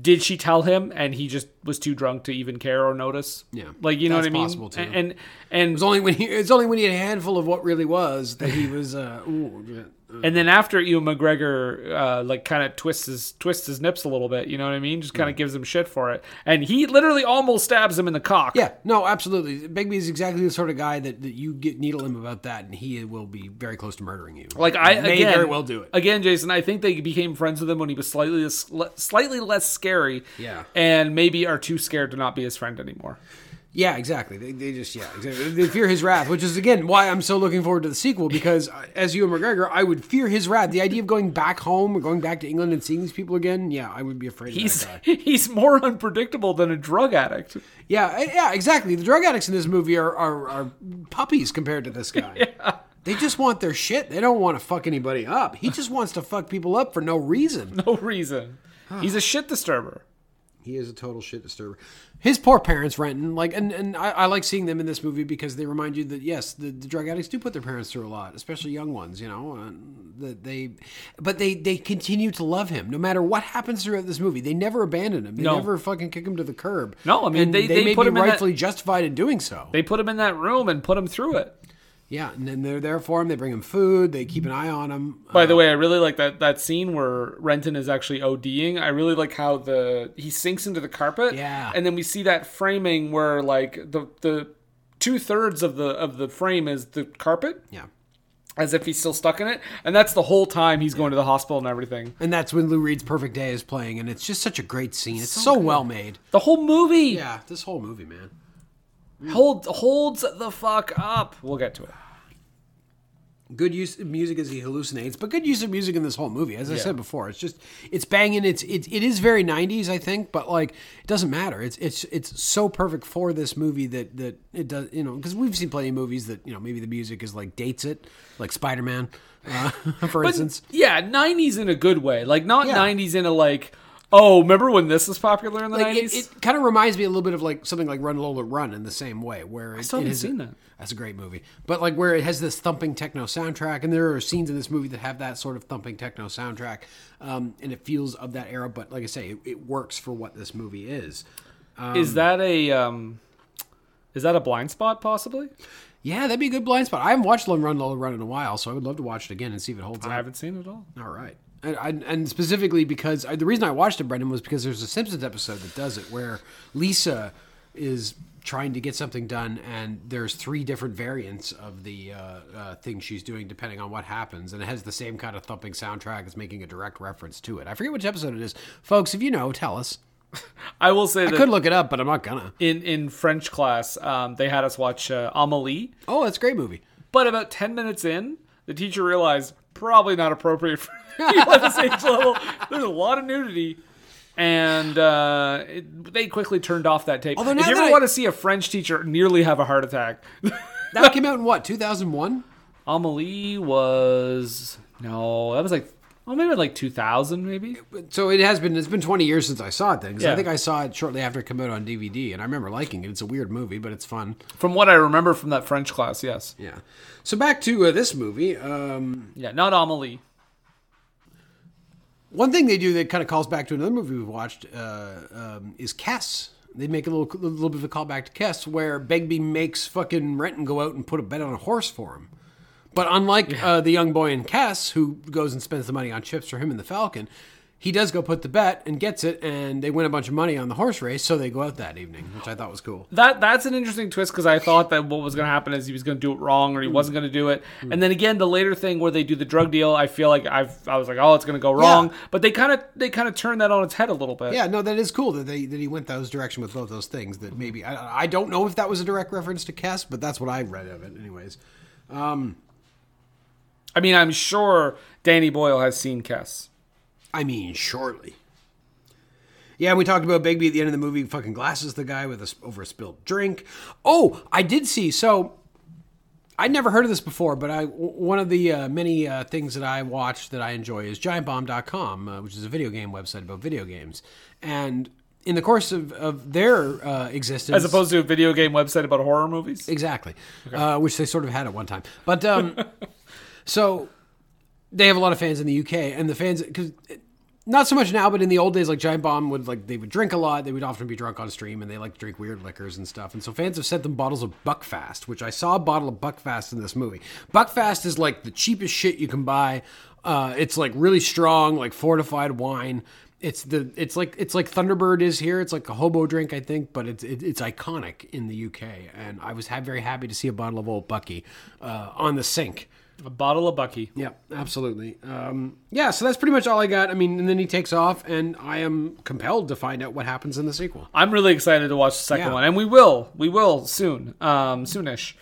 Speaker 3: did she tell him? And he just was too drunk to even care or notice.
Speaker 1: Yeah.
Speaker 3: Like you know
Speaker 1: That's
Speaker 3: what I mean.
Speaker 1: possible, too.
Speaker 3: And and and,
Speaker 1: it's only when he it's only when he had a handful of what really was that he was uh, ooh, yeah, uh,
Speaker 3: and then after Ewan McGregor, uh, like kind of twists his twists his nips a little bit. You know what I mean? Just kind of gives him shit for it. And he literally almost stabs him in the cock.
Speaker 1: yeah no absolutely Begbie is exactly the sort of guy that, that you get needle him about that and he will be very close to murdering you
Speaker 3: Like I
Speaker 1: may
Speaker 3: again,
Speaker 1: very well do it
Speaker 3: again, Jason. I think they became friends with him when he was slightly less- slightly less scary.
Speaker 1: Yeah.
Speaker 3: and maybe are too scared to not be his friend anymore.
Speaker 1: Yeah, exactly. They, they just yeah, exactly. they fear his wrath, which is again why I'm so looking forward to the sequel because uh, as Ewan McGregor, I would fear his wrath. The idea of going back home or going back to England and seeing these people again, yeah, I would be afraid. of that
Speaker 3: He's
Speaker 1: guy.
Speaker 3: (laughs) he's more unpredictable than a drug addict. (laughs)
Speaker 1: yeah, I- yeah, exactly. The drug addicts in this movie are are, are puppies compared to this guy.
Speaker 3: (laughs)
Speaker 1: They just want their shit. They don't want to fuck anybody up. He just wants to fuck people up for no reason.
Speaker 3: No reason. He's a shit disturber.
Speaker 1: He is a total shit disturber. His poor parents, Renton, like, and, and I, I like seeing them in this movie because they remind you that yes, the, the drug addicts do put their parents through a lot, especially young ones, you know. And that they, but they they continue to love him no matter what happens throughout this movie. They never abandon him. They
Speaker 3: No.
Speaker 1: never fucking kick him to the curb.
Speaker 3: No, I mean,
Speaker 1: And
Speaker 3: they- they
Speaker 1: may
Speaker 3: put
Speaker 1: be
Speaker 3: him in that-
Speaker 1: rightfully justified in doing so.
Speaker 3: They put him in that room and put him through it.
Speaker 1: yeah, and then they're there for him. They bring him food. They keep an eye on him.
Speaker 3: By the way, I really like that that scene where Renton is actually ODing. I really like how the he sinks into the carpet.
Speaker 1: Yeah.
Speaker 3: And then we see that framing where like the the two thirds of the of the frame is the carpet,
Speaker 1: yeah.
Speaker 3: as if he's still stuck in it. And that's the whole time he's going to the hospital and everything.
Speaker 1: And that's when Lou Reed's Perfect Day is playing, and it's just such a great scene. It's so, well made.
Speaker 3: The whole movie
Speaker 1: Yeah, this whole movie, man.
Speaker 3: hold, holds the fuck up. We'll get to it.
Speaker 1: good use of music as he hallucinates, but good use of music in this whole movie. As I said before, it's just it's banging. It's it, it is very '90s, I think, but like it doesn't matter. It's it's it's so perfect for this movie that that it does. You know, because we've seen plenty of movies that you know maybe the music is like dates it, like Spider Man, uh, (laughs) for instance.
Speaker 3: Yeah, nineties in a good way. Like not
Speaker 1: Yeah.
Speaker 3: nineties in a like oh, remember when this was popular in the
Speaker 1: Like, it,
Speaker 3: nineties?
Speaker 1: it kind of reminds me a little bit of like something like Run Lola Run in the same way, where it, I
Speaker 3: still haven't seen that.
Speaker 1: That's a great movie, but like where it has this thumping techno soundtrack, and there are scenes in this movie that have that sort of thumping techno soundtrack, um, and it feels of that era. But like I say, it, it works for what this movie is.
Speaker 3: is that a um is that a blind spot possibly?
Speaker 1: Yeah, that'd be a good blind spot. I haven't watched Run Lola Run in a while, so I would love to watch it again and see if it holds
Speaker 3: I
Speaker 1: up.
Speaker 3: haven't seen it all.
Speaker 1: All right. And, I, and specifically because I, the reason I watched it, Brendan, was because there's a Simpsons episode that does it where Lisa is trying to get something done, and there's three different variants of the uh, uh, thing she's doing depending on what happens, and it has the same kind of thumping soundtrack as making a direct reference to it. I forget which episode it is, folks. If you know, tell us.
Speaker 3: I will say
Speaker 1: I could
Speaker 3: that
Speaker 1: look it up, but I'm not gonna.
Speaker 3: in in French class, um, they had us watch uh, Amelie,
Speaker 1: Oh, that's a great movie.
Speaker 3: but about ten minutes in, the teacher realized probably not appropriate for (laughs) people at this age level. There's a lot of nudity. And uh, it, they quickly turned off that tape.
Speaker 1: Although now
Speaker 3: if you
Speaker 1: that
Speaker 3: ever
Speaker 1: I-
Speaker 3: want to see a French teacher nearly have a heart attack, (laughs)
Speaker 1: That came out in what 2001.
Speaker 3: Amelie was no, that was like well maybe like two thousand maybe.
Speaker 1: So it has been. It's been 20 years since I saw it then. 'cause I
Speaker 3: Yeah.
Speaker 1: think I saw it shortly after it came out on DVD, and I remember liking it. It's a weird movie, but it's fun.
Speaker 3: From what I remember from that French class, yes.
Speaker 1: Yeah. So back to uh, this movie. Um,
Speaker 3: Yeah, not Amelie.
Speaker 1: one thing they do that kind of calls back to another movie we've watched uh, um, is Kess. They make a little, a little bit of a callback to Kess, where Begbie makes fucking Renton go out and put a bet on a horse for him. But unlike uh, the young boy in Kess, who goes and spends the money on chips for him and the Falcon, he does go put the bet and gets it, and they win a bunch of money on the horse race, so they go out that evening, which I thought was cool.
Speaker 3: That that's an interesting twist because I thought that what was going to happen is he was going to do it wrong or he wasn't going to do it. And then again, the later thing where they do the drug deal, I feel like I've I was like, oh, it's going to go wrong. But they kind of they kind of turn that on its head a little bit.
Speaker 1: Yeah, no, that is cool that they that he went those direction with both those things. That maybe I, I don't know if that was a direct reference to Cass, but that's what I read of it, anyways.
Speaker 3: I mean, I'm sure Danny Boyle has seen Kess.
Speaker 1: I mean, shortly. Yeah, and we talked about Begbie at the end of the movie. Fucking glasses the guy with a s- over a spilled drink. Oh, I did see. So I'd never heard of this before, but I w- one of the uh, many uh, things that I watch that I enjoy is GiantBomb.com, uh, which is a video game website about video games, and. In the course of, of their uh, existence,
Speaker 3: As opposed to a video game website about horror movies.
Speaker 1: Exactly, uh, which they sort of had at one time. But um, so they have a lot of fans in the UK, and the fans because not so much now, but in the old days, like Giant Bomb would like they would drink a lot. They would often be drunk on stream, and they like to drink weird liquors and stuff. And so fans have sent them bottles of Buckfast, which I saw a bottle of Buckfast in this movie. Buckfast is like the cheapest shit you can buy. Uh, it's like really strong, like fortified wine. It's the it's like it's like Thunderbird is here. It's like a hobo drink, I think, but it's it, it's iconic in the UK. And I was ha- very happy to see a bottle of Old Bucky uh, on the sink
Speaker 3: A bottle of Bucky.
Speaker 1: Yeah, absolutely. Um, yeah, so that's pretty much all I got. I mean, and then he takes off, and I am compelled to find out what happens in the sequel.
Speaker 3: I'm really excited to watch the second
Speaker 1: Yeah.
Speaker 3: one, and we will, we will soon, um, soonish.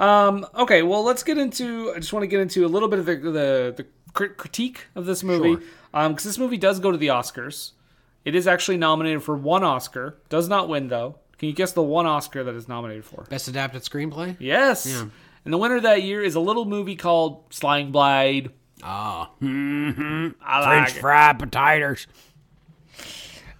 Speaker 3: Um, okay, well, let's get into. I just want to get into a little bit of the the, the crit- critique of this movie, because this movie does go to the Oscars. It is actually nominated for one Oscar, does not win though. Can you guess the one Oscar that is nominated for?
Speaker 1: Best adapted screenplay?
Speaker 3: Yes. And the winner that year is a little movie called Slang Blade. Ah, mm-hmm. I like it.
Speaker 1: Fry potatoes.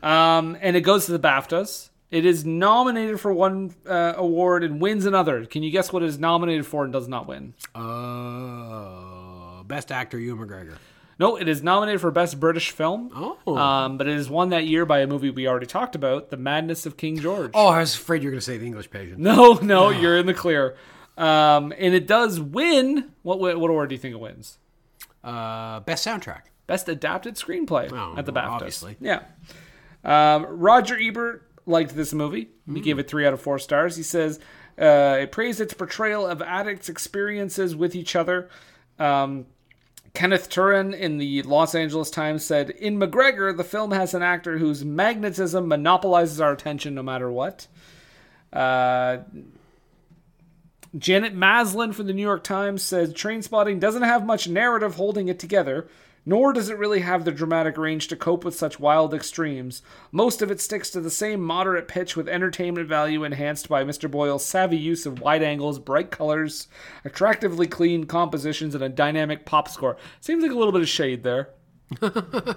Speaker 3: Um, and it goes to the BAFTAs. It is nominated for one uh, award and wins another. Can you guess what it is nominated for and does not win?
Speaker 1: Uh, best actor, Ewan McGregor.
Speaker 3: No, it is nominated for Best British Film.
Speaker 1: Oh.
Speaker 3: Um, but it is won that year by a movie we already talked about, The Madness of King George.
Speaker 1: oh, I was afraid you were going to say The English Patient.
Speaker 3: No,
Speaker 1: (sighs)
Speaker 3: no, you're in the clear. Um, and it does win. What what award do you think it wins?
Speaker 1: Uh, best soundtrack.
Speaker 3: Best adapted screenplay
Speaker 1: Oh, Well,
Speaker 3: at the BAFTAs.
Speaker 1: obviously.
Speaker 3: Yeah. Um, Roger Ebert liked this movie. He gave it three out of four stars. He says uh, it praised its portrayal of addicts' experiences with each other. Um, Kenneth Turin in the Los Angeles Times said, "In McGregor, the film has an actor whose magnetism monopolizes our attention no matter what." Uh, Janet Maslin from the New York Times says Train Spotting doesn't have much narrative holding it together, nor does it really have the dramatic range to cope with such wild extremes. Most of it sticks to the same moderate pitch with entertainment value enhanced by Mr. Boyle's savvy use of wide angles, bright colors, attractively clean compositions, and a dynamic pop score. Seems like a little bit of
Speaker 1: (laughs)
Speaker 3: shade there.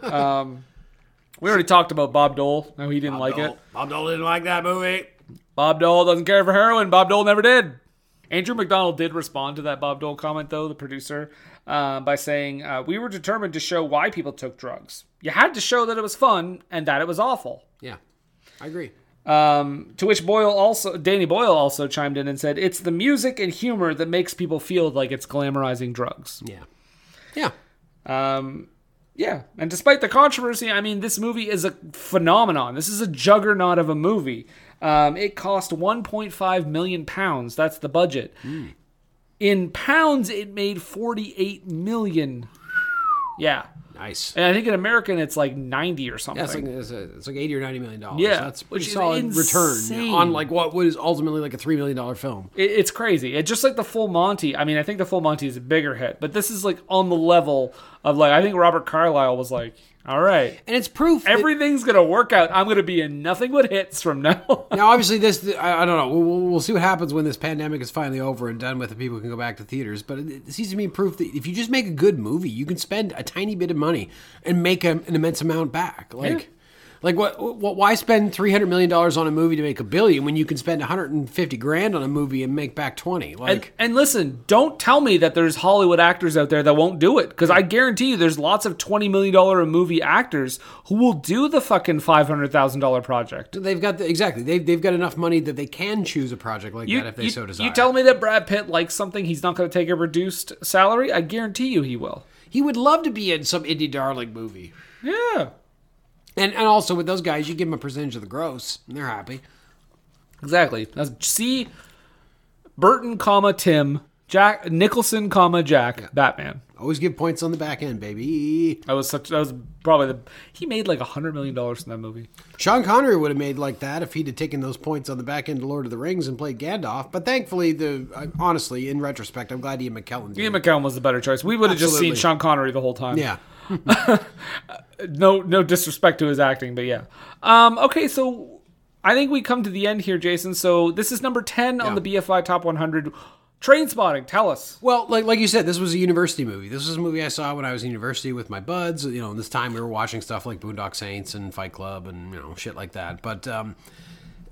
Speaker 3: um, we already talked about Bob Dole. No, he didn't like it.
Speaker 1: Bob Dole didn't like that movie.
Speaker 3: Bob Dole doesn't care for heroin. Bob Dole never did. Andrew McDonald did respond to that Bob Dole comment, though, the producer, uh, by saying, uh, We were determined to show why people took drugs. You had to show that it was fun and that it was awful.
Speaker 1: Yeah, I agree.
Speaker 3: Um, to which Boyle also, Danny Boyle also chimed in and said, It's the music and humor that makes people feel like it's glamorizing drugs.
Speaker 1: Yeah. Yeah.
Speaker 3: Um, yeah, and despite the controversy, I mean, this movie is a phenomenon. This is a juggernaut of a movie. Um, it cost 1.5 million pounds. That's the budget.
Speaker 1: Hmm.
Speaker 3: In pounds, it made 48 million. Yeah,
Speaker 1: Nice.
Speaker 3: and I think in American, it's like 90 or something.
Speaker 1: Yeah, it's like, it's, a, it's like 80 or 90 million dollars.
Speaker 3: Yeah,
Speaker 1: So that's a pretty
Speaker 3: which is
Speaker 1: solid
Speaker 3: insane.
Speaker 1: return on like what what is ultimately like a 3 million dollar film.
Speaker 3: It- it's crazy. It just like the Full Monty. I mean, I think the Full Monty is a bigger hit, but this is like on the level of like I think Robert Carlyle was like, all right.
Speaker 1: And it's proof that-
Speaker 3: Everything's gonna work out. I'm gonna be in nothing but hits from now.
Speaker 1: (laughs)
Speaker 3: on.
Speaker 1: now obviously this I, I don't know. We'll- We'll, we'll see what happens when this pandemic is finally over and done with and people can go back to theaters, but it, it seems to me proof that if you just make a good movie, you can spend a tiny bit of money and make a, an immense amount back. Like Like what, what? Why spend three hundred million dollars on a movie to make a billion when you can spend one hundred and fifty grand on a movie and make back twenty? Like,
Speaker 3: and, and listen, don't tell me that there's Hollywood actors out there that won't do it, because I guarantee you, there's lots of twenty million dollar a movie actors who will do the fucking five hundred thousand dollar project.
Speaker 1: They've got the, exactly. They've, they've got enough money that they can choose a project like
Speaker 3: You,
Speaker 1: that if they
Speaker 3: you-
Speaker 1: so
Speaker 3: you
Speaker 1: desire.
Speaker 3: tell me that Brad Pitt likes something, he's not gonna take a reduced salary. I guarantee you, he will.
Speaker 1: he would love to be in some indie darling movie.
Speaker 3: Yeah,
Speaker 1: And and also with those guys, you give them a percentage of the gross, and they're happy.
Speaker 3: exactly. Now, see, Burton, comma Tim, Jack Nicholson, comma Jack, Batman.
Speaker 1: Always give points on the back end, baby.
Speaker 3: That was such. That was probably the. He made like a hundred million dollars in that movie.
Speaker 1: Sean Connery would have made like that if he'd had taken those points on the back end of Lord of the Rings and played Gandalf. But thankfully, the I- honestly, in retrospect, I'm glad Ian McKellen did.
Speaker 3: Ian
Speaker 1: it.
Speaker 3: McKellen was the better choice. We would have just seen
Speaker 1: Absolutely.
Speaker 3: Sean Connery the whole time.
Speaker 1: yeah,
Speaker 3: No, no disrespect to his acting, but yeah. Um. Okay, so I think we come to the end here, Jason. So this is number ten on
Speaker 1: Yeah.
Speaker 3: the BFI Top 100. Train spotting. Tell us.
Speaker 1: Well, like like you said, this was a university movie. This was a movie I saw when I was in university with my buds. You know, and this time we were watching stuff like Boondock Saints and Fight Club and you know shit like that. But um,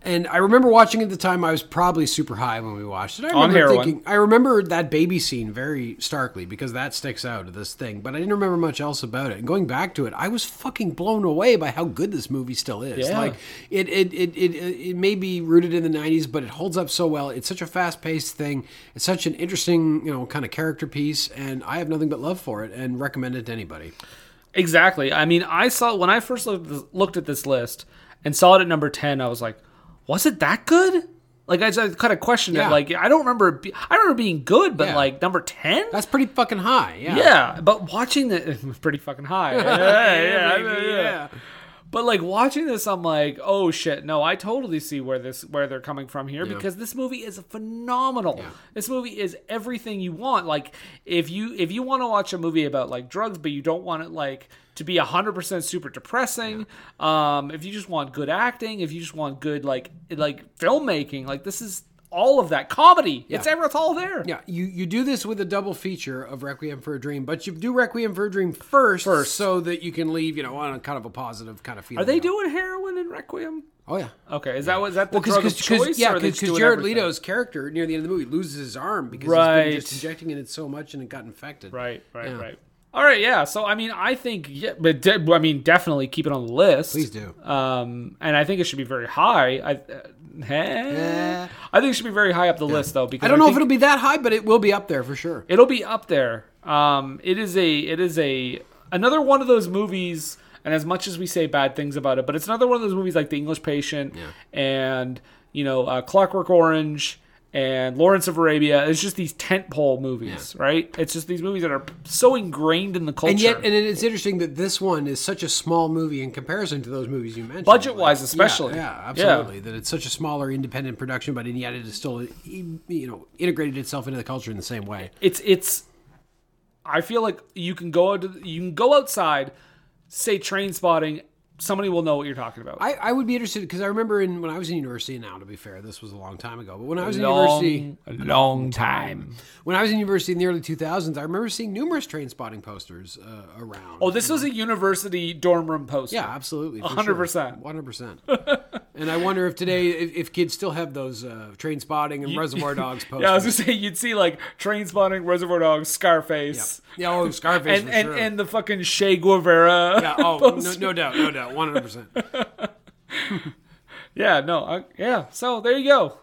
Speaker 1: and I remember watching it at the time. I was probably super high when we watched it. I
Speaker 3: On
Speaker 1: remember
Speaker 3: heroin.
Speaker 1: thinking I remember that baby scene very starkly because that sticks out of this thing. But I didn't remember much else about it. And going back to it, I was fucking blown away by how good this movie still is.
Speaker 3: Yeah.
Speaker 1: Like it it, it it it may be rooted in the 90s but it holds up so well it's such a fast-paced thing it's such an interesting you know kind of character piece and i have nothing but love for it and recommend it to anybody
Speaker 3: Exactly. I mean, I saw when I first looked, looked at this list and saw it at number ten. I was like, was it that good? Like I, just kind of questioned
Speaker 1: Yeah.
Speaker 3: it. Like I don't remember. It be, I remember it being good, but
Speaker 1: Yeah.
Speaker 3: like number ten.
Speaker 1: That's pretty fucking high. Yeah.
Speaker 3: yeah, but watching it (laughs) pretty fucking
Speaker 1: (laughs)
Speaker 3: high. Yeah, yeah, yeah,
Speaker 1: Maybe,
Speaker 3: yeah. But like watching this, I'm like, oh shit, no, I totally see where this where they're coming from here because this movie is phenomenal. This movie is everything you want. Like if you if you want to watch a movie about like drugs, but you don't want it like to be hundred percent super depressing. Um, if you just want good acting, if you just want good like like filmmaking, like this is all of that comedy. It's ever it's all there.
Speaker 1: Yeah, you, you do this with a double feature of Requiem for a Dream, but you do Requiem for a Dream first,
Speaker 3: First.
Speaker 1: so that you can leave, you know, on a kind of a positive kind of feeling.
Speaker 3: Are they
Speaker 1: out.
Speaker 3: doing heroin in Requiem?
Speaker 1: Oh yeah.
Speaker 3: Okay, is that what is that the
Speaker 1: Because,
Speaker 3: drug of
Speaker 1: because,
Speaker 3: choice?
Speaker 1: yeah,
Speaker 3: or are they
Speaker 1: because
Speaker 3: just doing
Speaker 1: Jared
Speaker 3: everything?
Speaker 1: Leto's character near the end of the movie loses his arm because he's
Speaker 3: Right.
Speaker 1: been just injecting it in so much and it got infected.
Speaker 3: Right, right,
Speaker 1: Yeah.
Speaker 3: right. All right, yeah. So I mean, I think yeah, but de- I mean, definitely keep it on the list.
Speaker 1: Please do.
Speaker 3: Um, and I think it should be very high. I, uh, eh. I think it should be very high up the list though. Because
Speaker 1: I don't know if
Speaker 3: think
Speaker 1: it'll be that high, but it will be up there for sure.
Speaker 3: it'll be up there. Um, it is a it is a another one of those movies. And as much as we say bad things about it, but it's another one of those movies like The English Patient and you know uh, Clockwork Orange and Lawrence of Arabia. It's just these tentpole movies, right? It's just these movies that are so ingrained in the culture.
Speaker 1: And yet, and it's interesting that this one is such a small movie in comparison to those movies you mentioned.
Speaker 3: Budget-wise
Speaker 1: Like,
Speaker 3: especially.
Speaker 1: Yeah, yeah,
Speaker 3: Yeah.
Speaker 1: absolutely. That it's such a smaller independent production, but and yet it is still, you know, integrated itself into the culture in the same way.
Speaker 3: it's it's i feel like you can go out to, you can go outside say train spotting somebody will know what you're talking about
Speaker 1: I, I would be interested because I remember in when I was in university. Now, to be fair, this was a long time ago, but when I was in university,
Speaker 3: a long time
Speaker 1: when I was in university in the early 2000s, I remember seeing numerous train spotting posters uh, around.
Speaker 3: oh this was a university dorm room poster
Speaker 1: yeah, absolutely, for
Speaker 3: 100%.
Speaker 1: sure. 100%. and I wonder if today, if, if kids still have those uh, train spotting and Reservoir Dogs (laughs) posters.
Speaker 3: yeah i was gonna say you'd see like train spotting reservoir dogs scarface
Speaker 1: Yeah, oh, Scarface
Speaker 3: and
Speaker 1: for
Speaker 3: and,
Speaker 1: sure.
Speaker 3: and the fucking Che Guevara.
Speaker 1: yeah, (laughs)
Speaker 3: (laughs)
Speaker 1: oh, no, no doubt, no doubt, one hundred percent.
Speaker 3: yeah, no, I, yeah. So there you go,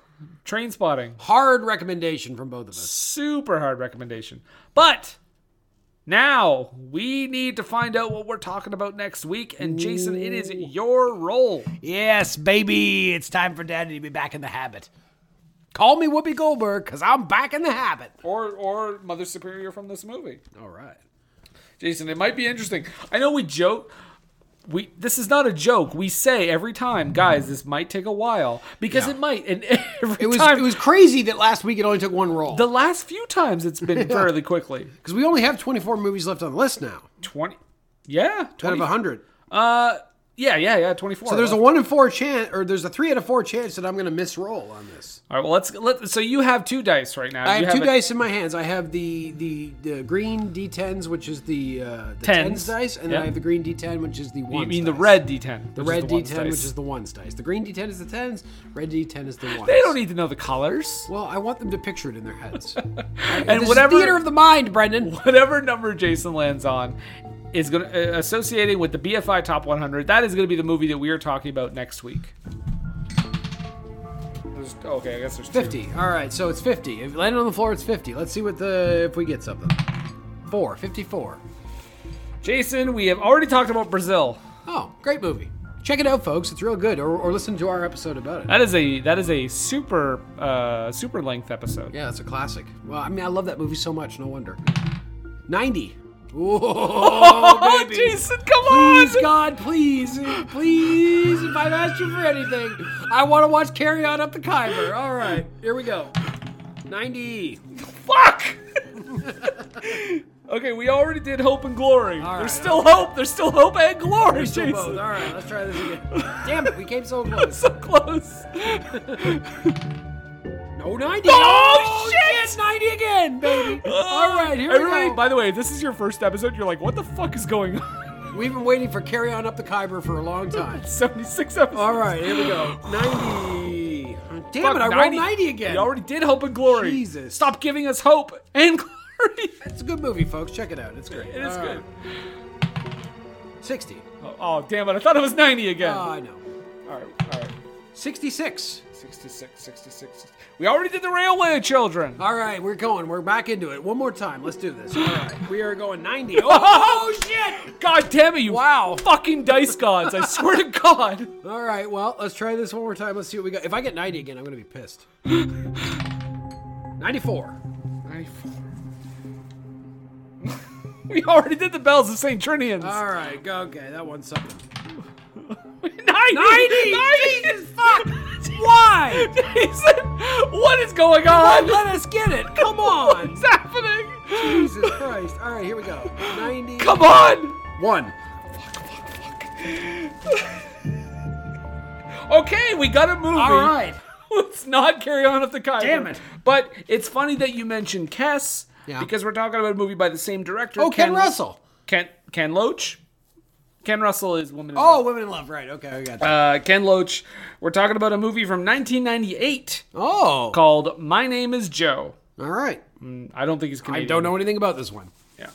Speaker 3: train spotting.
Speaker 1: Hard recommendation from both of us.
Speaker 3: super hard recommendation. But now we need to find out what we're talking about next week. And Jason, it is your role.
Speaker 1: Yes, baby, it's time for Daddy to be back in the habit. Call me Whoopi Goldberg, cause I'm back in the habit.
Speaker 3: Or or Mother Superior from this movie.
Speaker 1: All right.
Speaker 3: Jason, it might be interesting. I know we joke we this is not a joke. We say every time, guys, this might take a while. Because it might. And (laughs) every
Speaker 1: It was
Speaker 3: time
Speaker 1: it was crazy that last week it only took one roll
Speaker 3: the last few times
Speaker 1: (laughs)
Speaker 3: it's been fairly quickly.
Speaker 1: because we only have 24 movies left on the list now
Speaker 3: Twenty Yeah.
Speaker 1: out of
Speaker 3: 20,
Speaker 1: 100.
Speaker 3: uh yeah, yeah, yeah, twenty four.
Speaker 1: So there's a one in four chance, or there's a three out of four chance that I'm going to miss roll on this.
Speaker 3: All right, well, let's let. So you have two dice right now.
Speaker 1: I
Speaker 3: You
Speaker 1: have two
Speaker 3: a-
Speaker 1: dice in my hands. I have the the, the green D10s, which is the uh, the
Speaker 3: Tens.
Speaker 1: tens dice, and
Speaker 3: Yeah.
Speaker 1: then I have the green D10, which is the
Speaker 3: You
Speaker 1: ones.
Speaker 3: mean the
Speaker 1: dice.
Speaker 3: red D10?
Speaker 1: The red D10, which is the ones dice. The green D10 is the tens. Red D10 is the ones.
Speaker 3: They don't need to know the colors.
Speaker 1: Well, I want them to picture it in their heads.
Speaker 3: (laughs) And
Speaker 1: This is
Speaker 3: whatever
Speaker 1: theater of the mind, Brendan.
Speaker 3: whatever number Jason lands on is going to uh, associating with the BFI Top 100. That is going to be the movie that we are talking about next week. There's, okay, I guess there's two.
Speaker 1: 50. All right, so it's 50. If it landed on the floor, it's 50. Let's see what the if we get something. Four, 54.
Speaker 3: Jason, we have already talked about Brazil.
Speaker 1: Oh, great movie. Check it out, folks. It's real good. Or, or listen to our episode about it.
Speaker 3: That is a that is a super uh, super length episode.
Speaker 1: Yeah, it's a classic. Well, I mean, I love that movie so much. No wonder. 90. Oh,
Speaker 3: (laughs) Oh,
Speaker 1: baby.
Speaker 3: Jason, come on!
Speaker 1: Please, God, please, please, if I've asked you for anything, I want to watch Carry On Up the Khyber. All right, here we go. 90. (laughs)
Speaker 3: Fuck! okay, we already did hope and glory.
Speaker 1: right,
Speaker 3: There's still hope. There's still hope and glory,
Speaker 1: Still
Speaker 3: Jason.
Speaker 1: both. All right, let's try this again.
Speaker 3: (laughs)
Speaker 1: Damn it, we came so close.
Speaker 3: so close. (laughs)
Speaker 1: No 90.
Speaker 3: Oh, shit!
Speaker 1: 90 again, baby.
Speaker 3: (gasps)
Speaker 1: All right, here
Speaker 3: Uh, Everybody,
Speaker 1: we
Speaker 3: by
Speaker 1: go.
Speaker 3: the way, if this is your first episode, you're like, what the fuck is going on? (laughs)
Speaker 1: We've been waiting for Carry On Up the Khyber for a long time.
Speaker 3: 76 episodes.
Speaker 1: All right, here we go. 90. Damn
Speaker 3: Fuck,
Speaker 1: it, I
Speaker 3: 90.
Speaker 1: rolled 90 again.
Speaker 3: You already did hope and glory.
Speaker 1: Jesus.
Speaker 3: Stop giving us hope and (laughs) glory.
Speaker 1: It's a good movie, folks. Check it out. It's great.
Speaker 3: It is
Speaker 1: All
Speaker 3: good.
Speaker 1: right. 60.
Speaker 3: Oh, oh, damn it. I thought it was 90 again.
Speaker 1: Oh, I know.
Speaker 3: all right, all right.
Speaker 1: 66.
Speaker 3: 66, 66. We already did the railway, children.
Speaker 1: All right, we're going. We're back into it. One more time. Let's do this. All right. We are going (laughs) 90. (laughs) Oh, shit!
Speaker 3: God damn it, you
Speaker 1: Wow.
Speaker 3: fucking dice gods. I swear to (laughs) God.
Speaker 1: All right, well, let's try this one more time. Let's see what we got. If I get 90 again, I'm going to be pissed. 94.
Speaker 3: 94. we already did the bells of St. Trinian's.
Speaker 1: All right, go. Okay, that one's something.
Speaker 3: (laughs) 90! 90! Jesus (laughs) fuck! Why? Jason, what is going on?
Speaker 1: Let us get it.
Speaker 3: (laughs)
Speaker 1: Come on.
Speaker 3: What's happening?
Speaker 1: Jesus Christ. All right, here we go. 90.
Speaker 3: (laughs) Come on!
Speaker 1: One.
Speaker 3: Okay, we got a movie.
Speaker 1: All right.
Speaker 3: (laughs) Let's not carry on with the Kyber.
Speaker 1: Damn it.
Speaker 3: But it's funny that you mentioned Kess
Speaker 1: Yeah.
Speaker 3: because we're talking about a movie by the same director.
Speaker 1: Oh, Ken, Russell.
Speaker 3: Ken, Ken Loach. Ken Russell is Woman in Black.
Speaker 1: Oh, Women in Love. Right. Okay, I got that.
Speaker 3: Uh, Ken Loach. We're talking about a movie from 1998
Speaker 1: oh.
Speaker 3: called My Name is Joe.
Speaker 1: All right.
Speaker 3: I don't think he's
Speaker 1: I
Speaker 3: Canadian.
Speaker 1: don't know anything about this one.
Speaker 3: Yeah.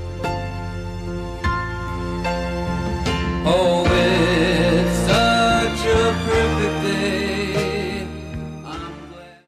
Speaker 5: Oh,